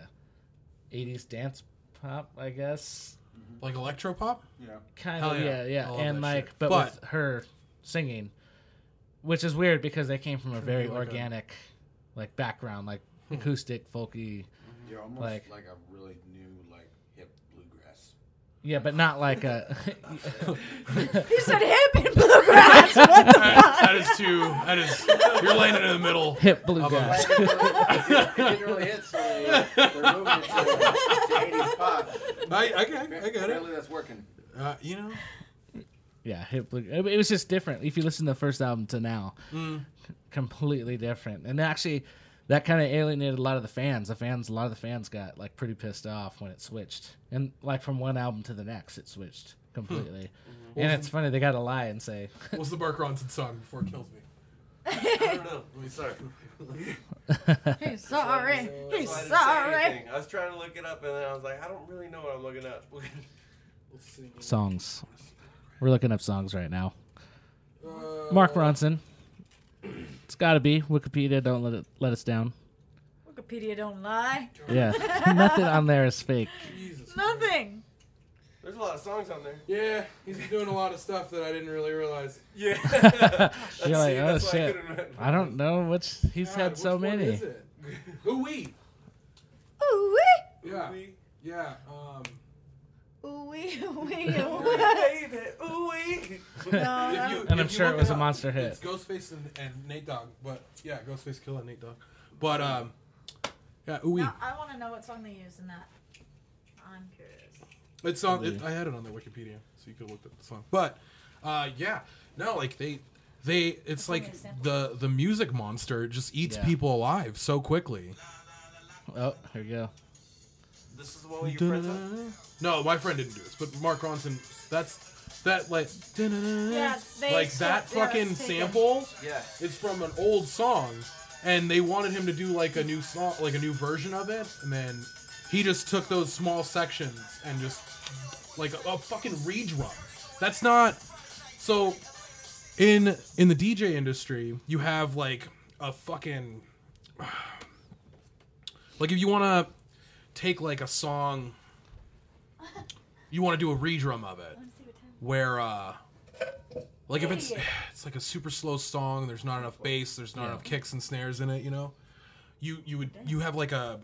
80s dance pop i guess
like electro pop.
Yeah.
kind
Hell
of
yeah.
yeah yeah,
I love
and
that
like
shit.
but,
But-
with her singing which is weird because they came from a very
like a- Hmm.
organic like background like acoustic folky
You're almost
Like-
like, a really new, like, hip bluegrass.
yeah but not like a
He said hip and bluegrass. What the
that is too. That is. You're laying it in the middle.
hip bluegrass
Like, it didn't really- it didn't really hit, so they, they're moving it to, to 80s pop.
I, I, get- I get it.
Apparently that's working.
Uh, you know.
yeah hip blue it it was just different if you listen to the first album to now
Mm.
completely different and actually that kind of alienated a lot of the fans the fans a lot of the fans got like pretty pissed off when it switched and like from one album to the next it switched completely
Hmm.
and it's funny they got to lie and say
What's the Mark Ronson song before it kills me? I don't know. Let me start.
fuck?
That's
He's sorry. He's
why I didn't say
sorry.
anything. I was trying to look it up and then I was like, I don't really know what I'm looking up.
Let's see.
songs.
Uh,
We're looking up songs right now. Mark Ronson. It's got to be Wikipedia. Don't let it let us down.
Wikipedia don't lie.
Yeah, nothing on there is fake.
Jesus.
Nothing.
There's a lot of songs on there.
Yeah, he's been doing a lot of stuff that I didn't really realize.
Yeah.
You're like, oh
that's why I
shit.
couldn't remember.
I don't know which he's
God,
had so
which one
many.
is it? Ooh wee.
Ooh wee,
Yeah.
Ooh-wee.
Yeah. Um,
ooh wee, ooh wee, ooh
Ooh,
wee.
baby, ooh, wee.
No, no.
if you-
And I'm
if you
sure
look
it was a
up,
monster hit.
It's Ghostface and, and Nate Dogg, but yeah, Ghostface Killer and Nate Dogg, but um, yeah, ooh wee.
Now, I want to know what song they used in that. I'm curious.
It's on. It, I had it on their Wikipedia, so you could look at the song. But uh, yeah, no, like they, they, it's like the the music monster just eats
Yeah.
people alive so quickly.
Oh, here we go.
This is the one with your friends on?
No, my friend didn't do this, but Mark Ronson. That's that like
Yeah, they
like
sta-
that
yeah,
fucking
it's taken.
sample
Yeah.
is from an old song, and they wanted him to do like a new song, like a new version of it, and then he just took those small sections and just like a, a fucking redrum. That's not so. In in the DJ industry, you have like a fucking like if you want to take like a song, you want to do a redrum of it where uh like if it's it's like a super slow song there's not enough bass there's not enough kicks and snares in it you know you you would you have like a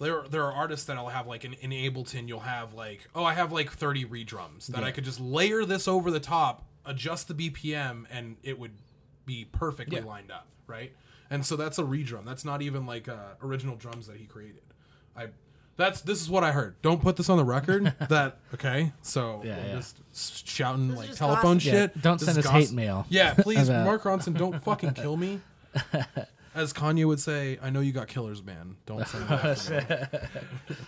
there there are artists that'll have like in, in ableton you'll have like oh i have like 30 redrums that i could just layer this over the top adjust the bpm and it would be perfectly lined up right and so that's a redrum that's not even like uh, original drums that he created i that's this is what i heard don't put this on the record that okay so
Yeah,
I'm
yeah.
just shouting
is
like
just
telephone
gossip.
shit
Yeah, don't
This
send
is
us
gossip.
hate mail.
yeah please
about-
mark ronson don't fucking kill me as kanye would say i know you got killers man don't send that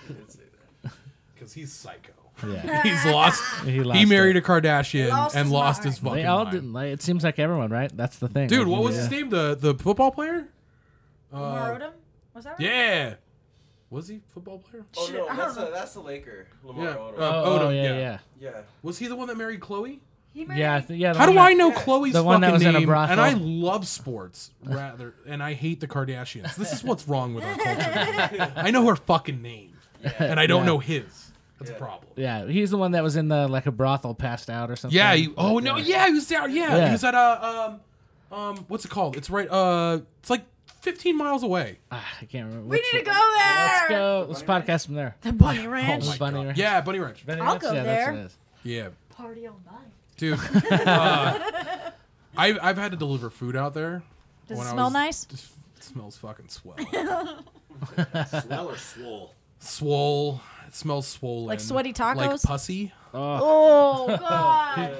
because he's psycho.
Yeah.
He's lost.
He,
he
lost
married
it.
a Kardashian
Lost
and
his
lost
mind.
his fucking
They all
mind.
didn't like. It seems like everyone, right? That's the thing.
Dude,
Like,
what was
yeah.
his name? The the football player?
Lamar
Uh,
Odom? Was that right?
yeah. Was he football player?
Oh,
Shit,
no,
I
that's,
don't
a,
know.
that's the Laker. Lamar
Yeah.
Odom.
Uh,
Oh, oh,
Odom,
yeah,
yeah.
yeah,
yeah.
Was he the one that married Chloe?
He married
yeah, I thi- yeah. the
How
one
do I
that-
know
yeah.
Chloe's
The one that
fucking
was in a
name?
brothel.
and I love sports rather, and I hate the Kardashians. This is what's wrong with our culture. I know her fucking name,
Yeah.
and I don't
Yeah.
know his. That's a
Yeah.
problem.
Yeah, he's the one that was in the like a brothel, passed out or something.
Yeah. You, oh no. Yeah. He was down. Yeah,
Yeah.
He was at uh um um what's it called? It's right. Uh, it's like 15 miles away.
Ah, I can't remember.
We
which
need to
one.
go there.
Let's go. Let's podcast from there.
The Bunny
Oh
Ranch.
Oh my- Bunny Ranch.
Yeah, Bunny Ranch.
Benny
I'll
Rich?
go
yeah,
there.
That's what
Yeah,
Party all night.
dude. uh, I've I've had to deliver food out there.
Does
when
it
I
smell
was-
nice?
just- it smells fucking swell.
Swell or swole?
swole. It smells swollen.
Like sweaty
Like
tacos?
pussy.
Oh, God.
Yeah.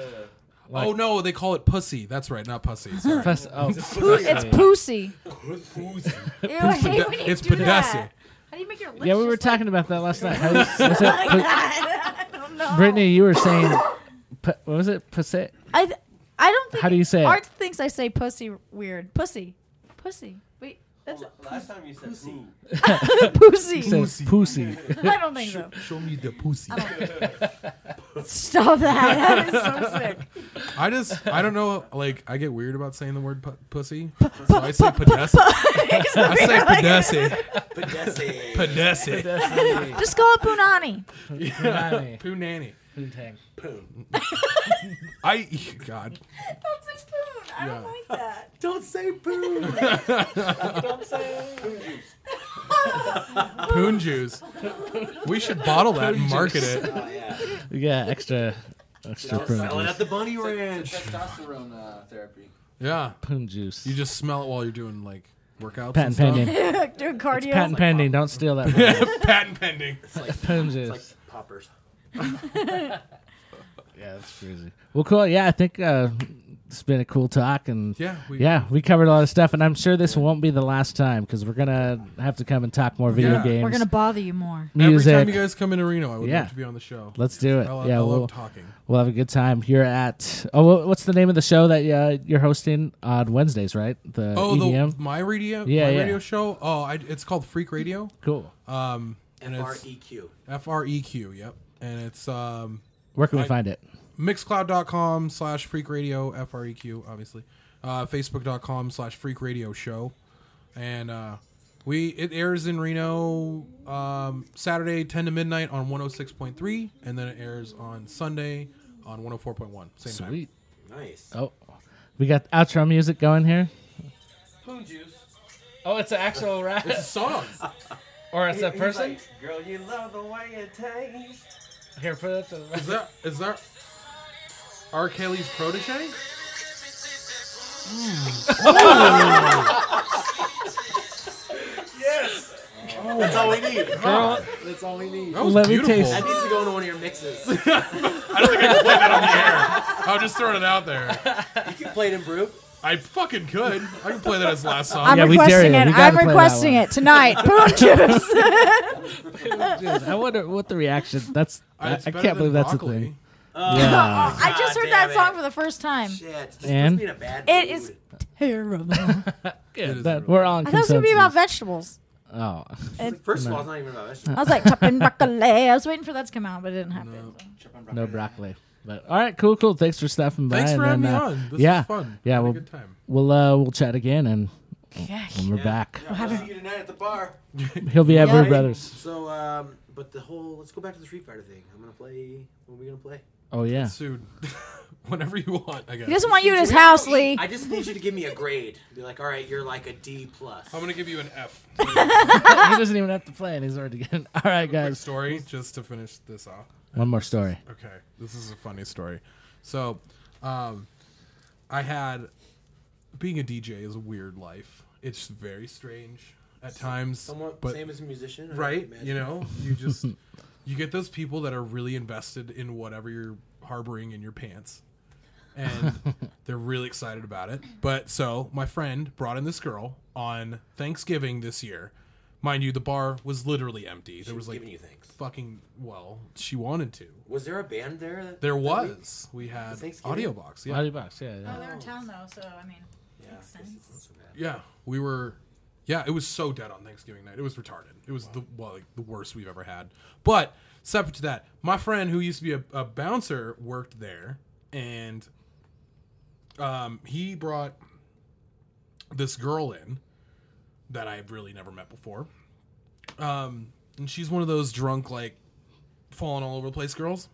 Like-
oh no, they call it pussy. That's right, not pussy. Sorry.
it is. First- oh,
Poo- it's poosy. Ew, I hate when you
It's
do
pedessi.
that. How do you make your lips
yeah, we were
just like
talking about that last night. How was- was it pu-
that? I don't know.
Brittany, you were saying, pu- what was it? Pussy?
I, th- I don't think.
How do you say it?
Art thinks I say pussy weird. Pussy. Pussy. Wait, that's
Well, last time you said ooh.
pussy.
Says pussy.
I don't think so.
Show me the pussy.
Stop that. That is so sick.
I just I don't know. Like I get weird about saying the word pu- pussy, so I say pedessi. I say pedessi.
Podesi.
Pedessi.
Just call it punani.
Punani.
Poo nanny.
Poon.
I God.
That's a poon. I
Yeah.
like that.
Don't say poon.
Poon juice. We should bottle that and market it.
oh, yeah.
Yeah, extra, extra
Selling
prune
at
juice.
the bunny ranch.
It's like testosterone uh, therapy.
Yeah.
Prune juice.
You just smell it while you're doing like workouts.
patent
and
pending.
Doing cardio.
Patent pending. Don't steal that. one.
Stuff. patent pending.
Prune
It's
juice.
like poppers.
yeah, that's crazy. Well, cool. Yeah, I think uh, it's been a cool talk, and
Yeah. We,
Yeah, we covered a lot of stuff, and I'm sure this won't be the last time because we're gonna have to come and talk more video
Yeah.
games,
We're going to bother you more.
Every
music.
time you guys come into Reno, I would
Yeah.
love to be on the show.
Let's do it.
I, lo-
yeah,
I love
we'll,
talking.
we'll have a good time. You're at oh, wh- what's the name of the show that uh, you're hosting on Wednesdays, right? The E
Oh,
EDM.
the my radio,
Yeah,
my
yeah.
radio show. Oh, I, it's called Freak Radio.
cool.
Um, and
F R
it's
E Q.
F R E Q. Yep, and it's um
Where can we
I-
find it?
mixcloud.com slash freak radio f-r-e-q E obviously uh, facebook.com slash freak radio show. And uh, we it airs in Reno um, Saturday, 10 to midnight on 106.3, and then it airs on Sunday on 104.1. Same time.
Sweet.
Nice.
Oh, we got outro music going here.
E.
Poon juice.
Oh, it's an actual rap,
It's a song.
or it's a
He's
person.
like, Girl, you love the way it tastes.
Here, put it. To the
Is that is that R. Kelly's protege?
That's all we need. That
Girl,
That's all we need.
That was
Let me
beautiful.
taste-
needs to go into one of your mixes.
I'm just throwing it out there.
You can play it in brew.
I fucking could. I could play that as last song.
I'm
Yeah, we dare
requesting
you.
it.
You gotta
I'm
play that
requesting
one.
it tonight. Poon juice.
Dude, I wonder what the reaction. That's
Uh,
I,
it's
I
better
can't
than
believe that's
broccoli.
a thing.
Oh, I just
God
heard that
damn
song
it.
for the first time.
Shit, it just
And?
puts me in a bad
It
mood.
is terrible. I thought
Yeah,
is
that,
really-
we're on.
it was gonna be about
consensus.
vegetables.
Oh,
Like, First of all, it's not even about vegetables.
I was like chopping broccoli. I was waiting for that to come out, but it didn't happen. so.
no broccoli. But all right, cool, cool. Thanks for stopping by.
Thanks for having
and,
me
uh,
on. This
yeah,
was fun.
yeah,
Had a
well-
good time.
We'll uh, we'll chat again, and
Yeah.
when we're back,
Yeah, I'll see you tonight at the bar.
he'll be at
Yeah.
Brew Brothers.
So, um, but the whole let's go back to the Street Fighter thing. I'm gonna play. What are we gonna play?
Oh yeah,
Soon. Whenever you want, I guess.
He doesn't want you at his
We don't
house,
need-
Lee.
I just need you to give me a grade. Be like, all right, you're like a D plus.
I'm gonna give you an F.
he doesn't even have to play, and he's already getting. All right,
Quick
guys,
story, just to finish this off.
one more story.
Okay, this is a funny story. So, um, I had being a DJ is a weird life. It's very strange at times.
Somewhat
but
same as a musician, I
right
imagine.
you know you just you get those people that are really invested in whatever you're harboring in your pants and they're really excited about it but so my friend brought in this girl on thanksgiving this year mind you the bar was literally empty there was like
giving you thanks.
fucking well she wanted to
Was there a band there? That,
there was we had
Thanksgiving?
audio box yeah
Audio box, yeah, yeah.
Oh, they're in town though, so I mean,
Yeah,
makes
this is not
sense.
so bad.
Yeah, we were. Yeah, it was so dead on Thanksgiving night. It was retarded. It was the well, like, the worst we've ever had. But separate to that, my friend who used to be a, a bouncer worked there, and um, he brought this girl in that I've really never met before. Um, and she's one of those drunk, like falling all over the place girls.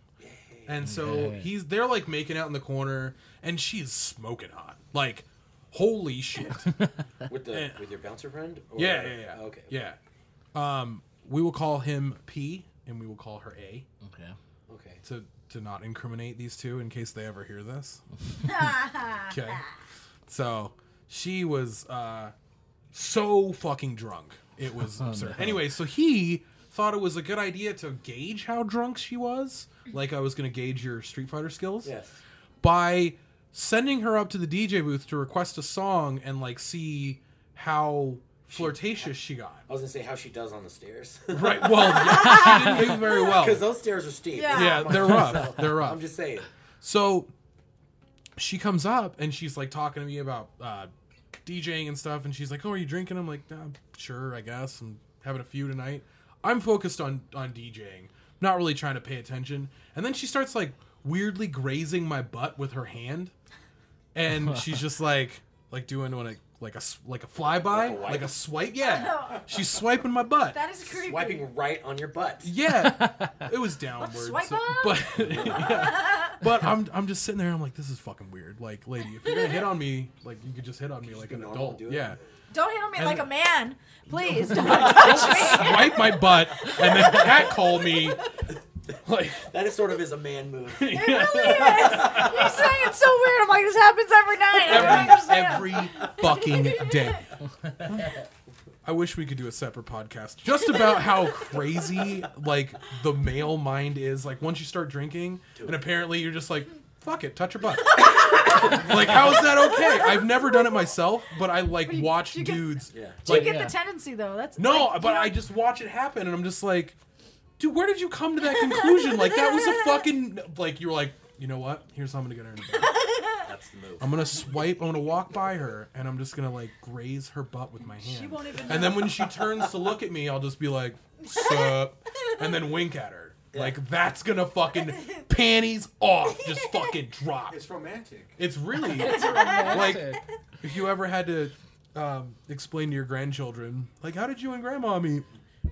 And so he's they're like making out in the corner, and she's smoking hot. Like, holy shit.
With the
Yeah.
with your bouncer friend? Or, Oh,
Yeah, yeah, yeah.
Okay.
Yeah. Um, we will call him P, and we will call her A
Okay.
Okay.
to to not incriminate these two in case they ever hear this. okay. So she was uh, so fucking drunk. It was
Oh,
absurd. Anyway, so he thought it was a good idea to gauge how drunk she was, like I was going to gauge your Street Fighter skills
Yes.
by sending her up to the DJ booth to request a song and like see how flirtatious she got.
I was gonna say how she does on the stairs.
Right. Well, yeah, she didn't do very well.
Because those stairs are steep.
Yeah.
Yeah, they're rough. They're rough.
I'm just saying.
So she comes up and she's like talking to me about uh, DJing and stuff. And she's like, "Oh, are you drinking?" I'm like, "Nah, "Sure, I guess. I'm having a few tonight. I'm focused on on DJing, not really trying to pay attention." And then she starts like weirdly grazing my butt with her hand, and she's just like like doing when it. Like a s- like a
Like
flyby,
a
like a,
wipe?
swipe. Yeah, she's swiping my butt.
That is creepy.
Wiping right on your butt.
Yeah, it was downwards.
swipe up?
But yeah. but I'm I'm just sitting there. I'm like, this is fucking weird. Like, lady, if you're gonna hit on me, like you could just hit on me like
be
an
normal,
adult.
do it.
Yeah,
Don't hit on me
And-
like a man, please. Don't touch me.
wipe my butt and then cat call me. Like,
That is sort of is a man move.
It really is. You're saying it's so weird. I'm like, this happens every night. I don't understand.
every every fucking day. I wish we could do a separate podcast just about how crazy like the male mind is. Like once you start drinking, and apparently you're just like, fuck it, touch your butt. like how is that okay? I've never done it myself, but I like
you-
watch
you get-
dudes.
Yeah.
Do you
Like,
get
yeah.
the tendency though? That's
no,
like,
but
you
I just watch it happen, and I'm just like, dude, where did you come to that conclusion? Like that was a fucking like you were like, you know what? Here's how I'm gonna get her. In the bed.
That's the move.
I'm gonna swipe. I'm gonna walk by her, and I'm just gonna like graze her butt with my hand.
She won't even
and then when she turns to look at me, I'll just be like, "Sup," and then wink at her. Like that's gonna fucking panties off, just fucking drop.
It's romantic.
It's really like if you ever had to um, explain to your grandchildren, like, how did you and grandma meet?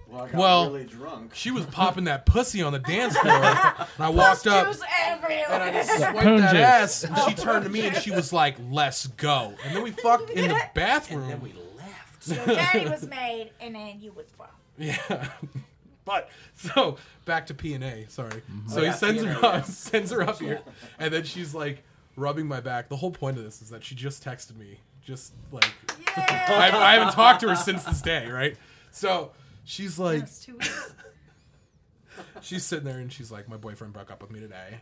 Well, I got
Well-
really drunk.
She was popping that pussy on the dance floor, and I walked up
Juice everywhere.
and I just swiped
Cone
that
juice.
ass, and she turned to me and she was like, "Let's go." And then we fucked in the bathroom.
Then we left.
Your daddy was made, and then you was born.
Yeah. But so back to P and A. Sorry. So
yeah,
he sends her
P&A,
up,
yeah.
sends her up here, and then she's like rubbing my back. The whole point of this is that she just texted me, just like
Yeah.
I, I haven't talked to her since this day, right? So she's like,
That's two weeks.
she's sitting there and she's like, my boyfriend broke up with me today,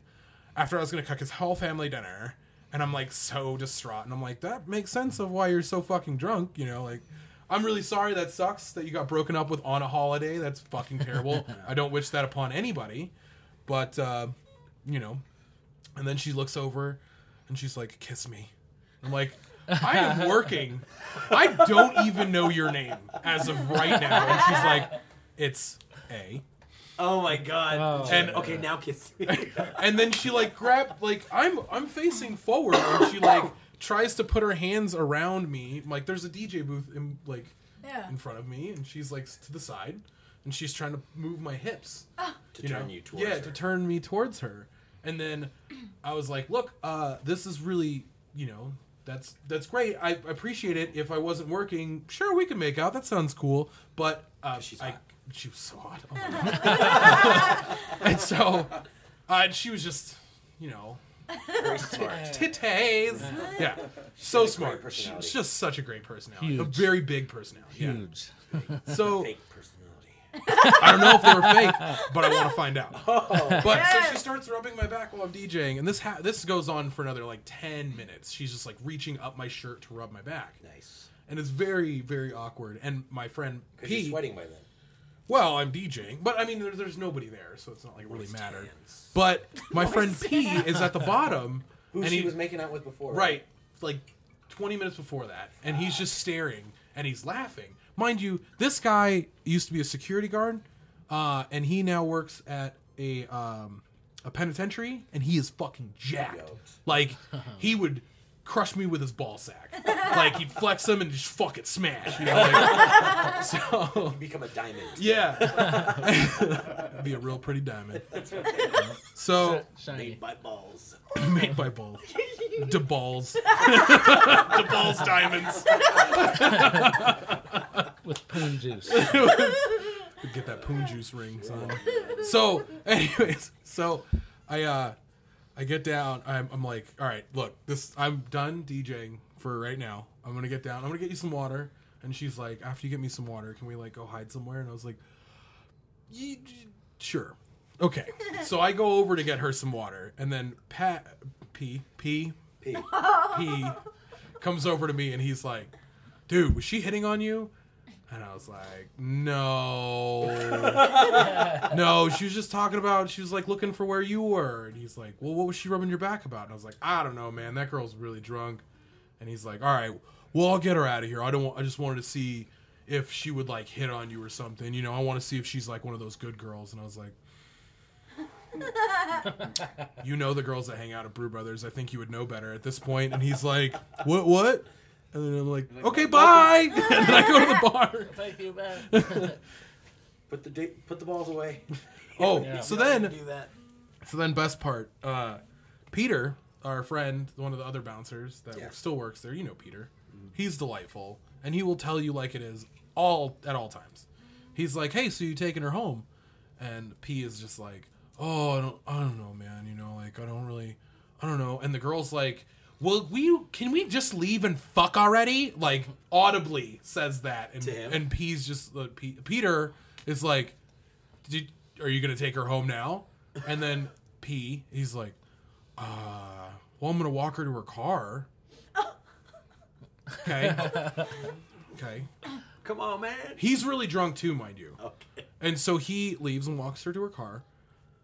after I was gonna cook his whole family dinner, and I'm like so distraught, and I'm like, that makes sense of why you're so fucking drunk, you know, like. I'm really sorry. That sucks that you got broken up with on a holiday. That's fucking terrible. I don't wish that upon anybody. But uh, you know, and then she looks over and she's like, "Kiss me." I'm like, "I am working. I don't even know your name as of right now." And she's like, "It's A."
Oh my god.
Oh.
and okay, now kiss me.
And then she like grabbed like I'm I'm facing forward and she like tries to put her hands around me. Like there's a DJ booth in like
Yeah.
in front of me and she's like to the side and she's trying to move my hips.
to turn
know?
you towards
yeah
her.
to turn me towards her and then i was like look uh this is really you know that's that's great i appreciate it if i wasn't working sure we can make out that sounds cool but uh
she's
I,
hot.
she was so hot Oh my God. and so uh she was just you know
Very smart.
titties yeah so
has a great
smart She-
personality.
she's just such a great personality a
Huge.
very big personality yeah
Huge.
so
Fake personality.
I don't know if they were fake, but I want to find out.
Oh.
But so she
Yes.
starts rubbing my back while I'm DJing, and this ha- this goes on for another like ten minutes. She's just like reaching up my shirt to rub my back,
Nice.
and it's very very awkward. And my friend
Because
Pete,
you're sweating by then.
well, I'm DJing, but I mean there, there's nobody there, so it's not like it really
Moist
mattered.
hands.
But my friend P is at the bottom,
Who
and
she
he
was making out with before.
right like 20 minutes before that and he's just staring and he's laughing mind you this guy used to be a security guard uh, and he now works at a um, a penitentiary and he is fucking jacked
Yoked.
like he would crush me with his ball sack like he'd flex him and just fucking smash you know like- so
You become a diamond.
yeah be a real pretty diamond so
Shiny.
Made by balls.
made by balls de balls de balls diamonds
With prune juice.
get that poon juice ring, son. So, anyways, so I uh I get down. I'm, I'm like, all right, look, this I'm done DJing for right now. I'm gonna get down. I'm gonna get you some water. And she's like, after you get me some water, can we like go hide somewhere? And I was like, "Ye- j- sure, okay. So I go over to get her some water, and then Pat P P
P.
he comes over to me and he's like, "Dude, was she hitting on you?" And I was like, "No, no." She was just talking about. She was like looking for where you were, and he's like, "Well, what was she rubbing your back about?" And I was like, "I don't know, man. That girl's really drunk." And he's like, "All right, well, I'll get her out of here. I don't. Want, I just wanted to see if she would like hit on you or something. You know, I want to see if she's like one of those good girls." And I was like. you know the girls that hang out at Brew Brothers. I think you would know better at this point. And he's like, what, what? And then I'm like, okay, bye. and then I go to the bar.
Thank you, man.
Put the di- put the balls away.
Oh,
Yeah.
so
You
then,
do that.
so then, best part, uh, Peter, our friend, one of the other bouncers that
Yeah.
still works there. You know Peter. He's delightful, and he will tell you like it is all at all times. He's like, hey, so you taking her home? and P is just like, "Oh, I don't, I don't know, man. You know, like I don't really, I don't know." And the girl's like, "Well, we can we just leave and fuck already?" Like audibly says that, and
To him?
and P's just like, P, Peter is like, Did, "Are you gonna take her home now?" And then P, he's like, "Uh, well, I'm gonna walk her to her car." Okay. okay.
Come on, man.
He's really drunk too, mind you.
Okay.
And so he leaves and walks her to her car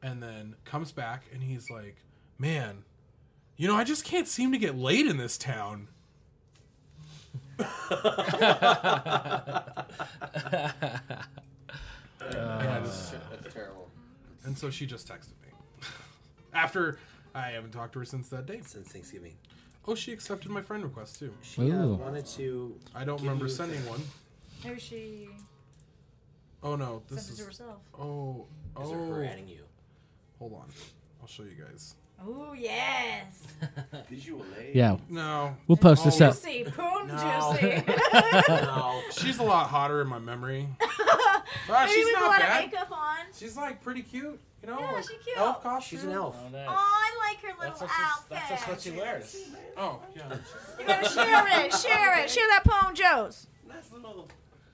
and then comes back and he's like, Man, you know, I just can't seem to get laid in this town.
Uh,
That's terrible.
And so she just texted me. After I haven't talked to her since that date.
since Thanksgiving.
Oh, she accepted my friend request too.
She uh,
Ooh.
wanted to.
I don't
give
remember
you a
sending
thing.
one.
Maybe she
Oh no, this
sent it to
is.
herself.
Oh,
Is it her
oh.
adding you?
Hold on, I'll show you guys.
Oh yes,
Visually.
Yeah,
No,
we'll post
Oh.
this up.
juicy, poon
No.
juicy.
no.
she's a lot hotter in my memory. Ah,
Maybe
she's
with a
not
lot of
bad.
makeup on.
She's like pretty cute, you know.
Yeah,
like,
she cute.
Elf costume.
She's an elf.
Oh, I like her
That's
little
what, she,
outfit.
that's just what she wears.
Oh yeah.
You gotta share it, share it, share that poem, Joe's.
Nice little.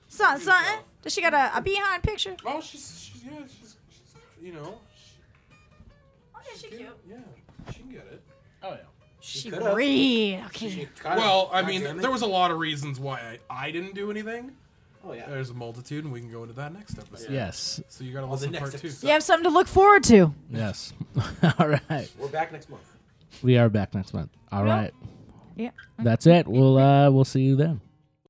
Something, something. Does she got a, a behind picture?
Oh, she's she's yeah she's, she's you know. She,
Oh yeah, she
can-
cute.
Yeah, she can get it.
Oh yeah.
She
could've.
real
She
cute.
got it.
well, I
God
mean,
damn it.
there was a lot of reasons why I, I didn't do anything.
Oh yeah.
There's a multitude, and we can go into that next episode.
Yes.
So you got to
Well, the
listen to
next
part two.
episode.
You have something to look forward to.
Yes. All right.
We're back next month.
We are back next month. All
No.
right.
Yeah.
That's it. We'll uh we'll see you then.